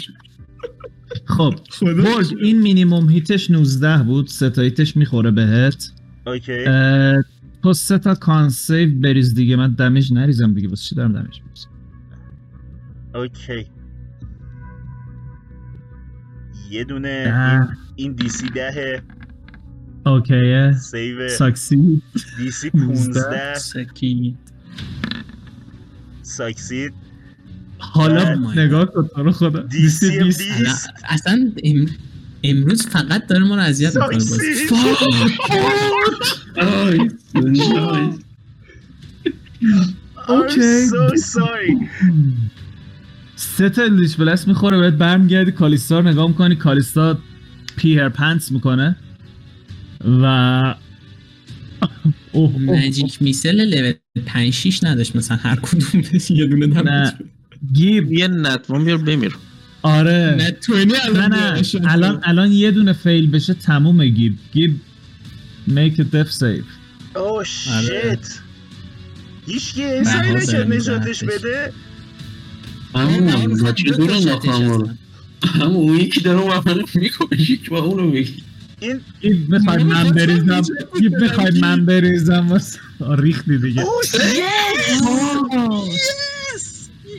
Speaker 1: خب
Speaker 6: خدا رو
Speaker 1: برد
Speaker 6: شکر.
Speaker 1: این مینیموم هیتش 19 بود سه تا هیتش میخوره بهت
Speaker 8: اوکی
Speaker 1: اه، تو سه تا کان سیو بریز دیگه من دمیج نریزم دیگه واسه چی دارم دمیج بریزم
Speaker 8: اوکی یه دونه
Speaker 1: ده.
Speaker 8: این دی سی ده
Speaker 1: اوکیه
Speaker 8: سیو
Speaker 1: ساکسی
Speaker 8: دی سی
Speaker 1: پونزده.
Speaker 8: 15
Speaker 6: سکی
Speaker 8: ساکسید
Speaker 1: حالا
Speaker 6: Oh my
Speaker 1: نگاه کن تو رو خدا
Speaker 8: دی سی
Speaker 1: 20.
Speaker 6: الان-
Speaker 8: 20
Speaker 6: اصلا ام- امروز فقط داره ما رو اذیت میکنه باز
Speaker 8: ساکسی.
Speaker 6: فاک.
Speaker 1: اوکی.
Speaker 8: I'm so sorry
Speaker 1: سه تا لیش بلس میخوره بهت برمیگردی کالیستا رو نگاه میکنی کالیستا پیر پنس میکنه و اوه، اوه
Speaker 6: ماجیک میسل لول 5 6 نداشت مثلا هر کدوم بهش یه دونه
Speaker 1: نه.
Speaker 6: دمج
Speaker 1: گیب
Speaker 4: یه نتوان بیار بمیر
Speaker 1: آره
Speaker 6: نه توینی
Speaker 1: نه
Speaker 6: الان
Speaker 1: نه
Speaker 6: بیارش.
Speaker 1: الان الان یه دونه فیل بشه تموم گیب گیب make a death save
Speaker 8: اوه شیت Oh, هیچکی احسایی
Speaker 6: بهار
Speaker 8: نکرد
Speaker 6: زمین
Speaker 8: نجاتش
Speaker 6: زدش.
Speaker 8: بده
Speaker 6: نه،
Speaker 7: همون
Speaker 6: مثلا
Speaker 7: با چه
Speaker 6: دو تا
Speaker 7: دور
Speaker 6: شاتش
Speaker 7: انداخت همون رو؟
Speaker 6: اصلا.
Speaker 7: همون اون یکی داره اون وقت رو میکنه و اونو میگی
Speaker 8: این
Speaker 1: گیب بخوای
Speaker 6: مامان،
Speaker 1: من
Speaker 6: خواستم
Speaker 1: بریزم
Speaker 6: نجات بدم،
Speaker 1: گیب بخوای
Speaker 6: گیب.
Speaker 1: من بریزم واسه آه، ریختی دیگه
Speaker 8: اوه
Speaker 5: یس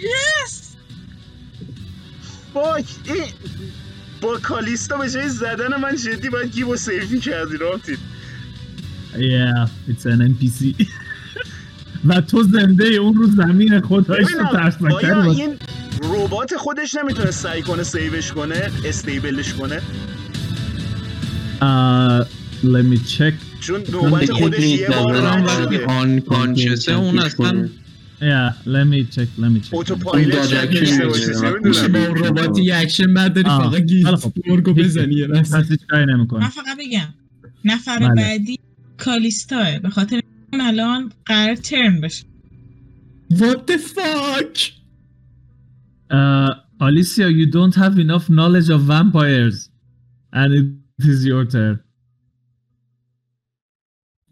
Speaker 5: یس
Speaker 8: فاک این با کالیستا به جای زدن من جدی باید گیب و سیفی کردی رابطی
Speaker 1: yeah it's an NPC و تو زنده ای، اون رو زمین خدایش تو
Speaker 8: ببینم
Speaker 1: ترس نکردی
Speaker 8: آیا
Speaker 1: واسه-
Speaker 8: این ربات خودش نمیتونه سعی کنه سیوش کنه استیبلش کنه
Speaker 1: آه، Uh, let me check
Speaker 8: چون نوبت
Speaker 7: دیگه
Speaker 8: خودش یه بار
Speaker 7: می‌دونم
Speaker 8: رد
Speaker 7: وقتی
Speaker 8: شده
Speaker 4: آنکانشسه اون اصلا
Speaker 1: yeah let me check let me check
Speaker 8: اوتو
Speaker 7: اون
Speaker 8: پایلت شد
Speaker 7: دادکی
Speaker 8: داشته
Speaker 7: می‌دونه.
Speaker 8: باشه چه
Speaker 7: اون
Speaker 6: میشه
Speaker 8: می‌دونم.
Speaker 6: با اون ربات یه اکشن بعد داری
Speaker 1: آه.
Speaker 6: فقط گیز
Speaker 1: حالا خب.
Speaker 6: برگو بزنی یه لحظه.
Speaker 1: پس هیچ کاری
Speaker 5: من
Speaker 1: نمیکنه
Speaker 5: فقط بگم نفر
Speaker 1: بله.
Speaker 5: بعدی کالیستاه به خاطر اون الان قرار ترن بشه
Speaker 6: What the fuck
Speaker 1: Uh, Alicia you don't have enough knowledge of vampires and it is your turn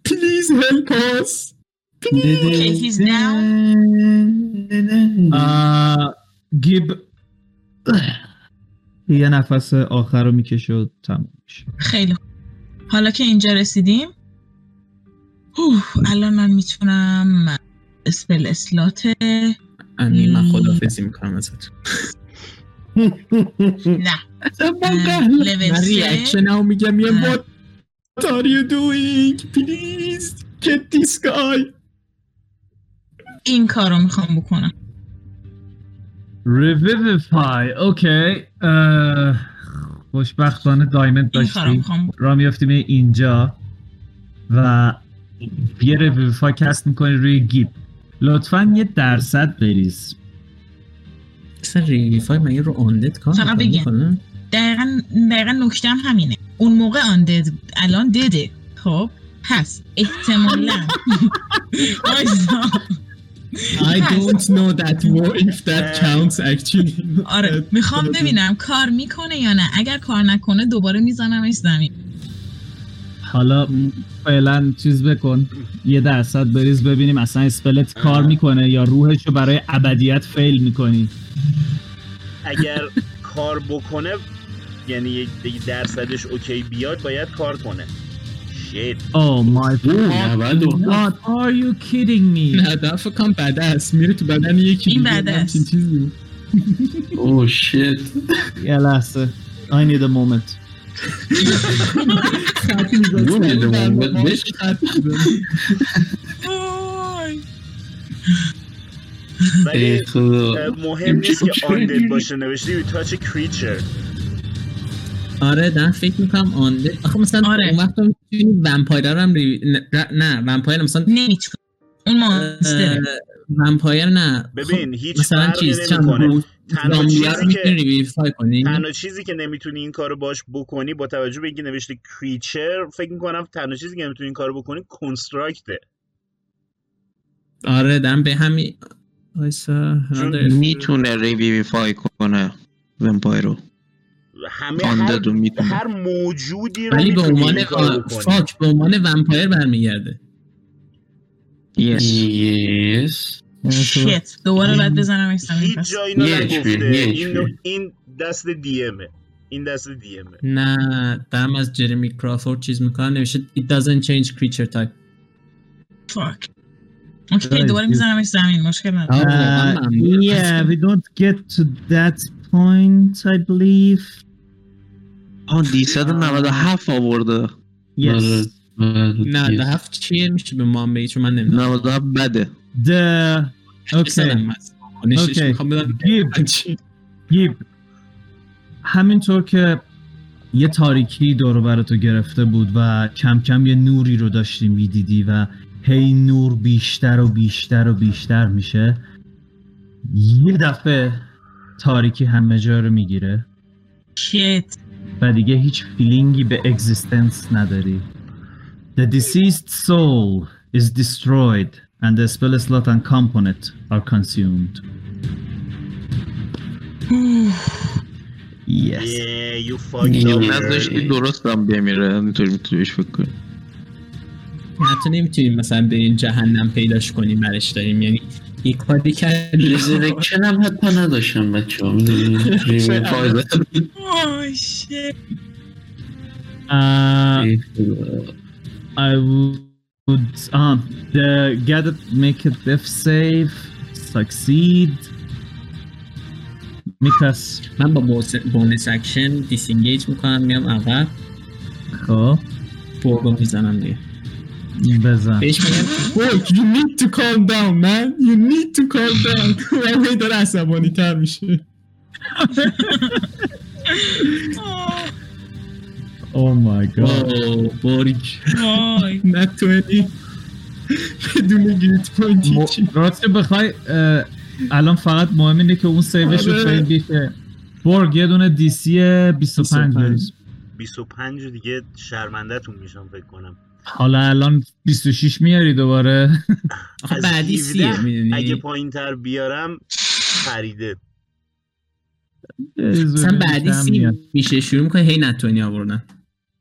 Speaker 11: please help us
Speaker 5: Okay, he's down.
Speaker 1: آه، گیب یه نفس آخر رو میکشه و تموم میشه
Speaker 5: خیلی خوب. حالا که اینجا رسیدیم اوه، الان من میتونم اسپل اسلات
Speaker 6: امیر من خدافزی میکنم ازت
Speaker 5: نه
Speaker 11: من
Speaker 5: لول سه
Speaker 11: ریاکشن هم میگم یه
Speaker 5: نه.
Speaker 11: what what are you doing please get this guy
Speaker 5: این کار رو میخوام بکنم
Speaker 1: ریویفای اوکی اه، خوشبختانه دایمند
Speaker 5: این کار رو
Speaker 1: داشتیم
Speaker 5: میخوام
Speaker 1: را میافتیم اینجا و یه ریویفای کست میکنی روی گیب لطفا یه درصد بریز
Speaker 6: اصلا ریلیفای مگه رو آندت کار
Speaker 5: فقط
Speaker 6: می‌کنه؟ خب،
Speaker 5: بگم.
Speaker 6: می‌کنه؟
Speaker 5: دقیقا دقیقا نکتم همینه اون موقع آن دد بود. الان دده خب پس احتمالا آیسا.
Speaker 11: I don't know that wo- if that counts actually
Speaker 5: آره میخوام ببینم کار میکنه یا نه اگر کار نکنه دوباره میزنمش زمین
Speaker 1: حالا فعلا چیز بکن یه درصد بریز ببینیم اصلا اسپلت کار میکنه یا روحش رو برای ابدیت فیل میکنی
Speaker 8: اگر کار بکنه یعنی یک درصدش اوکی بیاد باید کار کنه شیت
Speaker 1: Oh my
Speaker 7: نود و-
Speaker 1: god, are you kidding me?
Speaker 11: نه دفعه کم بده است میره تو بدن یکی
Speaker 5: این
Speaker 11: دیگه،
Speaker 5: بده
Speaker 11: همچین
Speaker 5: است.
Speaker 11: چیزی.
Speaker 7: اوه شت
Speaker 1: یه لحظه. I need a moment.
Speaker 11: خط می‌زنه.
Speaker 7: You made the
Speaker 11: در
Speaker 7: moment,
Speaker 11: ماهش
Speaker 7: bitch.
Speaker 6: آره،
Speaker 11: خط می‌زنه.
Speaker 5: وای.
Speaker 8: ولی
Speaker 7: ای خدا
Speaker 8: اه، مهم نیست که آندد باشه نوشتی تاچ کریچر
Speaker 6: آره دارم فکر میکنم آندت آخه مثلا
Speaker 5: آره.
Speaker 6: اون وقت هم می‌تونی ومپایر رو هم ری... نه- نه- نه ومپایر مثلا
Speaker 5: نمیتونه اون مانستره
Speaker 6: اه، ومپایر نه
Speaker 8: ببین
Speaker 6: خب،
Speaker 8: هیچ
Speaker 6: مثلا
Speaker 8: فرقی
Speaker 6: چیز
Speaker 8: نمی‌کنه.
Speaker 6: چند
Speaker 8: تنها
Speaker 6: زامبی رو
Speaker 8: چیزی
Speaker 6: میتونی
Speaker 8: که
Speaker 6: ریویفای کنی
Speaker 8: تنها چیزی که نمیتونی این کارو باش بکنی با توجه به اینکه نوشتی کریچر فکر میکنم تنها چیزی که نمیتونی این کارو بکنی کنستراکته
Speaker 6: آره دارم به همین وایسا،
Speaker 8: چون
Speaker 6: another-
Speaker 4: میتونه ریویفای کنه ومپایر رو
Speaker 8: همه هر,
Speaker 4: آندد رو میتونه
Speaker 8: هر موجودی رو
Speaker 6: ولی به
Speaker 8: میتونی
Speaker 6: عنوان
Speaker 8: این کارو
Speaker 6: آ...
Speaker 8: بکنی
Speaker 6: فاک به عنوان ومپایر برمیگرده
Speaker 4: یس
Speaker 7: یس
Speaker 5: شت دوباره باید بزنمش زمین
Speaker 8: هیچ
Speaker 5: پس
Speaker 8: جا اینو
Speaker 7: یه
Speaker 8: نگفته
Speaker 7: HP.
Speaker 8: این, این دست دیمه این دست دیمه
Speaker 6: نه دارم از جرمی کرافورد چیز میکنم نوشته it doesn't change creature type
Speaker 5: فاک اوکی دوباره میزنمش زمین مشکل نداره
Speaker 6: آه، واقعاً
Speaker 1: Uh,
Speaker 6: ممنون.
Speaker 1: yeah, we don't get to that point, I believe.
Speaker 4: آن دی 197 آورده
Speaker 1: Yes.
Speaker 6: نه ده هفت چیه میشه به ما هم بگی چون من نمیدونم
Speaker 4: 97 بده
Speaker 1: The
Speaker 6: سرم هست. نشش
Speaker 1: اوکی.
Speaker 6: میخوام بدم
Speaker 1: گیب گیب همینطور که یه تاریکی دور و بر تو گرفته بود و کم کم یه نوری رو داشتی میدیدی و هی نور بیشتر و بیشتر و بیشتر میشه یه دفعه تاریکی همه جا رو میگیره
Speaker 5: شت
Speaker 1: و دیگه هیچ فیلینگی به اگزیستنس نداری The deceased soul is destroyed and the spell slot and component are consumed Yes
Speaker 8: Yeah, you fucked
Speaker 7: Yeah.
Speaker 4: یعنی
Speaker 8: up.
Speaker 4: نذاشتی درستم بمیره اینطوری میتونی بهش فکر کنی
Speaker 6: حتی نمیتونیم مثلا به این جهنم پیداش کنیم برش داریم یعنی یک کاری کرد
Speaker 7: ریزرکشن هم حتی نداشتم بچه ها
Speaker 5: وای شت
Speaker 1: Uh, I would. Um, the gathered make a death save, succeed. Mikas.
Speaker 6: من با بوس- بونس اکشن دیسینگیج میکنم میام عقب
Speaker 1: خب
Speaker 6: بورگو میزنم دیگه
Speaker 1: بزن
Speaker 6: بهش میگم
Speaker 11: Fuck, you need to calm down man you need to calm down من هی داره عصبانی تر میشه
Speaker 1: Oh my god.
Speaker 6: واو بورگ
Speaker 5: وای
Speaker 11: نتونی بدون گریت پوینت هیچی.
Speaker 1: م- راست که بخوای اه، الان فقط مهم اینه که اون سیوش رو
Speaker 11: آره.
Speaker 1: فیل بیشه برگ یه دونه دی سی 25 بریز
Speaker 8: 25 دیگه شرمندهتون میشم فکر کنم
Speaker 1: حالا الان 26 میاری دوباره
Speaker 6: آخه
Speaker 8: از
Speaker 6: بعدی
Speaker 8: 17
Speaker 6: سیه
Speaker 8: اگه
Speaker 6: میدونی
Speaker 8: پایین تر بیارم خریده
Speaker 6: مثلا بعدی
Speaker 1: بیشتر
Speaker 6: سی
Speaker 1: میاد.
Speaker 6: میشه شروع میکنه هی نتونی آوردن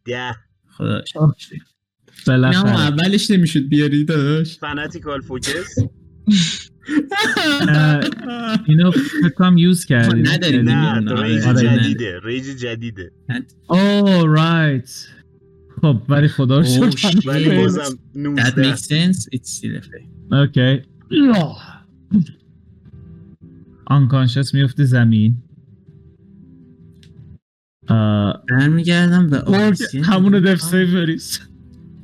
Speaker 8: ده
Speaker 6: خدا
Speaker 1: آه.
Speaker 3: نه اما
Speaker 1: بالاخره
Speaker 3: اولش نمیشد بیاری داشت
Speaker 10: فنتیکال فوکس
Speaker 1: اه، اینو فکر کنم یوز کردی
Speaker 3: نداری،
Speaker 10: نه
Speaker 3: نه،
Speaker 10: ریج
Speaker 1: آره، نه.
Speaker 10: جدیده ریج جدیده
Speaker 1: آه رایت خب ولی خدا رو
Speaker 6: Oh,
Speaker 1: شکر.
Speaker 6: shit.
Speaker 10: ولی بازم 19
Speaker 6: That makes sense. It's still a fail.
Speaker 1: اوکی آنکانشس میفته زمین آه،
Speaker 6: برمیگردم و آلیسیا-
Speaker 1: همونو دف سیو بریز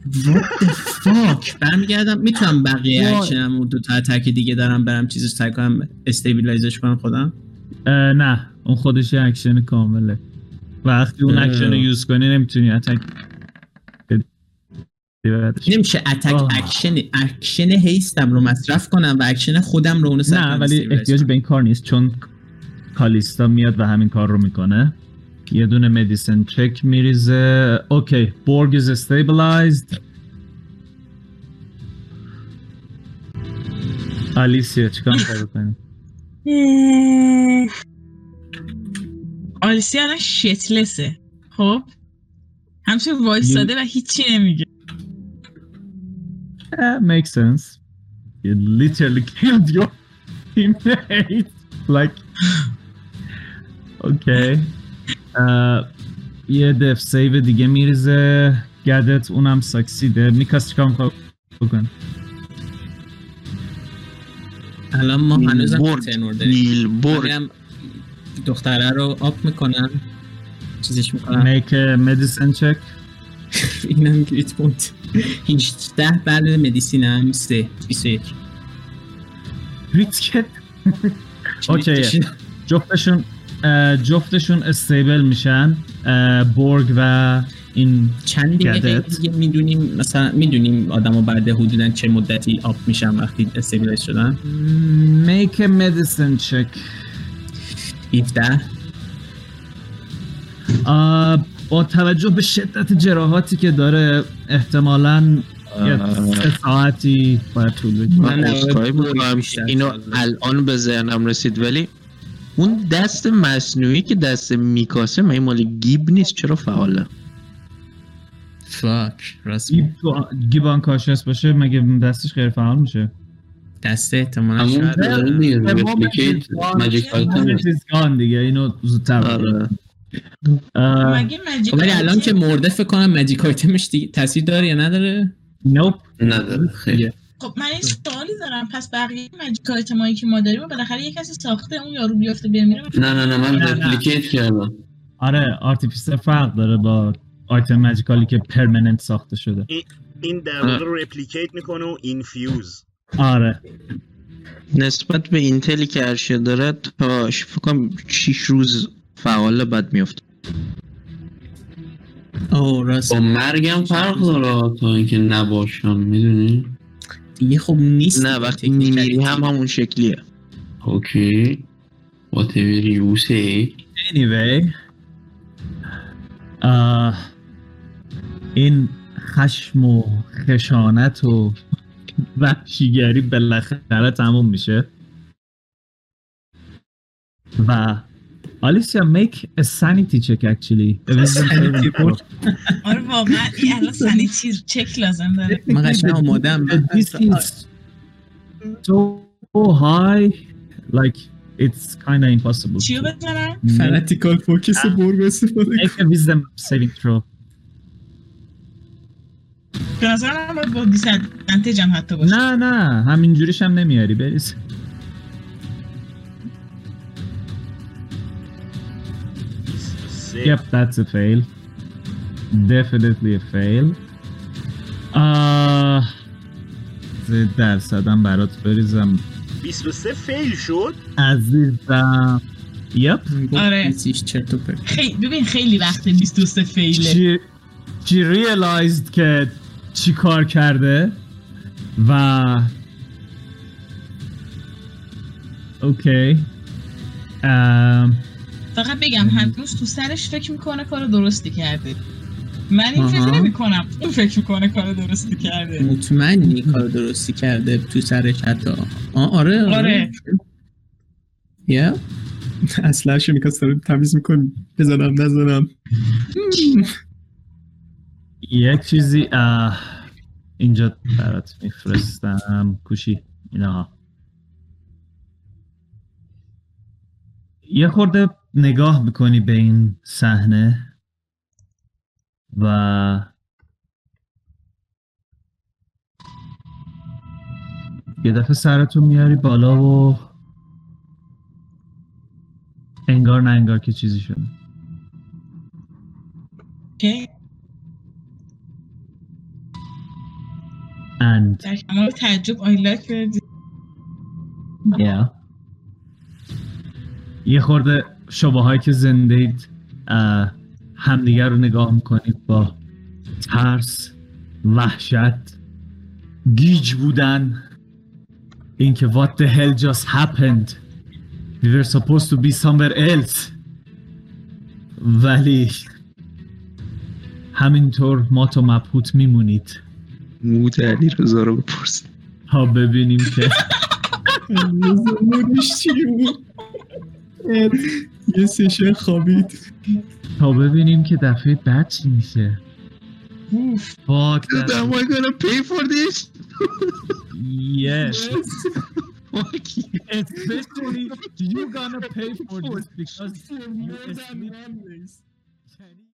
Speaker 6: What the fuck برمیگردم میتونم بقیه اکشنم و دو تا تک دیگه دارم برم چیزش تک کنم استیبیلایزش کنم خودم
Speaker 1: اه، نه اون خودش یه اکشن کامله وقتی اون
Speaker 6: اه.
Speaker 1: اکشن رو یوز کنی نمیتونی اتک بدی بعدش.
Speaker 6: نمیشه اتک
Speaker 1: آه.
Speaker 6: اکشن اکشن هیستم رو مصرف کنم و اکشن خودم رو اونو سر
Speaker 1: نه
Speaker 6: کنم
Speaker 1: ولی
Speaker 6: استیبیلایز
Speaker 1: احتیاجی
Speaker 6: کنم.
Speaker 1: به این کار نیست چون کالیستا میاد و همین کار رو میکنه یه دونه مدیسن چک میریزه اوکی بورگ is stabilized آلیسیا چیکار میخوای بکنی؟
Speaker 5: آلیسی الان شتلسه خب همچه وایستاده و هیچی نمیگه
Speaker 1: Yeah, Eh, makes sense. You literally killed your teammate. Like, okay. Uh, یه دف سیو دیگه میریزه گدت اونم ساکسیده میکاس چیکار میخوای بکن
Speaker 6: الان ما هنوزم
Speaker 4: برد.
Speaker 6: تنور داریم
Speaker 4: نیل برد
Speaker 6: میرم دختره رو آپ میکنم چیزش میکنم
Speaker 1: make a medicine check
Speaker 6: اینم گریت بود 18 بعد مدیسین هم 3 21
Speaker 1: کریت اوکی. جفتشون اه، جفتشون استیبل میشن اه، برگ و این
Speaker 6: چند دقیقه
Speaker 1: گدت.
Speaker 6: دیگه میدونیم مثلا میدونیم آدمو بعد حدودا چه مدتی آپ میشن وقتی استیبیلایز شدن
Speaker 1: make a medicine check
Speaker 6: 17
Speaker 1: آه، با توجه به شدت جراحاتی که داره احتمالاً یه سه ساعتی باید طول بکشه
Speaker 6: من
Speaker 4: من عذرخواهی
Speaker 6: نباید
Speaker 4: می‌کنم
Speaker 6: بیشتر
Speaker 4: اینو
Speaker 6: شده.
Speaker 4: الان به ذهنم رسید ولی اون دست مصنوعی که دست میکاسه من مال گیب نیست چرا فعاله
Speaker 6: فاک راست میگی.
Speaker 1: گیب تو- گیبان کاشس باشه مگه دستش غیر فعال میشه
Speaker 6: دسته احتمالا
Speaker 7: همون
Speaker 6: شاید
Speaker 7: داره دیگه ریپلیکیت ماجیک آیتم
Speaker 1: It is gone دیگه اینو زودتر بگیر.
Speaker 4: آره.
Speaker 1: آه،
Speaker 5: خب مگه مجید
Speaker 6: خب، ولی الان که مرده فکر کنم مجیک آیتمش دیگه تاثیر داره یا نداره
Speaker 1: nope.
Speaker 7: نداره خیلی
Speaker 5: خب من این سوالی دارم پس بقیه مجیک آیتمایی که ما داریم و بالاخره یه کسی ساخته اون یارو بیفته بمیره
Speaker 7: نه نه نه من
Speaker 1: نه، نه.
Speaker 7: ریپلیکیت کردم
Speaker 1: آره آرتیفیسر فرق داره با آیتم مجیکالی که پرمننت ساخته شده
Speaker 10: این در واقع رپلیکیت میکنه و اینفیوز
Speaker 1: آره
Speaker 4: نسبت به اینتلی که عرشه داره تا ش- فکر کنم 6 روز فعاله بعد میفته
Speaker 6: آه راست
Speaker 7: با مرگم فرق داره تا اینکه نباشم میدونی
Speaker 6: دیگه خب نیست
Speaker 4: نه وقتی میمیری هم همون شکلیه
Speaker 7: اوکی whatever you say
Speaker 1: anyway آه، این خشم و خشانت و وحشیگری بالاخره تموم میشه و آلیسیا make a sanity check actually A wisdom saving throw.
Speaker 5: آره واقعا این الان سنیتی چک لازم داره
Speaker 6: من قشنگ آمادم
Speaker 1: But this is so high like it's kind of impossible
Speaker 5: چیو
Speaker 1: to
Speaker 5: بزنم
Speaker 1: make,
Speaker 3: فنتیکال فوکس برگ استفاده
Speaker 1: make a wisdom saving throw
Speaker 5: به نظرم من باید با دیس ادوانتیج هم حتی باشه
Speaker 1: نه نه همینجوریش هم نمیاری بریز Yep, that's a fail. Definitely a fail. آه، زه درصدم برات بریزم
Speaker 10: 23 فیل شد
Speaker 1: عزیزم یپ
Speaker 5: آره.
Speaker 6: چرتو پرت
Speaker 5: خیلی ببین خیلی وقت 22 فیله
Speaker 1: چی چی realized که چی کار کرده و اوکی ام،
Speaker 5: فقط بگم هنوز تو سرش فکر میکنه کار درستی کرده من این فکر
Speaker 6: آها.
Speaker 5: نمی کنم اون فکر میکنه کار درستی کرده
Speaker 6: مطمئنی کار درستی کرده تو سرش حتی آه آره
Speaker 5: آره.
Speaker 6: یا
Speaker 3: اصلا شو میکاس داره تمیز میکنه بزنم نزنم
Speaker 1: یک چیزی اه، اینجا برات میفرستم کوشی اینها یه خورده نگاه میکنی به این صحنه و یه دفعه سرتو میاری بالا و انگار نه انگار که چیزی شده
Speaker 5: اوکی
Speaker 1: and
Speaker 5: در کمال تعجب آیلا کردی
Speaker 1: yeah. یه خورده شماهایی که زنده اید اه، همدیگر رو نگاه میکنید با ترس وحشت گیج بودن اینکه what the hell just happened we were supposed to be somewhere else ولی همینطور ما تو مبهوت میمونید
Speaker 4: موت علی رضا رو بپرس
Speaker 1: تا ببینیم که
Speaker 3: موریش چی بود یه سشه خوابید
Speaker 1: تا ببینیم که دفعه بعد چی میشه فاک
Speaker 4: Am I gonna pay for this?
Speaker 1: Yes.
Speaker 4: Fuck you.
Speaker 1: Especially you gonna pay for this because you